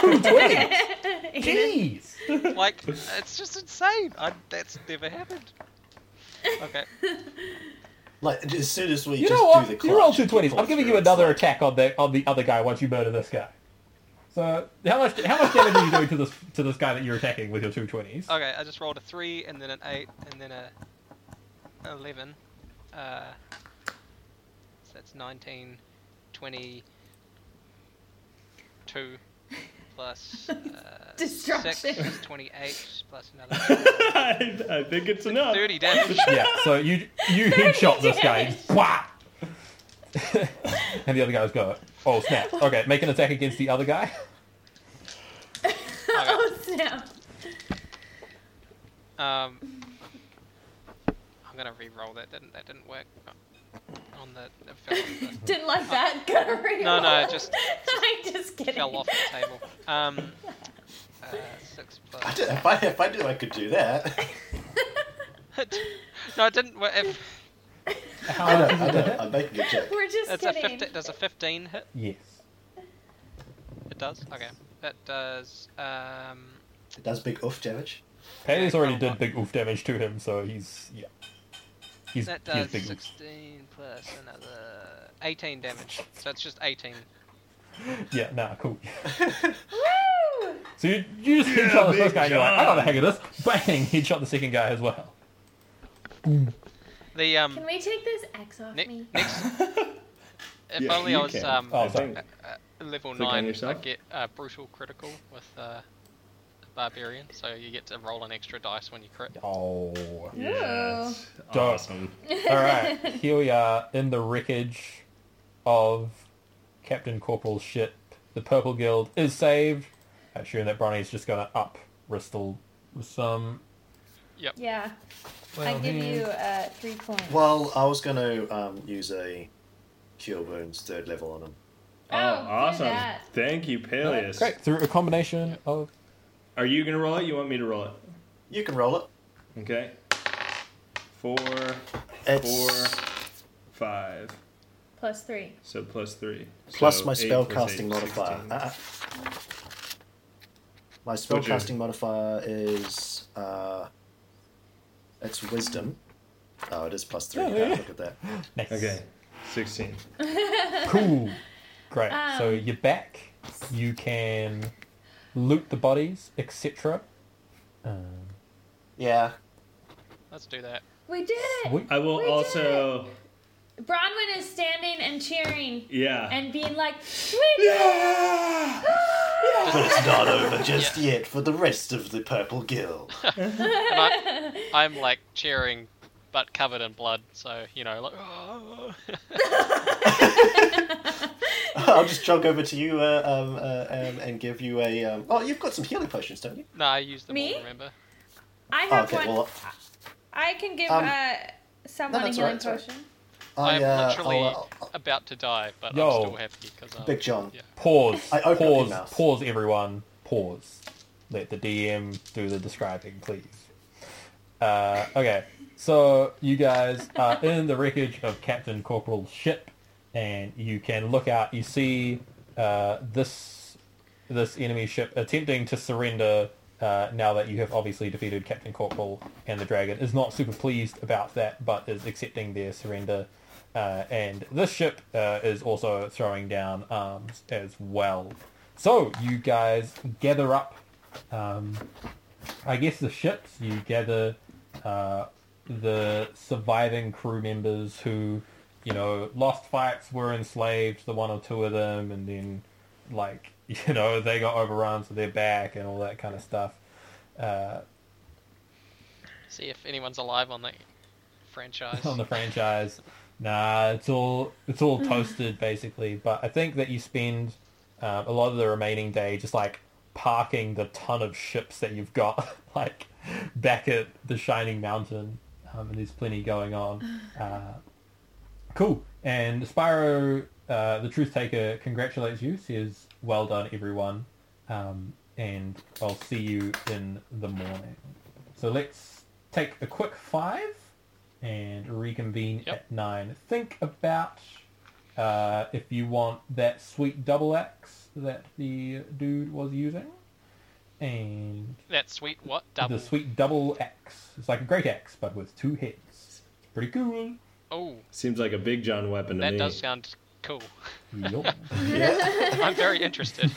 Speaker 1: Jeez.
Speaker 2: like it's just insane. I, that's never happened. Okay.
Speaker 4: Like as soon as we
Speaker 1: You
Speaker 4: just
Speaker 1: know
Speaker 4: do the
Speaker 1: what?
Speaker 4: clutch,
Speaker 1: You roll two
Speaker 4: it
Speaker 1: twenties. I'm
Speaker 4: falls
Speaker 1: giving
Speaker 4: through.
Speaker 1: you
Speaker 4: It's
Speaker 1: another
Speaker 4: like-
Speaker 1: attack on the on the other guy once you murder this guy. So how much how much damage are you doing to this to this guy that you're attacking with your two twenties?
Speaker 2: Okay. I just rolled a three and then an eight and then a eleven. Uh, so that's 19, 20, 2 plus uh,
Speaker 5: Destruction.
Speaker 2: 6, 28 plus another
Speaker 6: I, I think it's enough.
Speaker 2: 30 damage.
Speaker 1: Yeah. So you you headshot this guy. Wah! and the other guy's go. Oh snap! Okay, make an attack against the other guy.
Speaker 5: oh snap!
Speaker 2: Um, I'm gonna re-roll that. Didn't that didn't work on the it fell off the,
Speaker 5: Didn't like that. Gotta reroll.
Speaker 2: No, no, just-
Speaker 5: I just kidding.
Speaker 2: fell off the table. Um, uh, six
Speaker 4: I
Speaker 2: plus.
Speaker 4: did- if I if I knew I could do that,
Speaker 2: no, it didn't work. If,
Speaker 4: I
Speaker 1: How
Speaker 4: know,
Speaker 1: much is
Speaker 4: I
Speaker 1: it to
Speaker 4: know,
Speaker 1: hit?
Speaker 4: I'm making a joke.
Speaker 5: We're just
Speaker 2: it's a
Speaker 5: kidding.
Speaker 2: 15, does a 15 hit?
Speaker 1: Yes.
Speaker 2: It does. Okay, it does. Um,
Speaker 4: It does big oof damage.
Speaker 1: Haley's already did big oof damage to him, so he's yeah. He's,
Speaker 2: that
Speaker 1: he's
Speaker 2: does
Speaker 1: big oof.
Speaker 2: 16 plus another 18 damage. So it's just 18.
Speaker 1: Yeah, nah, cool.
Speaker 5: Woo!
Speaker 1: So you, you just
Speaker 6: Yeah,
Speaker 1: headshot the
Speaker 6: big
Speaker 1: first guy, and you're like, I don't
Speaker 6: John.
Speaker 1: know how to do this. Bang! Headshot the second guy as well.
Speaker 2: The um,
Speaker 7: Can we take this X off
Speaker 2: ne-
Speaker 7: me?
Speaker 2: next. If
Speaker 6: Yeah,
Speaker 2: only
Speaker 6: you
Speaker 2: I was
Speaker 6: can.
Speaker 2: um,
Speaker 1: Oh,
Speaker 6: I
Speaker 1: sorry.
Speaker 6: think.
Speaker 2: uh, level
Speaker 6: Click on
Speaker 2: nine, I
Speaker 6: yourself.
Speaker 2: get uh, brutal critical with uh, barbarian, so you get to roll an extra dice when you crit.
Speaker 1: Oh.
Speaker 6: Yes.
Speaker 1: Ooh.
Speaker 6: Awesome.
Speaker 1: All right, here we are in the wreckage of Captain Corporal's ship. The Purple Guild is saved. I assume that Bronny's just going to up Bristol with some.
Speaker 5: Yeah, I give you uh, three points.
Speaker 4: Well, I was going to um, use a cure wounds third level on him.
Speaker 5: Oh, do
Speaker 6: awesome.
Speaker 5: that.
Speaker 6: Thank you, Peleus.
Speaker 1: Great, through a combination of.
Speaker 6: Are you gonna roll it? You want me to roll it?
Speaker 4: You can roll it.
Speaker 6: Okay. Four,
Speaker 4: It's
Speaker 6: four, five.
Speaker 5: Plus three.
Speaker 6: So plus three.
Speaker 4: plus
Speaker 6: So
Speaker 4: my
Speaker 6: eight
Speaker 4: spell
Speaker 6: plus
Speaker 4: casting
Speaker 6: eight,
Speaker 4: modifier.
Speaker 6: 16.
Speaker 4: Uh, my spell
Speaker 6: What'd you-
Speaker 4: casting modifier is uh, it's wisdom. Oh, it is plus three.
Speaker 1: Oh,
Speaker 4: now,
Speaker 1: yeah.
Speaker 4: Look at that.
Speaker 1: Nice.
Speaker 6: Okay. Sixteen.
Speaker 1: Cool. Great. so
Speaker 5: Um,
Speaker 1: you're back. You can loot the bodies, etc. Um,
Speaker 4: Yeah.
Speaker 2: Let's do that.
Speaker 5: We did it.
Speaker 1: sweet.
Speaker 6: I will
Speaker 5: We did
Speaker 6: also.
Speaker 5: Bronwyn is standing and cheering
Speaker 6: Yeah.
Speaker 5: and being like, "We did
Speaker 6: yeah.
Speaker 4: But it's not over just yet for the rest of the Purple Guild.
Speaker 2: And I, I'm like cheering, but covered in blood, so you know, like. Oh.
Speaker 4: I'll just jog over to you uh, um, uh, um, and give you a. Um... Oh, you've got some healing potions, don't you?
Speaker 2: no, I used them all,
Speaker 5: Me?
Speaker 2: Remember?
Speaker 5: I
Speaker 4: Oh,
Speaker 5: have
Speaker 4: okay.
Speaker 5: one.
Speaker 4: Well,
Speaker 5: I can give
Speaker 4: Um,
Speaker 5: uh, someone a
Speaker 4: that's
Speaker 5: healing
Speaker 4: alright, it's alright.
Speaker 5: potion.
Speaker 4: I,
Speaker 2: I'm
Speaker 4: uh,
Speaker 2: literally
Speaker 4: I'll, uh,
Speaker 2: about to die, but
Speaker 1: Yo.
Speaker 2: I'm still happy um, because I'm.
Speaker 4: Big John.
Speaker 2: Yeah.
Speaker 1: Pause.
Speaker 4: I opened your
Speaker 1: pause.
Speaker 4: mouth.
Speaker 1: Pause, everyone. Pause. Let the DM do the describing, please. Uh, okay, so you guys are in the wreckage of Captain Corporal's ship, and you can look out. You see uh, this this enemy ship attempting to surrender. Uh, now that you have obviously defeated Captain Corporal and the dragon, is not super pleased about that, but is accepting their surrender. Uh, and this ship uh, is also throwing down arms as well. So you guys gather up. Um, I guess the ships. You gather uh, the surviving crew members who, you know, lost fights, were enslaved, the one or two of them, and then, like, you know, they got overrun, so they're back and all that kind of stuff. Uh,
Speaker 2: See if anyone's alive on the franchise.
Speaker 1: on the franchise. Nah, it's all it's all toasted basically. But I think that you spend um, a lot of the remaining day just like parking the ton of ships that you've got like back at the Shining Mountain, um, and there's plenty going on. Uh, cool. And Spyro, uh, the Truth Taker, congratulates you. Says, "Well done, everyone." Um, and I'll see you in the morning. So let's take a quick five and reconvene
Speaker 2: Yep.
Speaker 1: at nine. Think about uh, if you want that sweet double axe that the dude was using, and
Speaker 2: That sweet what? Double.
Speaker 1: the sweet double axe. It's like a great axe, but with two heads. Pretty cool.
Speaker 2: Oh,
Speaker 6: Seems like a Big John weapon to
Speaker 2: that
Speaker 6: me.
Speaker 2: does sound cool.
Speaker 1: Yup.
Speaker 2: I'm very interested.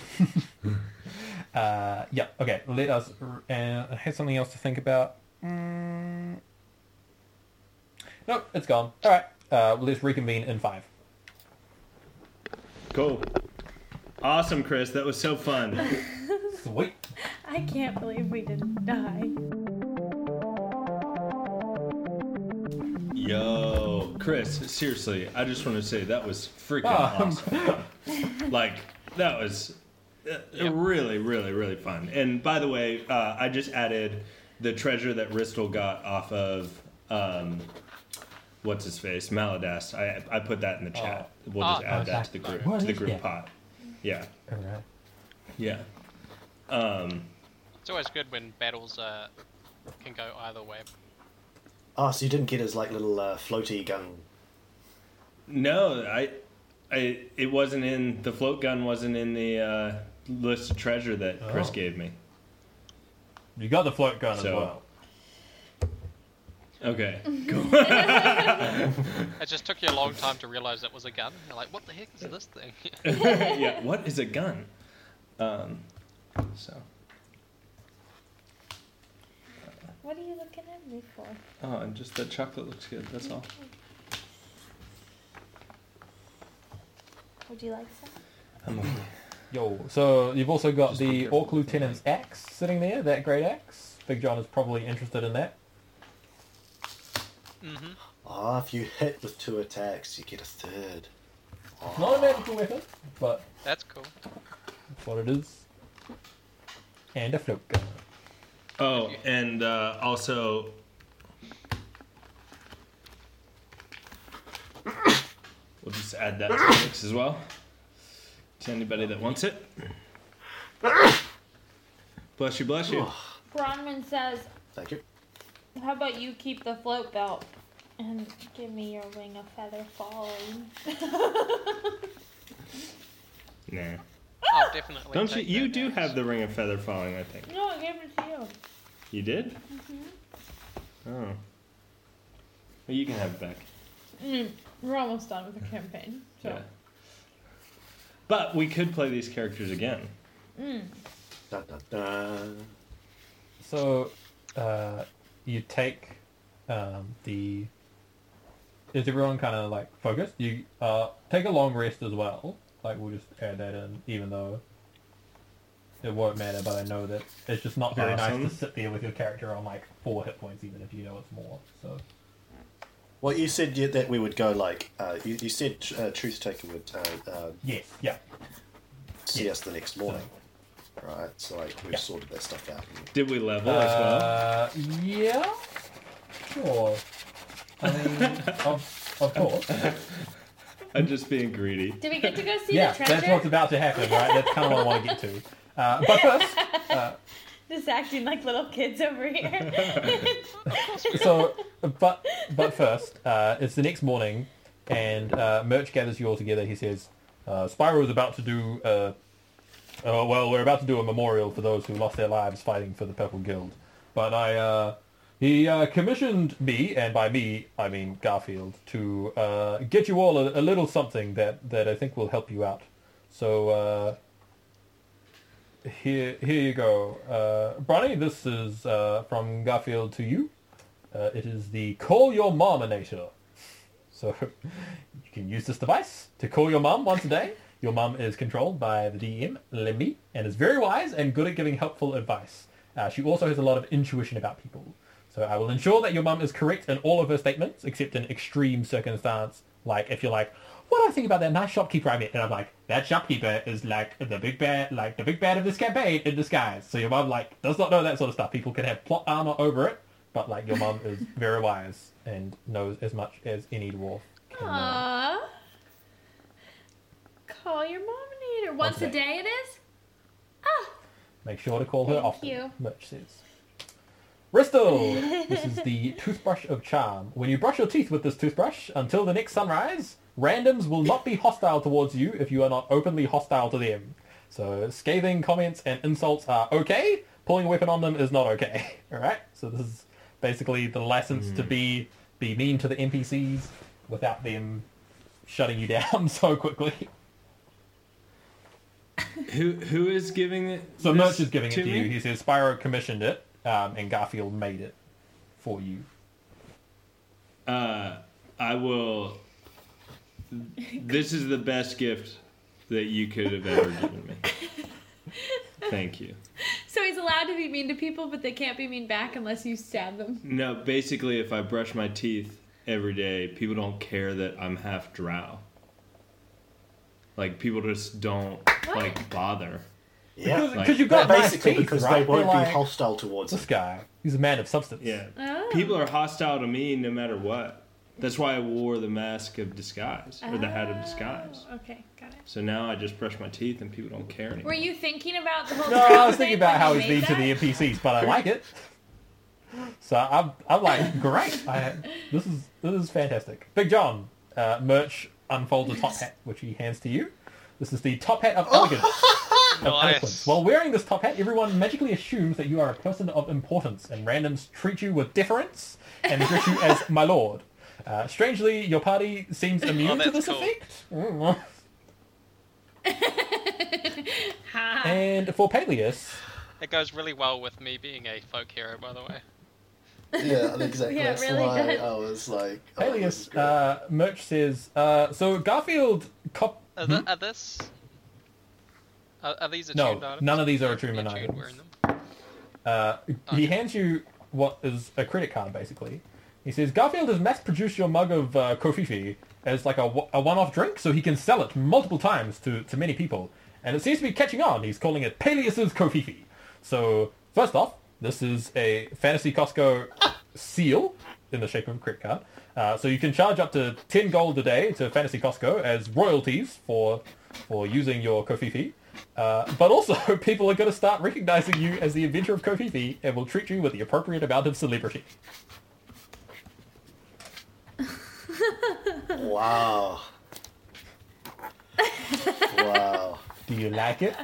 Speaker 1: Uh, yeah. Okay. Let us. r- Uh, I had something else to think about. Mm. Nope, it's gone. All right. Uh, let's reconvene in five.
Speaker 6: Cool. Awesome, Chris. That was so fun.
Speaker 1: Sweet.
Speaker 7: I can't believe we didn't die.
Speaker 6: Yo, Chris, seriously, I just want to say that was freaking
Speaker 1: Ah.
Speaker 6: awesome. like, that was uh, really, really, really fun. And by the way, uh, I just added the treasure that Ristle got off of, um, what's his face? Maladast. I, I put that in the chat. We'll just
Speaker 2: Oh,
Speaker 6: add
Speaker 1: okay.
Speaker 6: that to the group,
Speaker 1: Ah. What
Speaker 6: to the
Speaker 1: is
Speaker 6: group
Speaker 1: that?
Speaker 6: pot. Yeah,
Speaker 1: All right.
Speaker 6: yeah. Um,
Speaker 2: It's always good when battles uh, can go either way.
Speaker 3: Ah, so you didn't get his like little uh, floaty gun.
Speaker 6: No, I, I, it wasn't in the float gun. Wasn't in the uh, list of treasure that Chris
Speaker 1: Oh.
Speaker 6: gave me.
Speaker 1: You got the float gun as
Speaker 6: So-
Speaker 1: well.
Speaker 6: Okay.
Speaker 2: It just took you a long time to realize that was a gun. You're like, what the heck is this thing?
Speaker 6: yeah. What is a gun? Um, so.
Speaker 5: What are you looking at me for?
Speaker 6: Oh, and just the chocolate looks good. That's all.
Speaker 5: Would you like some?
Speaker 6: I'm okay.
Speaker 1: Yo. So you've also got
Speaker 6: Just be
Speaker 1: the
Speaker 6: careful
Speaker 1: Orc
Speaker 6: with the
Speaker 1: Lieutenant's axe sitting there. That great axe. Big John is probably interested in that.
Speaker 2: mm-hmm.
Speaker 3: Ah, if you hit with two attacks, you get a third.
Speaker 1: It's not a magical weapon, but
Speaker 2: That's cool.
Speaker 1: that's what it is. And a float gun.
Speaker 6: Oh, and uh, also. We'll just add that to the mix as well. To anybody that wants it. Bless you, bless you.
Speaker 5: Bronwyn says,
Speaker 3: Thank you.
Speaker 5: How about you keep the float belt and give me your wing of feather falling?
Speaker 6: Nah.
Speaker 2: I'll definitely.
Speaker 6: Don't you?
Speaker 2: take
Speaker 6: You
Speaker 2: that
Speaker 6: do
Speaker 2: axe.
Speaker 6: have the ring of feather falling, I think.
Speaker 5: no, I gave it to you.
Speaker 6: You did?
Speaker 1: Mm-hmm.
Speaker 6: Oh. Well, you can have it back.
Speaker 5: I mean, we're almost done with the campaign, so
Speaker 6: Yeah. But we could play these characters again.
Speaker 3: Dun, dun, dun.
Speaker 1: So, uh, you take um, the. Is everyone kind of like focused? You uh, take a long rest as well. Like we'll just add that in, even though it won't matter. But I know that it's just not very
Speaker 6: Awesome.
Speaker 1: nice to sit there with your character on like four hit points, even if you know it's more. So
Speaker 3: Well, you said you, that we would go like uh, you, you said uh, Truth Taker would uh, uh,
Speaker 1: yes, yeah,
Speaker 3: see
Speaker 1: Yeah.
Speaker 3: us the next morning, right? So like we've sorted that stuff out.
Speaker 6: Did we level as well?
Speaker 1: uh, yeah, sure. I mean, of, of course.
Speaker 6: I'm just being greedy.
Speaker 5: did we get to go see
Speaker 1: yeah,
Speaker 5: the treasure?
Speaker 1: that's what's about to happen, right? That's kind of what I want to get to. Uh, but first,
Speaker 5: Just acting like little kids over here.
Speaker 1: so, but but first, uh, it's the next morning, and uh, Merch gathers you all together. He says, uh, "Spyro is about to do. Uh, oh, well, we're about to do a memorial for those who lost their lives fighting for the Purple Guild. But I, uh, he uh, commissioned me, and by me I mean Garfield, to uh, get you all a, a little something that that I think will help you out. So." Uh, here, here you go, uh, Bronny. This is uh, from Garfield to you. Uh, it is the Call Your Mominator. So you can use this device to call your mum once a day. Your mum is controlled by the DM, Lemmy, and is very wise and good at giving helpful advice. Uh, she also has a lot of intuition about people. So I will ensure that your mum is correct in all of her statements, except in extreme circumstance, like if you're like, what do I think about that nice shopkeeper I met? And I'm like, that shopkeeper is like the big bad, like the big bad of this campaign in disguise. So your mom like does not know that sort of stuff. People can have plot armor over it, but like your mom is very wise and knows as much as any dwarf. Can know.
Speaker 5: Aww. Call your mominator. Once
Speaker 1: Once
Speaker 5: a
Speaker 1: a
Speaker 5: day it is? Ah,
Speaker 1: Make sure to call her
Speaker 5: Thank
Speaker 1: often.
Speaker 5: you.
Speaker 1: Merch says. Risto! this is the toothbrush of charm. When you brush your teeth with this toothbrush until the next sunrise, randoms will not be hostile towards you if you are not openly hostile to them. So scathing comments and insults are okay. Pulling a weapon on them is not okay. Alright? So this is basically the license to be be mean to the NPCs without them shutting you down so quickly.
Speaker 6: Who who is giving it?
Speaker 1: So
Speaker 6: this
Speaker 1: Merch is giving it to
Speaker 6: me?
Speaker 1: you. He says Spyro commissioned it, um, and Garfield made it for you.
Speaker 6: Uh, I will. This is the best gift that you could have ever given me. Thank you.
Speaker 5: so he's allowed to be mean to people, but they can't be mean back unless you stab them.
Speaker 6: No, basically, if I brush my teeth every day, people don't care that I'm half drow. Like people just don't like bother.
Speaker 1: Because
Speaker 3: Yeah.
Speaker 6: Like-
Speaker 1: you've got nice
Speaker 3: basically,
Speaker 1: teeth,
Speaker 3: because they
Speaker 1: right?
Speaker 3: won't
Speaker 1: They're
Speaker 3: be
Speaker 1: like,
Speaker 3: hostile towards
Speaker 1: This
Speaker 3: us.
Speaker 1: guy, he's a man of substance.
Speaker 6: Yeah.
Speaker 5: Oh.
Speaker 6: People are hostile to me no matter what. That's why I wore the mask of disguise or the hat of disguise.
Speaker 5: Oh, Okay, got it.
Speaker 6: So now I just brush my teeth and people don't care anymore.
Speaker 5: Were you thinking about the whole
Speaker 1: No, Oh, I was
Speaker 5: thing
Speaker 1: thinking about
Speaker 5: when
Speaker 1: how
Speaker 5: you
Speaker 1: he's mean
Speaker 5: made
Speaker 1: to the
Speaker 5: that?
Speaker 1: NPCs, but I like it. So I'm, I'm like, great. I, this is this is fantastic. Big John, uh, Merch unfolds a top hat, which he hands to you. This is the top hat of elegance. of eloquence.
Speaker 2: Nice.
Speaker 1: While wearing this top hat, everyone magically assumes that you are a person of importance, and randoms treat you with deference and address you as my lord. Uh, strangely, your party seems immune to
Speaker 2: Oh, that's
Speaker 1: this
Speaker 2: cool.
Speaker 1: effect. Mm.
Speaker 5: Ha.
Speaker 1: And for Peleus,
Speaker 2: It goes really well with me being a folk hero, by the way.
Speaker 4: Yeah, and exactly.
Speaker 5: Yeah, it
Speaker 4: That's
Speaker 5: really
Speaker 4: why
Speaker 5: does.
Speaker 4: I was like, oh, this
Speaker 1: Peleus
Speaker 4: is great.
Speaker 1: uh, Merch says, uh, so Garfield cop.
Speaker 2: Are, th- are this? Are, are these
Speaker 1: Hmm? No,
Speaker 2: attuned items?
Speaker 1: none of these are
Speaker 2: If you're
Speaker 1: attunement
Speaker 2: attuned,
Speaker 1: items.
Speaker 2: we're in them.
Speaker 1: Uh, he hands you what is a credit card, basically. He says, Garfield has mass-produced your mug of uh, Kofifi as like a, wa- a one-off drink, so he can sell it multiple times to, to many people. And it seems to be catching on. He's calling it Peleus's Kofifi. So, first off, this is a Fantasy Costco seal in the shape of a credit card. Uh, so you can charge up to 10 gold a day to Fantasy Costco as royalties for, for using your Kofifi. Uh, but also, people are going to start recognizing you as the inventor of Kofifi and will treat you with the appropriate amount of celebrity. uh,
Speaker 4: Wow. wow.
Speaker 1: Do you like it?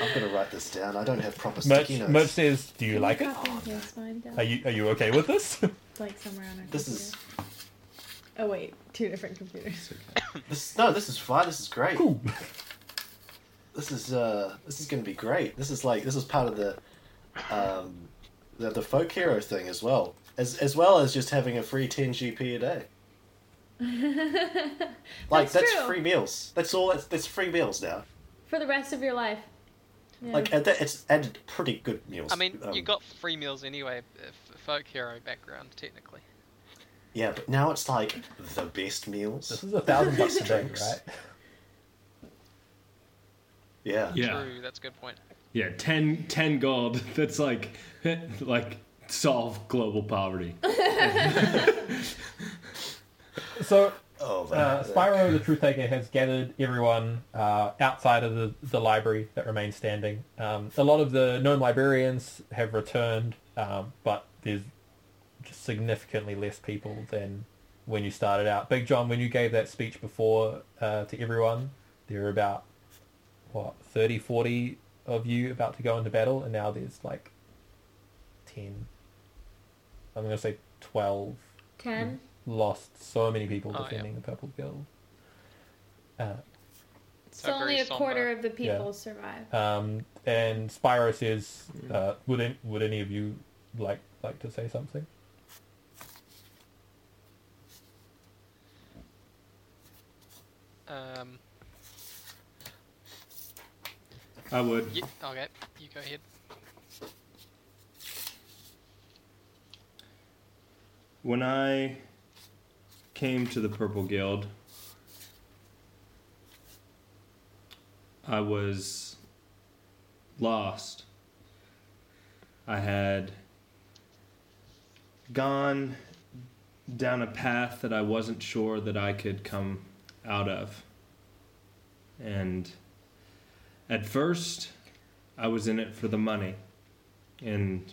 Speaker 4: I'm gonna write this down. I don't have proper
Speaker 1: Merch,
Speaker 4: sticky notes.
Speaker 1: Merch says, "Do you
Speaker 7: Can
Speaker 1: like it?
Speaker 7: copy and paste mine down?
Speaker 1: Are you are you okay with this?"
Speaker 7: like somewhere on our
Speaker 4: This is
Speaker 7: computer? Oh wait, two different computers.
Speaker 4: this. No, this is fine. This is great.
Speaker 1: cool.
Speaker 4: This is uh, this is gonna be great. This is like this is part of the, um, the, the folk hero thing as well, as as well as just having a free 10 GP a day. Like
Speaker 5: That's
Speaker 4: that's,
Speaker 5: true.
Speaker 4: free meals. That's all. That's, that's free meals now.
Speaker 5: For the rest of your life. Yeah.
Speaker 4: Like and that, it's added pretty good meals.
Speaker 2: I mean, you
Speaker 4: um,
Speaker 2: got free meals anyway. If folk hero background, technically.
Speaker 4: Yeah, but now it's like the best meals.
Speaker 1: This is a thousand bucks a day,
Speaker 4: Drinks.
Speaker 1: right?
Speaker 4: Yeah.
Speaker 6: Yeah.
Speaker 2: True, that's a good point.
Speaker 6: Yeah, 10, 10 gold. That's like like solve global poverty.
Speaker 1: So,
Speaker 4: Oh, man.
Speaker 1: uh, Spyro the Truth Taker has gathered everyone uh, outside of the, the library that remains standing. Um, a lot of the known librarians have returned, um, but there's just significantly less people than when you started out. Big John, when you gave that speech before uh, to everyone, there were about, what, 30, 40 of you about to go into battle, and now there's like 10. I'm going to say 12
Speaker 5: Ten.
Speaker 1: lost so many people
Speaker 2: Oh, yeah.
Speaker 1: defending the Purple Guild. Uh,
Speaker 5: So
Speaker 2: So
Speaker 5: only
Speaker 2: very
Speaker 5: a quarter
Speaker 2: somber.
Speaker 5: of the people survive.
Speaker 1: um, and Spyro says, uh, "Would any, would any of you like like to say something?"
Speaker 2: Um,
Speaker 6: I would.
Speaker 2: y okay, you go ahead.
Speaker 6: When I came to the Purple Guild, I was lost. I had gone down a path that I wasn't sure that I could come out of. And at first, I was in it for the money. And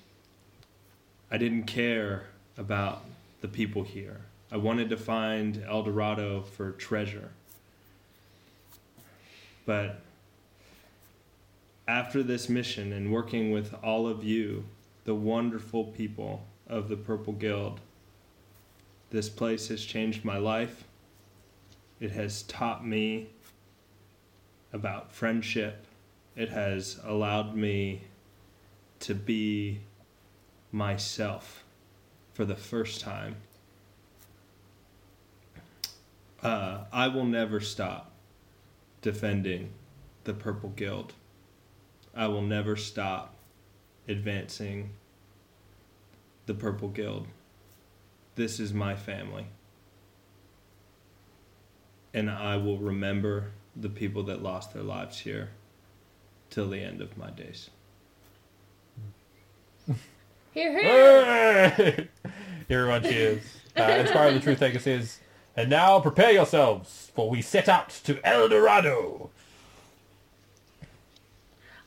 Speaker 6: I didn't care about the people here. I wanted to find El Dorado for treasure. But after this mission and working with all of you, the wonderful people of the Purple Guild, this place has changed my life. It has taught me about friendship. It has allowed me to be myself for the first time. Uh, I will never stop defending the Purple Guild. I will never stop advancing the Purple Guild. This is my family. And I will remember the people that lost their lives here till the end of my days.
Speaker 5: Here, here.
Speaker 1: Hey! Everyone cheers. Uh, Inspiring the Truth Taker says, And now prepare yourselves, for we set out to El Dorado.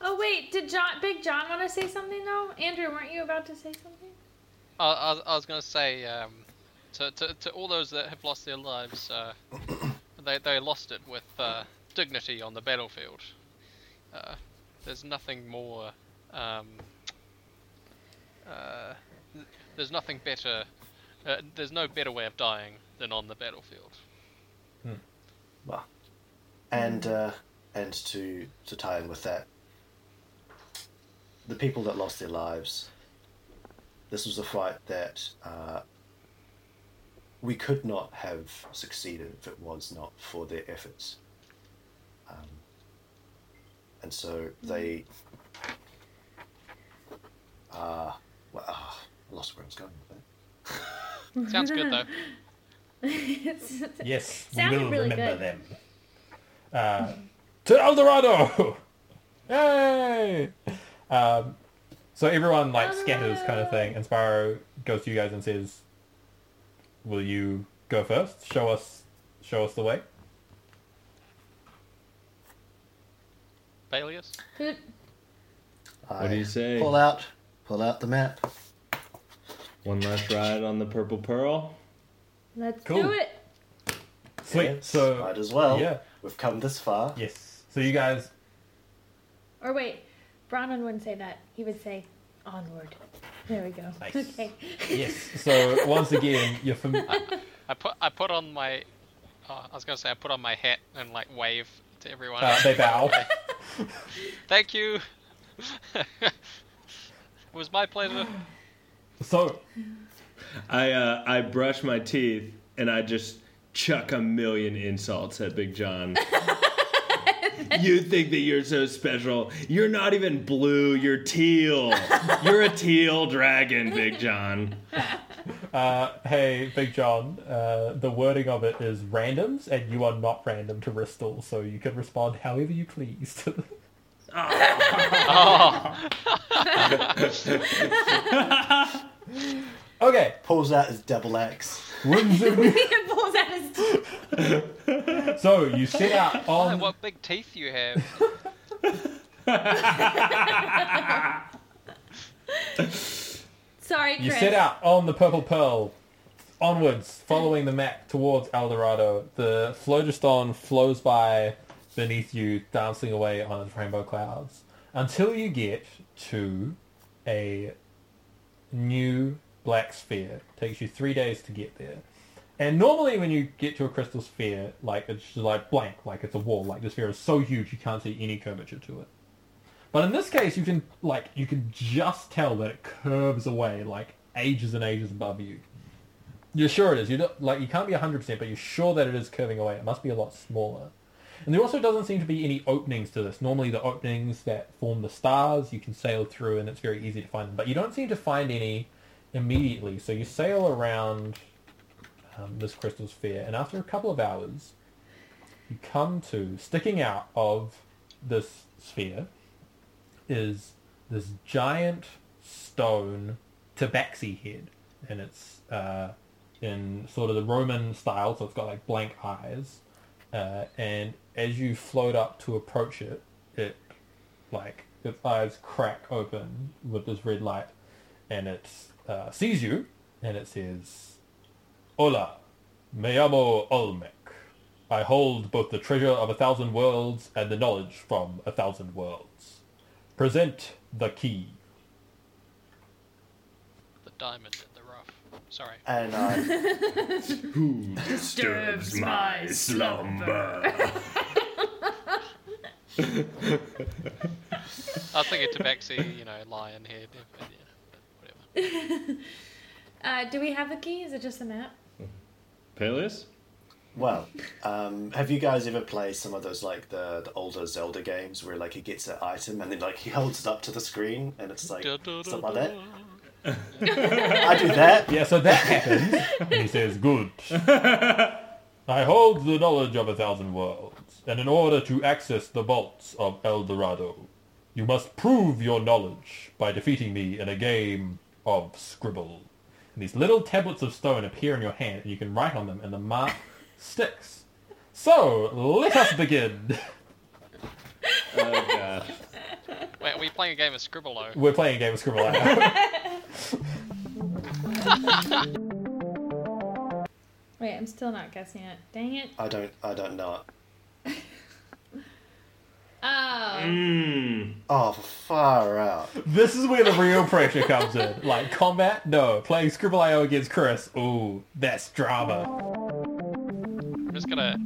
Speaker 5: Oh wait, did John, Big John, want to say something though? Andrew, weren't you about to say something?
Speaker 2: I, I, was- I was going to say um, to, to, to all those that have lost their lives, uh, they, they lost it with uh, dignity on the battlefield. Uh, there's nothing more. Um, uh, th- there's nothing better. Uh, there's no better way of dying than on the battlefield.
Speaker 4: Well, and uh, and to to tie in with that, the people that lost their lives. This was a fight that uh, we could not have succeeded if it was not for their efforts. Um, and so they. Uh, well, ah, I lost where I was going with that.
Speaker 2: Sounds good though.
Speaker 1: Yes, we
Speaker 5: Sounded
Speaker 1: will
Speaker 5: really
Speaker 1: remember
Speaker 5: good.
Speaker 1: them. Uh, to El Dorado! Yay! Um, so everyone like
Speaker 5: El
Speaker 1: scatters kind of thing. And Spyro goes to you guys and says, "Will you go first? Show us, show us the way."
Speaker 2: Baelius?
Speaker 5: Who-
Speaker 6: What do you say?
Speaker 4: Pull out, pull out the map.
Speaker 6: One last ride on the Purple Pearl.
Speaker 5: Let's
Speaker 1: Cool.
Speaker 5: do it.
Speaker 1: Sweet.
Speaker 4: Yes,
Speaker 1: so
Speaker 4: might as well.
Speaker 1: yeah.
Speaker 4: We've come this far.
Speaker 1: yes. So you guys
Speaker 5: Or wait, Bronwyn wouldn't say that. He would say, "Onward." There we go.
Speaker 1: Nice.
Speaker 5: Okay.
Speaker 1: Yes. So once again, you're fam-
Speaker 2: I put I put on my. Oh, I was going to say I put on my hat and like wave to everyone.
Speaker 1: uh, they bow.
Speaker 2: Thank you. it was my pleasure.
Speaker 1: So
Speaker 6: I uh, I brush my teeth and I just chuck a million insults at Big John. you think that you're so special? You're not even blue. You're teal. You're a teal dragon, Big John.
Speaker 1: uh, hey, Big John, uh, the wording of it is randoms, and you are not random to Bristol, so you can respond however you please to them. Okay,
Speaker 4: Pulls out his double axe.
Speaker 1: Winds of New-
Speaker 5: he pulls out his.
Speaker 1: so you set out
Speaker 2: Oh,
Speaker 1: on
Speaker 2: what big teeth you have.
Speaker 5: Sorry, Chris.
Speaker 1: you set out on the Purple Pearl, onwards, following the map towards El Dorado. The phlogiston flows by beneath you, dancing away on its rainbow clouds, until you get to a new black sphere. takes you three days to get there. And normally when you get to a crystal sphere, like it's just like blank, like it's a wall, like the sphere is so huge you can't see any curvature to it. But in this case, you can like you can just tell that it curves away like ages and ages above you. You're sure it is. You don't like you can't be hundred percent, but you're sure that it is curving away. It must be a lot smaller. And there also doesn't seem to be any openings to this. Normally, the openings that form the stars you can sail through, and it's very easy to find them. But you don't seem to find any immediately. So you sail around um, this crystal sphere, and after a couple of hours, you come to sticking out of this sphere is this giant stone tabaxi head, and it's uh, in sort of the Roman style, so it's got like blank eyes. Uh, and as you float up to approach it, it like its eyes crack open with this red light, and it uh, sees you, and it says, "Hola, me llamo Olmec. I hold both the treasure of a thousand worlds and the knowledge from a thousand worlds. Present the key."
Speaker 2: The diamond in the rough. Sorry.
Speaker 3: And I,
Speaker 6: Who disturbs my slumber?
Speaker 2: I was thinking tabaxi, you know, lion head. Yeah, but yeah, but whatever.
Speaker 5: Uh, do we have the key? Is it just a map?
Speaker 6: Peleus?
Speaker 3: well, um, have you guys ever played some of those like the, the older Zelda games where like he gets an item and then like he holds it up to the screen and it's like stuff like that? I do that.
Speaker 1: Yeah, so that happens. and he says, Good. I hold the knowledge of a thousand worlds, and in order to access the vaults of El Dorado, you must prove your knowledge by defeating me in a game of scribble. And these little tablets of stone appear in your hand, and you can write on them, and the mark sticks. So, let us begin.
Speaker 6: Oh, gosh.
Speaker 2: Wait, are we playing a game of Scribble though?
Speaker 1: We're playing a game of scribble out now.
Speaker 7: Wait, I'm still not guessing it. Dang it.
Speaker 3: I don't. I don't know it.
Speaker 7: Oh.
Speaker 6: Mm.
Speaker 3: Oh, far out.
Speaker 1: This is where the real pressure comes in. Like combat, no. Playing Scribble IO against Chris, ooh, that's drama.
Speaker 2: I'm just gonna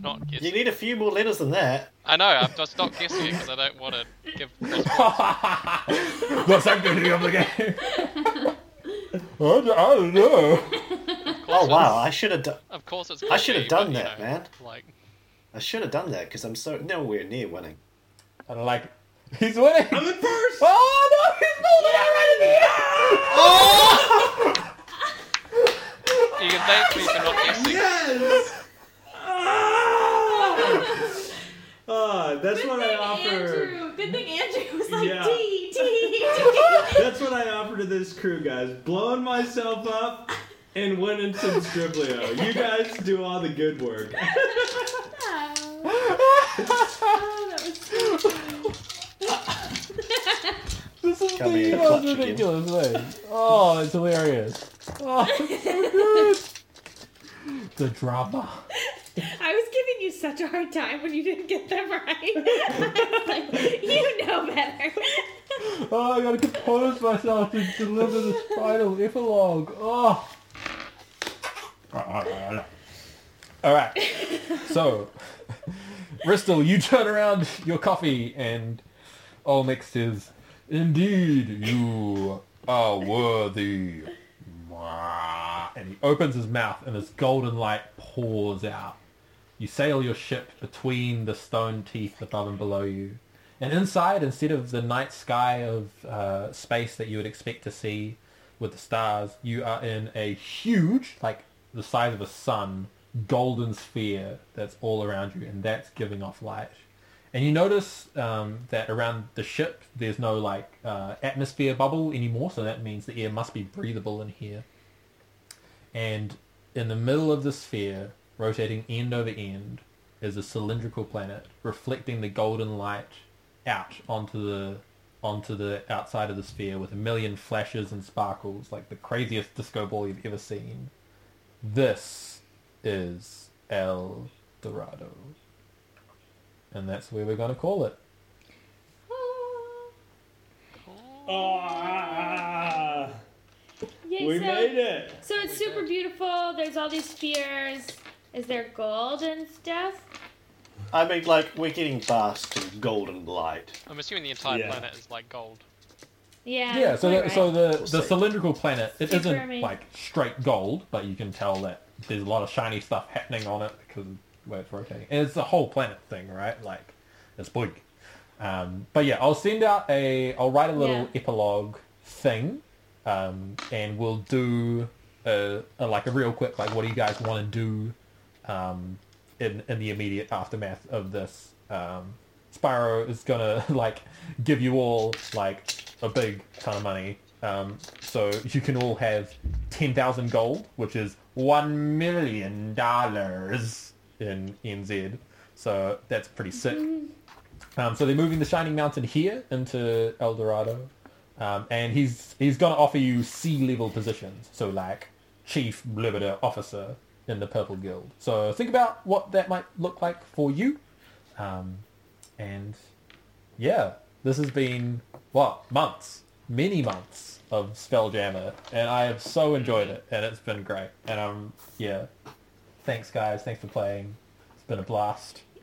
Speaker 2: not guess.
Speaker 3: You need a few more letters than that.
Speaker 2: I know. I've just stopped guessing it because I don't want to give. Chris
Speaker 1: What's that going to be on the game? I don't, I don't know.
Speaker 3: Oh wow, I should have. done.
Speaker 2: Of course, it's.
Speaker 3: I should have
Speaker 2: coffee,
Speaker 3: done that,
Speaker 2: but, you know,
Speaker 3: man.
Speaker 2: Like,
Speaker 3: I should have done that because I'm so nowhere near winning.
Speaker 1: I don't like it. He's winning.
Speaker 6: I'm in first!
Speaker 1: Oh no, he's pulled it out right at the end.
Speaker 3: Oh!
Speaker 2: you can thank me for not guessing.
Speaker 6: Yes!
Speaker 1: Mm.
Speaker 6: Ah! Ah, that's what I offer.
Speaker 5: Andrew. Good thing Andrew was
Speaker 6: Yeah.
Speaker 5: like, T T.
Speaker 6: That's what I offer to this crew, guys. Blowing myself up and winning some Scriblio. You guys do all the good work.
Speaker 5: Oh,
Speaker 1: This is
Speaker 3: Come
Speaker 1: the
Speaker 3: here,
Speaker 1: most
Speaker 3: clutch again.
Speaker 1: ridiculous thing. Oh, it's hilarious. Oh, it's so good. The drama.
Speaker 5: I was giving you such a hard time when you didn't get them right. I was like, you know better.
Speaker 1: Oh, I gotta compose myself to deliver this final epilogue. Oh. All right. So, Bristol, you turn around your coffee, and Olmec says, "Indeed, you are worthy." And he opens his mouth, and this golden light pours out. You sail your ship between the stone teeth above and below you. And inside, instead of the night sky of uh, space that you would expect to see with the stars, you are in a huge, like the size of a sun, golden sphere that's all around you, and that's giving off light. And you notice um, that around the ship, there's no like uh, atmosphere bubble anymore, so that means the air must be breathable in here and in the middle of the sphere, rotating end over end, is a cylindrical planet reflecting the golden light out onto the onto the outside of the sphere with a million flashes and sparkles, like the craziest disco ball you've ever seen. This is El Dorado, and that's where we're gonna call it.
Speaker 6: Ah,
Speaker 5: Yay,
Speaker 6: we
Speaker 5: so,
Speaker 6: made it.
Speaker 5: so it's super beautiful. There's all these spheres. Is there gold and stuff?
Speaker 3: I mean, like we're getting past in golden light.
Speaker 2: I'm assuming the entire
Speaker 6: Yeah.
Speaker 2: planet is like gold.
Speaker 5: Yeah.
Speaker 1: Yeah, so
Speaker 5: you're
Speaker 1: the, so
Speaker 5: right.
Speaker 1: the the
Speaker 3: Sorry.
Speaker 1: cylindrical planet it
Speaker 5: Super
Speaker 1: isn't
Speaker 5: amazing.
Speaker 1: like straight gold, but you can tell that there's a lot of shiny stuff happening on it because of where it's rotating. And it's the whole planet thing, right? Like it's big. Um, but yeah, I'll send out a I'll write a little
Speaker 5: Yeah.
Speaker 1: epilogue thing, um, and we'll do a, a, like a real quick like what do you guys want to do um, in in the immediate aftermath of this um, Spyro is gonna like give you all like a big ton of money. Um, so you can all have ten thousand gold, which is one million dollars in NZ. So that's pretty sick. Um, so they're moving the Shining Mountain here into El Dorado, um, and he's he's gonna offer you sea level positions. So like chief, blah, blah, blah, officer in the Purple Guild. So think about what that might look like for you. Um, and yeah, this has been what months, many months of Spelljammer, and I have so enjoyed it, and it's been great. And um, yeah, thanks guys, thanks for playing. It's been a blast.